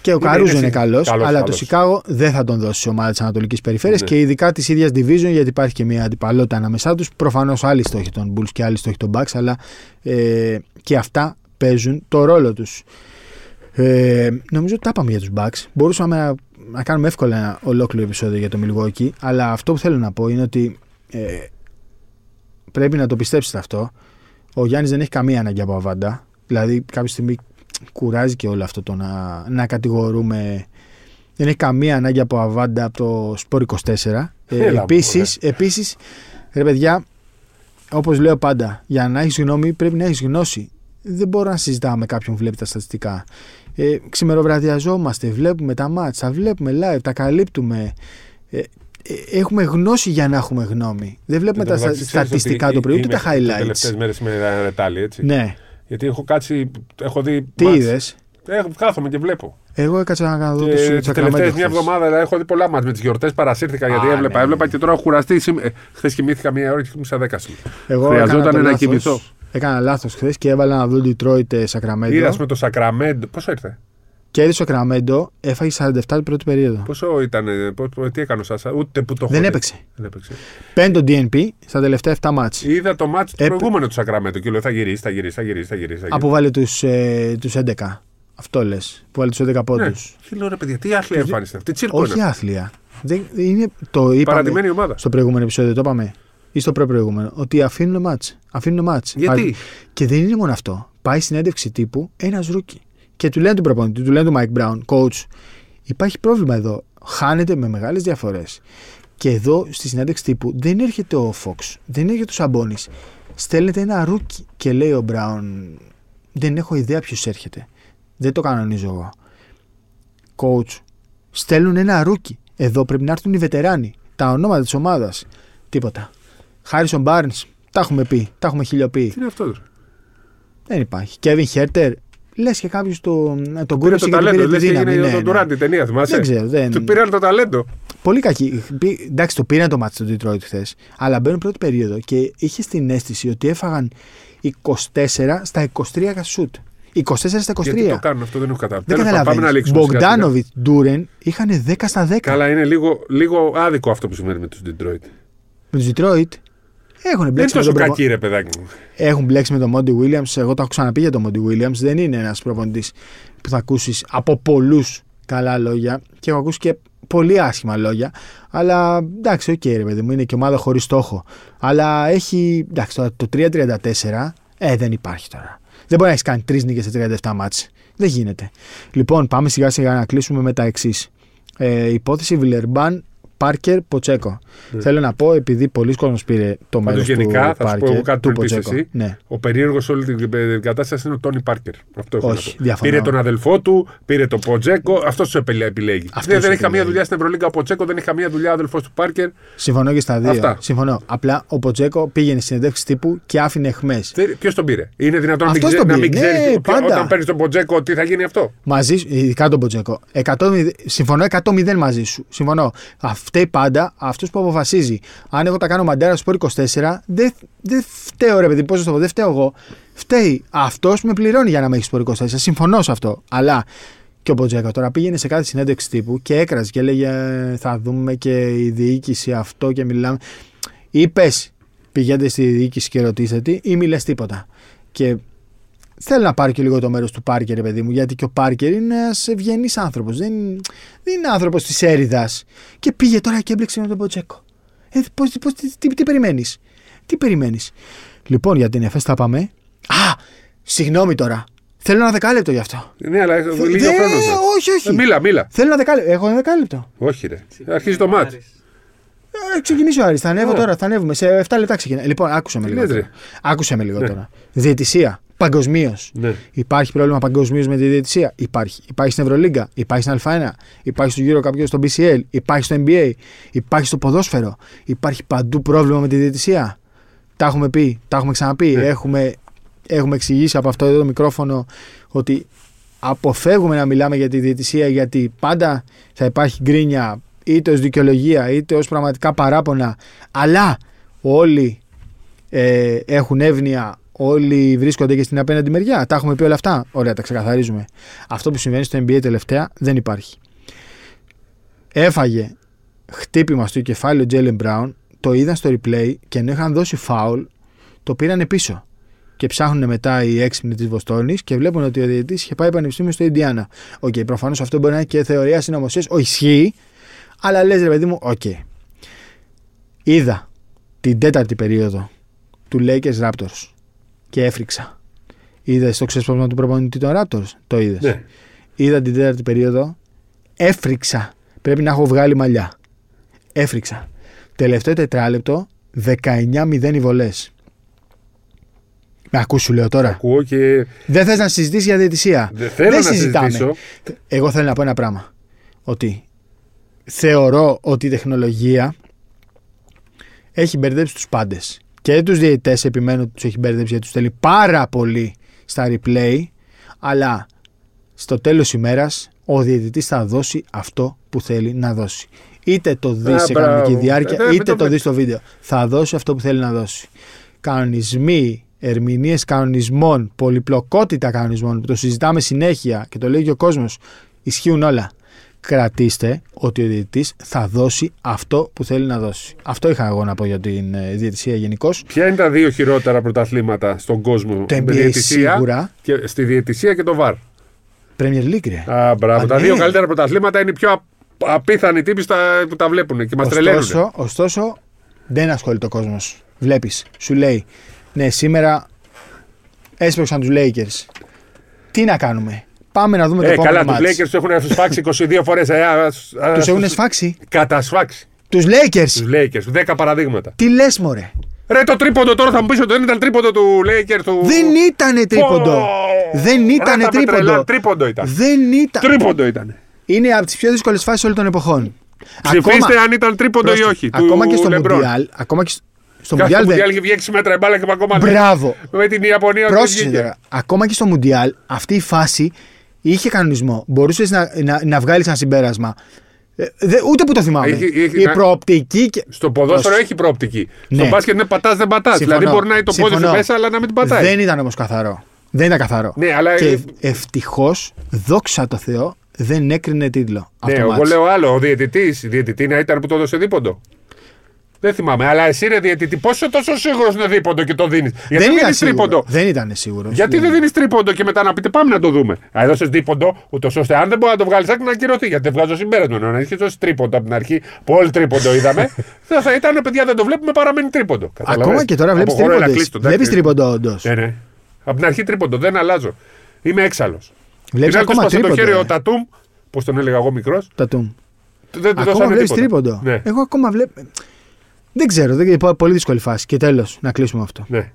[SPEAKER 1] Και ο
[SPEAKER 2] Είναι,
[SPEAKER 1] Καρούζο
[SPEAKER 2] είναι
[SPEAKER 1] είναι καλός,
[SPEAKER 2] καλός,
[SPEAKER 1] αλλά το
[SPEAKER 2] καλός.
[SPEAKER 1] Σικάγο δεν θα τον δώσει η ομάδα της Ανατολικής Περιφέρειας
[SPEAKER 2] Ναι.
[SPEAKER 1] και ειδικά της ίδιας division γιατί υπάρχει και μια αντιπαλότητα ανάμεσά τους. Προφανώς άλλοι στόχοι των Bulls και άλλοι στόχοι των Bucks, αλλά ε, και αυτά παίζουν το ρόλο τους. Ε, νομίζω ότι τα είπαμε για τους Bucks. Μπορούσαμε να, να κάνουμε εύκολα ένα ολόκληρο επεισόδιο για το Milwaukee, αλλά αυτό που θέλω να πω είναι ότι ε, πρέπει να το πιστέψετε αυτό. Ο Γιάννης δεν έχει καμία ανάγκη από αβάντα. Δηλαδή, κάποια στιγμή κουράζει και όλο αυτό το να, να κατηγορούμε. Δεν έχει καμία ανάγκη από αβάντα από το Σπορ 24. Ε,
[SPEAKER 2] Έλα,
[SPEAKER 1] επίσης, επίσης, ρε παιδιά, όπως λέω πάντα, για να έχεις γνώμη πρέπει να έχεις γνώση. Δεν μπορώ να συζητάω με κάποιον που βλέπει τα στατιστικά. Ε, ξημεροβραδιαζόμαστε, βλέπουμε τα μάτς, τα βλέπουμε live, τα καλύπτουμε. Ε, ε, έχουμε γνώση για να έχουμε γνώμη. Δεν βλέπουμε τα στα- στατιστικά το πρωί, ούτε τα
[SPEAKER 2] Τελευταίες
[SPEAKER 1] highlights.
[SPEAKER 2] μέρες με ένα ρετάλι, έτσι.
[SPEAKER 1] Ναι,
[SPEAKER 2] Γιατί έχω κάτσει. Έχω δει.
[SPEAKER 1] τι
[SPEAKER 2] μάτς.
[SPEAKER 1] είδες.
[SPEAKER 2] Έχω- Κάθομαι και βλέπω.
[SPEAKER 1] Εγώ έκατσα να κάνω το
[SPEAKER 2] Και τι
[SPEAKER 1] Sacramento
[SPEAKER 2] τελευταίε
[SPEAKER 1] χθες.
[SPEAKER 2] Ε, μια εβδομάδα αλλά έχω δει πολλά μα με τις γιορτές. Παρασύρθηκα γιατί
[SPEAKER 1] Α,
[SPEAKER 2] έβλεπα.
[SPEAKER 1] ναι.
[SPEAKER 2] ε, Έβλεπα και τώρα έχω κουραστεί. Χθες κοιμήθηκα μία ώρα και κοιμήθηκα δέκα. σήμερα.
[SPEAKER 1] Εγώ
[SPEAKER 2] Χρειαζόταν
[SPEAKER 1] έκανα το
[SPEAKER 2] να
[SPEAKER 1] λάθος.
[SPEAKER 2] κοιμηθώ.
[SPEAKER 1] Έκανα λάθος χθες και έβαλα να δουν Detroit ε, Σακραμέντο.
[SPEAKER 2] Είδα με το Σακραμέντο. Πόσο ήρθε,
[SPEAKER 1] Κέρδισε ο Σακραμέντο, έφαγε 47 την πρώτη περίοδο.
[SPEAKER 2] Πόσο ήταν, τι έκανε ο Σάσα, ούτε που το έχω
[SPEAKER 1] Δεν
[SPEAKER 2] δει.
[SPEAKER 1] έπαιξε.
[SPEAKER 2] Δεν έπαιξε.
[SPEAKER 1] Πέντο DNP στα τελευταία 7 μάτς.
[SPEAKER 2] Είδα το μάτσο του
[SPEAKER 1] Έπαι-
[SPEAKER 2] προηγούμενου του Σακραμέντο και λέω θα γυρίσεις, θα γυρίσεις, θα γυρίσεις. Θα γυρίσεις, θα γυρίσει.
[SPEAKER 1] Από βάλει τους ε, τους 11. Αυτό λες. Που βάλει του 11 πόντου.
[SPEAKER 2] ναι. Και λέω ρε παιδιά, τι άθλια εμφάνιση είναι αυτή. Τσίρκο
[SPEAKER 1] Όχι
[SPEAKER 2] είναι.
[SPEAKER 1] άθλια. Δεν, είναι, το είπαμε
[SPEAKER 2] Παρατημένη ομάδα.
[SPEAKER 1] στο προηγούμενο επεισόδιο, το είπαμε. ή στο προηγούμενο. Ότι αφήνουν μάτς. Αφήνουν μάτς.
[SPEAKER 2] Γιατί?
[SPEAKER 1] Πάλι- Και δεν είναι μόνο αυτό. Πάει συνέντευξη τύπου ένας ρούκι. Και του λένε του προπονητή, του λένε του Mike Brown, coach, υπάρχει πρόβλημα εδώ. Χάνεται με μεγάλες διαφορές. Και εδώ στη συνέντευξη τύπου δεν έρχεται ο Fox, δεν έρχεται ο Σαμπόνι. Στέλνεται ένα ρούκι και λέει ο Brown, δεν έχω ιδέα ποιος έρχεται. Δεν το κανονίζω εγώ. Coach, στέλνουν ένα ρούκι. Εδώ πρέπει να έρθουν οι βετεράνοι. Τα ονόματα της ομάδας. Τίποτα. Χάρισον Μπάρν, τα έχουμε πει, τα έχουμε χιλιοποιεί.
[SPEAKER 2] Τι είναι αυτός. ρε?
[SPEAKER 1] Δεν υπάρχει. Κέβιν Χέρτερ, λες και κάποιος τον, τον
[SPEAKER 2] Πήρε
[SPEAKER 1] κούρεσε
[SPEAKER 2] το
[SPEAKER 1] και του
[SPEAKER 2] ταλέντο.
[SPEAKER 1] πήρε τη
[SPEAKER 2] Λες και
[SPEAKER 1] δύναμη.
[SPEAKER 2] έγινε
[SPEAKER 1] Ναι,
[SPEAKER 2] το
[SPEAKER 1] ναι.
[SPEAKER 2] Ντουράντι ταινία, θυμάσαι.
[SPEAKER 1] Δεν ξέρω. Δεν...
[SPEAKER 2] Του πήραν το ταλέντο.
[SPEAKER 1] Πολύ κακή. Πή- Εντάξει, το πήραν το μάτι του Detroit χθες, αλλά μπαίνουν πρώτη περίοδο και είχε την αίσθηση ότι έφαγαν 24 στα 23 σουτ. 24 στα 23.
[SPEAKER 2] Γιατί το κάνουν αυτό, δεν έχω καταλάβει.
[SPEAKER 1] Δεν
[SPEAKER 2] Τέλος πάντων, Πάμε να
[SPEAKER 1] καταλαβαίνεις.
[SPEAKER 2] λήξουμε. σιγά-σιγά.
[SPEAKER 1] Μπογκδάνοβιτ, Ντούρεν είχαν 10 στα 10.
[SPEAKER 2] Καλά, είναι λίγο, λίγο άδικο αυτό που συμβαίνει με τους Detroit.
[SPEAKER 1] Με τους Detroit έχουν
[SPEAKER 2] Δεν είναι
[SPEAKER 1] μπλέξει με
[SPEAKER 2] τόσο
[SPEAKER 1] τον προπο-
[SPEAKER 2] κακή, ρε παιδάκι μου.
[SPEAKER 1] Έχουν μπλέξει με τον Μόντι Βίλιαμ. Εγώ το έχω ξαναπεί για τον Μόντι Βίλιαμ. Δεν είναι ένας προπονητής που θα ακούσεις από πολλούς καλά λόγια και έχω ακούσει και πολύ άσχημα λόγια. Αλλά εντάξει, οκ, ρε παιδί μου, είναι και ομάδα χωρίς στόχο. Αλλά έχει. Εντάξει, τώρα το 3-34, ε, δεν υπάρχει τώρα. Δεν μπορεί να έχεις κάνει τρεις νίκες σε 37 μάτς. Δεν γίνεται. Λοιπόν, πάμε σιγά σιγά να κλείσουμε με τα εξής. Ε, υπόθεση Βιλερμπάν, Πάρκερ, Ποτσέκο. Θέλω να πω, επειδή πολλοί κόσμος πήρε το μέρο
[SPEAKER 2] Πάντως
[SPEAKER 1] του
[SPEAKER 2] γενικά, θα σου πω εγώ
[SPEAKER 1] Πάρκερ,
[SPEAKER 2] κάτι
[SPEAKER 1] του
[SPEAKER 2] πριν πεις
[SPEAKER 1] Ποτσέκο.
[SPEAKER 2] εσύ.
[SPEAKER 1] Ναι.
[SPEAKER 2] Ο περίεργος όλη την ε, κατάσταση είναι ο Τόνι Πάρκερ. Αυτό έχω
[SPEAKER 1] Όχι,
[SPEAKER 2] να πω.
[SPEAKER 1] διαφωνώ.
[SPEAKER 2] Πήρε τον αδελφό του, πήρε τον Ποτζέκο, αυτό του επιλέγει.
[SPEAKER 1] Αυτός
[SPEAKER 2] δεν,
[SPEAKER 1] σου
[SPEAKER 2] δεν έχει καμία
[SPEAKER 1] επιλέγει.
[SPEAKER 2] δουλειά στην Ευρωλίγκα ο Ποτζέκο, δεν έχει καμία δουλειά ο αδελφός του Πάρκερ.
[SPEAKER 1] Συμφωνώ και στα δύο.
[SPEAKER 2] Αυτά.
[SPEAKER 1] Συμφωνώ. Απλά ο Ποτζέκο πήγαινε συνεντεύξει τύπου και άφηνε εχμέ.
[SPEAKER 2] Ποιος τον πήρε. Είναι δυνατόν να μην
[SPEAKER 1] Αυτός
[SPEAKER 2] ξέρει.
[SPEAKER 1] τον
[SPEAKER 2] Να
[SPEAKER 1] πήρε.
[SPEAKER 2] μην ξέρεις
[SPEAKER 1] Ναι,
[SPEAKER 2] ο- ποιο-
[SPEAKER 1] πάντα.
[SPEAKER 2] όταν παίρνεις τον Ποτζέκο, τι θα γίνει αυτό.
[SPEAKER 1] Μαζί σου, ειδικά τον Ποτζέκο. 100, συμφωνώ 100 μαζί σου. Συμφωνώ. Φταίει πάντα αυτός που αποφασίζει. Αν εγώ τα κάνω μαντέρα στο σπορ 24, δεν δεν φταίω ρε παιδί, πώς το πω, δεν φταίω εγώ. Φταίει αυτός που με πληρώνει για να με έχει σπορ 24. Συμφωνώ σε αυτό. Αλλά και ο Ποτζέκο τώρα πήγαινε σε κάθε συνέντευξη τύπου και έκραζε και έλεγε Θα δούμε και η διοίκηση αυτό και μιλάμε. Είπες, πηγαίνετε στη διοίκηση και ρωτήστε τι, ή μιλέ τίποτα. Και θέλω να πάρει και λίγο το μέρος του Πάρκερ, ρε παιδί μου, γιατί και ο Πάρκερ είναι ένας ευγενής άνθρωπος. Δεν, δεν είναι άνθρωπος της έρηδας. Και πήγε τώρα και έμπλεξε με τον Ποτσέκο. Ε, πώς, πώς, τι, τι, τι περιμένεις. Τι περιμένεις. Λοιπόν, για την ΕΦΕΣ θα πάμε. Α, συγγνώμη τώρα. Θέλω ένα δεκάλεπτο γι' αυτό.
[SPEAKER 2] Ναι, αλλά έχω λίγο
[SPEAKER 1] Δε,
[SPEAKER 2] χρόνος. εδώ.
[SPEAKER 1] όχι, όχι.
[SPEAKER 2] Ε, Μίλα, μίλα.
[SPEAKER 1] Θέλω ένα δεκάλεπτο. Έχω ένα δεκάλεπτο.
[SPEAKER 2] Όχι, ρε. Αρχίζει το μάτ.
[SPEAKER 1] Ε, ξεκινήσει ο Άρης. Θα ανέβω
[SPEAKER 2] Ωραία.
[SPEAKER 1] τώρα. Θα ανέβουμε. Σε 7 λεπτά ξεκινάει. Λοιπόν, άκουσα με
[SPEAKER 2] Τι
[SPEAKER 1] λίγο.
[SPEAKER 2] λες, ρε.
[SPEAKER 1] τώρα. Άκουσα με λίγο
[SPEAKER 2] Ναι.
[SPEAKER 1] τώρα. Διαιτησία. Παγκοσμίως.
[SPEAKER 2] Ναι.
[SPEAKER 1] Υπάρχει πρόβλημα παγκοσμίως με τη διαιτησία. Υπάρχει. Υπάρχει στην Ευρωλίγκα. Υπάρχει στην Α1. Υπάρχει στο Euro κάποιος στο BCL. Υπάρχει στο NBA. Υπάρχει στο ποδόσφαιρο. Υπάρχει παντού πρόβλημα με τη διαιτησία. Τα έχουμε πει, τα έχουμε ξαναπεί.
[SPEAKER 2] Ναι.
[SPEAKER 1] Έχουμε, έχουμε εξηγήσει από αυτό εδώ το μικρόφωνο ότι αποφεύγουμε να μιλάμε για τη διαιτησία γιατί πάντα θα υπάρχει γκρίνια είτε ως δικαιολογία είτε ως πραγματικά παράπονα αλλά όλοι ε, έχουν εύνοια όλοι βρίσκονται και στην απέναντι μεριά τα έχουμε πει όλα αυτά, ωραία τα ξεκαθαρίζουμε αυτό που συμβαίνει στο NBA τελευταία δεν υπάρχει έφαγε χτύπημα στο κεφάλι ο Τζέλεν Μπράουν, το είδαν στο replay και ενώ είχαν δώσει φάουλ, το πήραν πίσω. Και ψάχνουν μετά οι έξυπνοι της Βοστόνης και βλέπουν ότι ο διαιτητής είχε πάει πανεπιστήμιο στο Ιντιάνα. Οκ, okay, προφανώς αυτό μπορεί να είναι και θεωρία συνωμοσίας, όχι ισχύει, αλλά λες ρε παιδί μου, οκ. Είδα την τέταρτη περίοδο του Lakers Raptors και έφρυξα. Είδες το ξέσπασμα του προπονητή των Raptors, το είδες.
[SPEAKER 2] Ναι.
[SPEAKER 1] Είδα την τέταρτη περίοδο. Έφρυξα. Πρέπει να έχω βγάλει μαλλιά. Έφρυξα. Τελευταίο τετράλεπτο 19-0 οι βολές. Με ακούς σου λέω τώρα.
[SPEAKER 2] Ακούω και
[SPEAKER 1] Δεν θες να συζητήσεις για διαιτησία.
[SPEAKER 2] δεν θέλω να συζητήσω.
[SPEAKER 1] Εγώ θέλω να πω ένα πράγμα. Ότι θεωρώ ότι η τεχνολογία έχει μπερδέψει τους πάντες. Και τους διαιτητές επιμένω ότι τους έχει μπερδέψει γιατί τους θέλει πάρα πολύ στα replay. Αλλά στο τέλος ημέρας ο διαιτητής θα δώσει αυτό που θέλει να δώσει. Είτε το δεις
[SPEAKER 2] Α,
[SPEAKER 1] σε κανονική
[SPEAKER 2] μπράβο.
[SPEAKER 1] διάρκεια,
[SPEAKER 2] Ε, δεν-
[SPEAKER 1] είτε
[SPEAKER 2] μην το
[SPEAKER 1] το δεις στο βίντεο. Θα δώσει αυτό που θέλει να δώσει. Κανονισμοί ερμηνείες κανονισμών, πολυπλοκότητα κανονισμών που το συζητάμε συνέχεια και το λέει και ο κόσμος, ισχύουν όλα. Κρατήστε ότι ο διαιτητής θα δώσει αυτό που θέλει να δώσει. Αυτό είχα εγώ να πω για την ε, διαιτησία γενικώς.
[SPEAKER 2] Ποια είναι τα δύο χειρότερα πρωταθλήματα στον κόσμο,
[SPEAKER 1] Το
[SPEAKER 2] Στην
[SPEAKER 1] NBA
[SPEAKER 2] διαιτησία
[SPEAKER 1] σίγουρα.
[SPEAKER 2] Και, στη διαιτησία και το VAR.
[SPEAKER 1] Premier League, ρε.
[SPEAKER 2] Α, μπράβο.
[SPEAKER 1] Α,
[SPEAKER 2] τα
[SPEAKER 1] ναι.
[SPEAKER 2] δύο καλύτερα πρωταθλήματα είναι οι πιο απ- απίθανοι τύποι στα- που τα βλέπουν και μας τρελαίνουν.
[SPEAKER 1] Ωστόσο, ωστόσο, δεν ασχολείται ο κόσμος. Βλέπεις, σου λέει, Ναι, σήμερα έσπρωξαν τους Lakers. Τι να κάνουμε, Πάμε να δούμε
[SPEAKER 2] Ε,
[SPEAKER 1] το
[SPEAKER 2] καλά,
[SPEAKER 1] επόμενο
[SPEAKER 2] τους
[SPEAKER 1] μάτς.
[SPEAKER 2] Lakers τους έχουν σφάξει 22 φορέ.
[SPEAKER 1] Του έχουν σφάξει.
[SPEAKER 2] ε, Κατασφάξει
[SPEAKER 1] Τους Lakers.
[SPEAKER 2] τους Lakers. 10 παραδείγματα.
[SPEAKER 1] Τι λες, Μωρέ.
[SPEAKER 2] Ρε το τρίποντο τώρα θα μου πεις ότι δεν ήταν τρίποντο του Lakers του.
[SPEAKER 1] Δεν ήτανε τρίποντο.
[SPEAKER 2] Πω!
[SPEAKER 1] Δεν
[SPEAKER 2] Ρε,
[SPEAKER 1] ήτανε
[SPEAKER 2] τα με
[SPEAKER 1] τρίποντο.
[SPEAKER 2] τρελάνε. Τρίποντο ήταν.
[SPEAKER 1] Δεν ήταν.
[SPEAKER 2] Τρίποντο ήταν.
[SPEAKER 1] Είναι από τις πιο δύσκολες φάσεις όλων των εποχών.
[SPEAKER 2] Ψηφίστε αν ήταν τρίποντο ή
[SPEAKER 1] Πρόσεξε,
[SPEAKER 2] όχι. του
[SPEAKER 1] Ακόμα και στο
[SPEAKER 2] LeBron.
[SPEAKER 1] Μουντιάλ. Ακόμα και στο- στο
[SPEAKER 2] Κάθε
[SPEAKER 1] Μουντιάλ. δεν-
[SPEAKER 2] Μουντιάλ είχε βγει 6 μέτρα η μπάλα και ακόμα δεν-
[SPEAKER 1] Μπράβο.
[SPEAKER 2] Με την Ιαπωνία δεν
[SPEAKER 1] Πρόσεξε
[SPEAKER 2] βγήκε.
[SPEAKER 1] τώρα. Ακόμα και στο Μουντιάλ αυτή η φάση είχε κανονισμό. Μπορούσες να, να, να βγάλεις ένα συμπέρασμα. Ε, δε- ούτε που το θυμάμαι.
[SPEAKER 2] Έχει- έχει
[SPEAKER 1] η
[SPEAKER 2] να-
[SPEAKER 1] προοπτική. Και...
[SPEAKER 2] Στο ποδόσφαιρο
[SPEAKER 1] Πρόσεξε.
[SPEAKER 2] έχει προοπτική.
[SPEAKER 1] Ναι.
[SPEAKER 2] Στο μπάσκετ δεν πατάς, δεν πατάς.
[SPEAKER 1] Συμφωνώ.
[SPEAKER 2] Δηλαδή μπορεί να είναι το πόδι σου
[SPEAKER 1] Συμφωνώ.
[SPEAKER 2] μέσα, αλλά να μην την πατάει.
[SPEAKER 1] Δεν ήταν όμως καθαρό. Δεν ήταν καθαρό.
[SPEAKER 2] Ναι, αλλά ε,
[SPEAKER 1] Και ευτυχώς, δόξα τω Θεώ, δεν έκρινε τίτλο.
[SPEAKER 2] ναι,
[SPEAKER 1] αυτό το
[SPEAKER 2] εγώ
[SPEAKER 1] μάτς.
[SPEAKER 2] λέω άλλο. Ο διαιτητής. Διαιτητή να ήταν που το έδωσε δίποντο. Δεν θυμάμαι. Αλλά εσύ ρε διαιτητή, πόσο τόσο σίγουρος είναι δίποντο και το δίνεις. Γιατί
[SPEAKER 1] δεν,
[SPEAKER 2] δεν
[SPEAKER 1] ήταν
[SPEAKER 2] δίνει
[SPEAKER 1] σίγουρο. Ναι.
[SPEAKER 2] τρίποντο.
[SPEAKER 1] δεν ήταν σίγουρος.
[SPEAKER 2] Γιατί δεν δίνεις τρίποντο και μετά να πείτε πάμε να το δούμε. Α, έδωσες τρίποντο, ούτως ώστε αν δεν μπορεί να το βγάλεις άκρη να ακυρωθεί. Γιατί δεν βγάζω συμπέρασμα. Ενώ Αν είχε δώσει τρίποντο από την αρχή, που όλοι τρίποντο είδαμε, θα, θα ήταν παιδιά δεν το βλέπουμε παραμένει τρίποντο. Καταλαβες?
[SPEAKER 1] Ακόμα και τώρα βλέπεις
[SPEAKER 2] Αποχωρώ, έλα,
[SPEAKER 1] τρίποντο.
[SPEAKER 2] κλείστο, εντάξει.
[SPEAKER 1] Βλέπεις τρίποντο, όντως.
[SPEAKER 2] Ναι, ναι. Από την αρχή τρίποντο, δεν αλλάζω. Είμαι έξαλλος.
[SPEAKER 1] Βλέπεις ακόμα
[SPEAKER 2] το χέρι
[SPEAKER 1] τρίποντο.
[SPEAKER 2] ο
[SPEAKER 1] ε,
[SPEAKER 2] Τατούμ, πώς τον έλεγα εγώ μικρός,
[SPEAKER 1] τα τουμ.
[SPEAKER 2] δεν του
[SPEAKER 1] Ακόμα
[SPEAKER 2] δώσανε
[SPEAKER 1] βλέπεις
[SPEAKER 2] τίποτα.
[SPEAKER 1] τρίποντο. Ε.
[SPEAKER 2] Ναι.
[SPEAKER 1] Εγώ ακόμα βλέπω. Δεν ξέρω, δεν... πο- πολύ δύσκολη φάση. Και τέλος, να κλείσουμε αυτό.
[SPEAKER 2] ναι.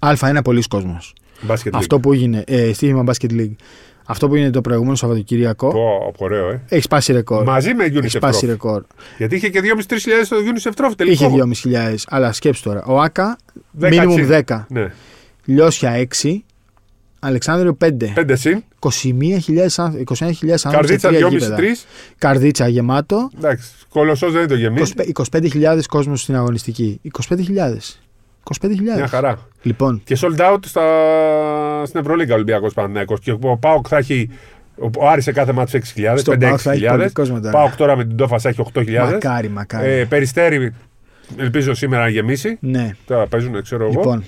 [SPEAKER 1] Α1 πολλοίς κόσμος.
[SPEAKER 2] Μπάσκετ
[SPEAKER 1] Αυτό που έγινε. Ε, στοίχημα Basket League. Αυτό που έγινε το προηγούμενο Σαββατοκύριακο.
[SPEAKER 2] Πω, ωραίο, ε.
[SPEAKER 1] Έχει σπάσει ρεκόρ.
[SPEAKER 2] Μαζί με
[SPEAKER 1] Έχει
[SPEAKER 2] UNICEF
[SPEAKER 1] σπάσει
[SPEAKER 2] Trophy.
[SPEAKER 1] ρεκόρ.
[SPEAKER 2] Γιατί είχε και 2.500-3.000 στο UNICEF Trophy
[SPEAKER 1] Είχε
[SPEAKER 2] τελικό.
[SPEAKER 1] 2.500, αλλά σκέψει τώρα. Ο Άκα,
[SPEAKER 2] Δέκα
[SPEAKER 1] minimum
[SPEAKER 2] συν.
[SPEAKER 1] 10.
[SPEAKER 2] Ναι.
[SPEAKER 1] Λιώσια 6. Αλεξάνδριο 5.
[SPEAKER 2] 5 συν.
[SPEAKER 1] 21.000 άνθρωποι. 21.000 άνθρωποι. σε
[SPEAKER 2] Καρδίτσα
[SPEAKER 1] τρία γήπεδα.
[SPEAKER 2] 2,5-3.
[SPEAKER 1] Καρδίτσα γεμάτο.
[SPEAKER 2] Εντάξει. Κολοσσός δεν το γεμίζει.
[SPEAKER 1] 25 25.000 κόσμος στην αγωνιστική. 25.000. 25.000.
[SPEAKER 2] Μια χαρά.
[SPEAKER 1] Λοιπόν,
[SPEAKER 2] Και sold out στα... στην Ευρωλίγκα Ολυμπιακός Παναθυναϊκό. Και ο Πάοκ θα έχει. Ο ο Άρης σε κάθε μάτσο 6.000,
[SPEAKER 1] Στον Πάοκ θα έχει
[SPEAKER 2] 5-6.000.
[SPEAKER 1] πολύ κόσμο τώρα.
[SPEAKER 2] Πάοκ τώρα με την Τόφα θα έχει 8.000.
[SPEAKER 1] μακάρι, μακάρι.
[SPEAKER 2] Ε, περιστέρι, ελπίζω σήμερα να γεμίσει.
[SPEAKER 1] ναι.
[SPEAKER 2] Τώρα παίζουν, ξέρω εγώ.
[SPEAKER 1] Λοιπόν,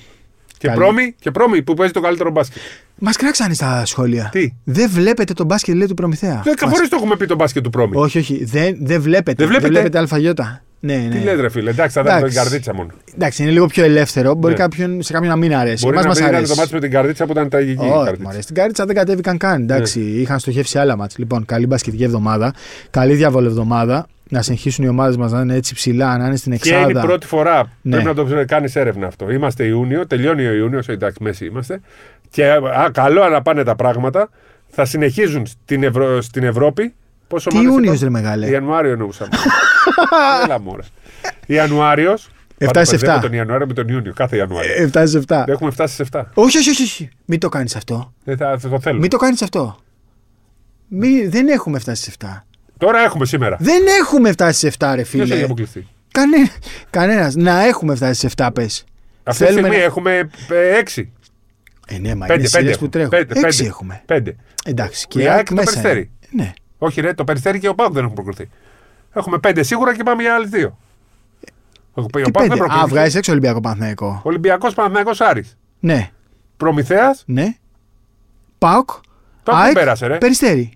[SPEAKER 2] και,
[SPEAKER 1] καλή.
[SPEAKER 2] πρόμη, και πρόμη που παίζει το καλύτερο μπάσκετ. Ε,
[SPEAKER 1] μας κράξανε στα σχόλια.
[SPEAKER 2] Τι?
[SPEAKER 1] Δεν βλέπετε τον μπάσκετ, λέει του προμηθέα.
[SPEAKER 2] Δέκα
[SPEAKER 1] Μας-
[SPEAKER 2] φορέ το έχουμε πει το μπάσκετ του πρόμη.
[SPEAKER 1] Όχι, όχι. Δεν, δεν βλέπετε.
[SPEAKER 2] Δεν βλέπετε.
[SPEAKER 1] αλφαγιώτα. Ναι, ναι.
[SPEAKER 2] Τι λες ρε φίλε, εντάξει, θα δούμε την
[SPEAKER 1] Εντάξει.
[SPEAKER 2] καρδίτσα μόνο.
[SPEAKER 1] Εντάξει, είναι λίγο πιο ελεύθερο. Μπορεί
[SPEAKER 2] Ναι.
[SPEAKER 1] κάποιον, σε κάποιον να μην αρέσει.
[SPEAKER 2] Μπορεί
[SPEAKER 1] Εμάς
[SPEAKER 2] να
[SPEAKER 1] μας
[SPEAKER 2] μην ήταν
[SPEAKER 1] αρέσει.
[SPEAKER 2] το μάτι με την Ναι. καρδίτσα που ήταν τραγική. η
[SPEAKER 1] Όχι,
[SPEAKER 2] καρδίτσα.
[SPEAKER 1] μωρέ, στην Καρίτσα δεν κατέβηκαν καν. Εντάξει, είχαν στοχεύσει άλλα μάτς. Λοιπόν, καλή μπασκετική εβδομάδα. Καλή διαβολευδομάδα. Να συνεχίσουν οι ομάδες μας να είναι έτσι ψηλά, να είναι στην
[SPEAKER 2] Και είναι η
[SPEAKER 1] εξάδα.
[SPEAKER 2] πρώτη φορά.
[SPEAKER 1] Ναι.
[SPEAKER 2] Πρέπει να το κάνεις έρευνα αυτό. Είμαστε Ιούνιο, τελειώνει ο Ιούνιος, εντάξει, μέση είμαστε. Και α, καλό να πάνε τα πράγματα. Θα συνεχίζουν στην, Ευρω... στην Ευρώπη. Πόσο
[SPEAKER 1] Τι Ιούνιο, ρε μεγάλε.
[SPEAKER 2] Ιανουάριο εννοούσα. μωρέ. Έλα μωρέ. Ιανουάριος.
[SPEAKER 1] Εφτά σε εφτά. Ε,
[SPEAKER 2] Τον Ιανουάριο με τον Ιούνιο, κάθε Ιανουάριο.
[SPEAKER 1] 7 σε 7.
[SPEAKER 2] Έχουμε φτάσει σε 7.
[SPEAKER 1] Όχι, όχι, όχι, όχι. Μην το κάνεις αυτό.
[SPEAKER 2] Δεν θα, θα το θέλουμε.
[SPEAKER 1] Μην το κάνεις αυτό. Μη, δεν έχουμε φτάσει σε 7.
[SPEAKER 2] Τώρα έχουμε σήμερα.
[SPEAKER 1] Δεν έχουμε φτάσει σε 7, ρε
[SPEAKER 2] Ποιος έχει
[SPEAKER 1] φίλε.
[SPEAKER 2] αποκλειστεί.
[SPEAKER 1] Κανένα. Κανένας. Να έχουμε φτάσει σε 7, πες.
[SPEAKER 2] Αυτή τη στιγμή έχουμε 6.
[SPEAKER 1] Ε, ναι, μα
[SPEAKER 2] Πέντε,
[SPEAKER 1] είναι σειρές
[SPEAKER 2] πέντε
[SPEAKER 1] που τρέχουν.
[SPEAKER 2] έχουμε. Πέντε,
[SPEAKER 1] 6
[SPEAKER 2] πέντε.
[SPEAKER 1] έχουμε.
[SPEAKER 2] 5.
[SPEAKER 1] Εντάξει.
[SPEAKER 2] Η
[SPEAKER 1] Και
[SPEAKER 2] ΑΕΚ
[SPEAKER 1] η ΑΕΚ
[SPEAKER 2] το
[SPEAKER 1] μέσα.
[SPEAKER 2] Περιστέρι.
[SPEAKER 1] είναι. Ναι.
[SPEAKER 2] Όχι, ρε, το περιστέρι και ο Πάουκ δεν έχουν προκριθεί. Έχουμε πέντε σίγουρα και πάμε για άλλες δύο. Ο
[SPEAKER 1] Τι
[SPEAKER 2] Πάουκ δεν
[SPEAKER 1] πέντε. Α,
[SPEAKER 2] προκριθεί.
[SPEAKER 1] βγάζει έξω Ολυμπιακό Παναθηναϊκό.
[SPEAKER 2] Ολυμπιακός Παναγιώ Άρης.
[SPEAKER 1] Ναι.
[SPEAKER 2] Προμηθέας,
[SPEAKER 1] Ναι. Πάοκ.
[SPEAKER 2] το ΑΕΚ
[SPEAKER 1] ΑΕΚ,
[SPEAKER 2] πέρασε, ρε.
[SPEAKER 1] Περιστέρι.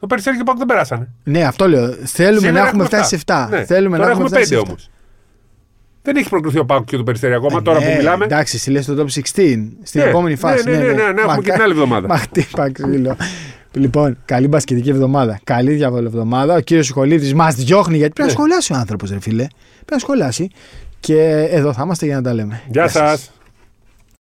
[SPEAKER 2] Το περιστέρι και ο Πάουκ δεν περάσανε.
[SPEAKER 1] Ναι, αυτό λέω. Θέλουμε
[SPEAKER 2] Σήμερα
[SPEAKER 1] να έχουμε φτάσει σε 7.
[SPEAKER 2] Ναι.
[SPEAKER 1] Θέλουμε
[SPEAKER 2] τώρα
[SPEAKER 1] να έχουμε
[SPEAKER 2] έχουμε
[SPEAKER 1] φτάσει σε
[SPEAKER 2] πέντε
[SPEAKER 1] 7.
[SPEAKER 2] όμως. Δεν έχει προκριθεί ο Πάουκ και το περιστέρι ακόμα,
[SPEAKER 1] Ε,
[SPEAKER 2] τώρα
[SPEAKER 1] ναι,
[SPEAKER 2] που μιλάμε.
[SPEAKER 1] Εντάξει, εσύ λες το top 16 στην
[SPEAKER 2] Ναι,
[SPEAKER 1] επόμενη φάση.
[SPEAKER 2] ναι, ναι, ναι, ναι, ναι, έχουμε
[SPEAKER 1] Μα
[SPEAKER 2] και
[SPEAKER 1] κα-
[SPEAKER 2] την άλλη εβδομάδα.
[SPEAKER 1] Μα χτύπα ξύλο. λοιπόν, καλή μπασκετική εβδομάδα. Καλή διαβολευδομάδα. Ο κύριος Σχολίδη μας διώχνει γιατί πρέπει να
[SPEAKER 2] Ναι.
[SPEAKER 1] σχολιάσει ο άνθρωπος, ρε φίλε. Πρέπει να σχολιάσει. Και εδώ θα είμαστε για να τα λέμε.
[SPEAKER 2] Γεια σας.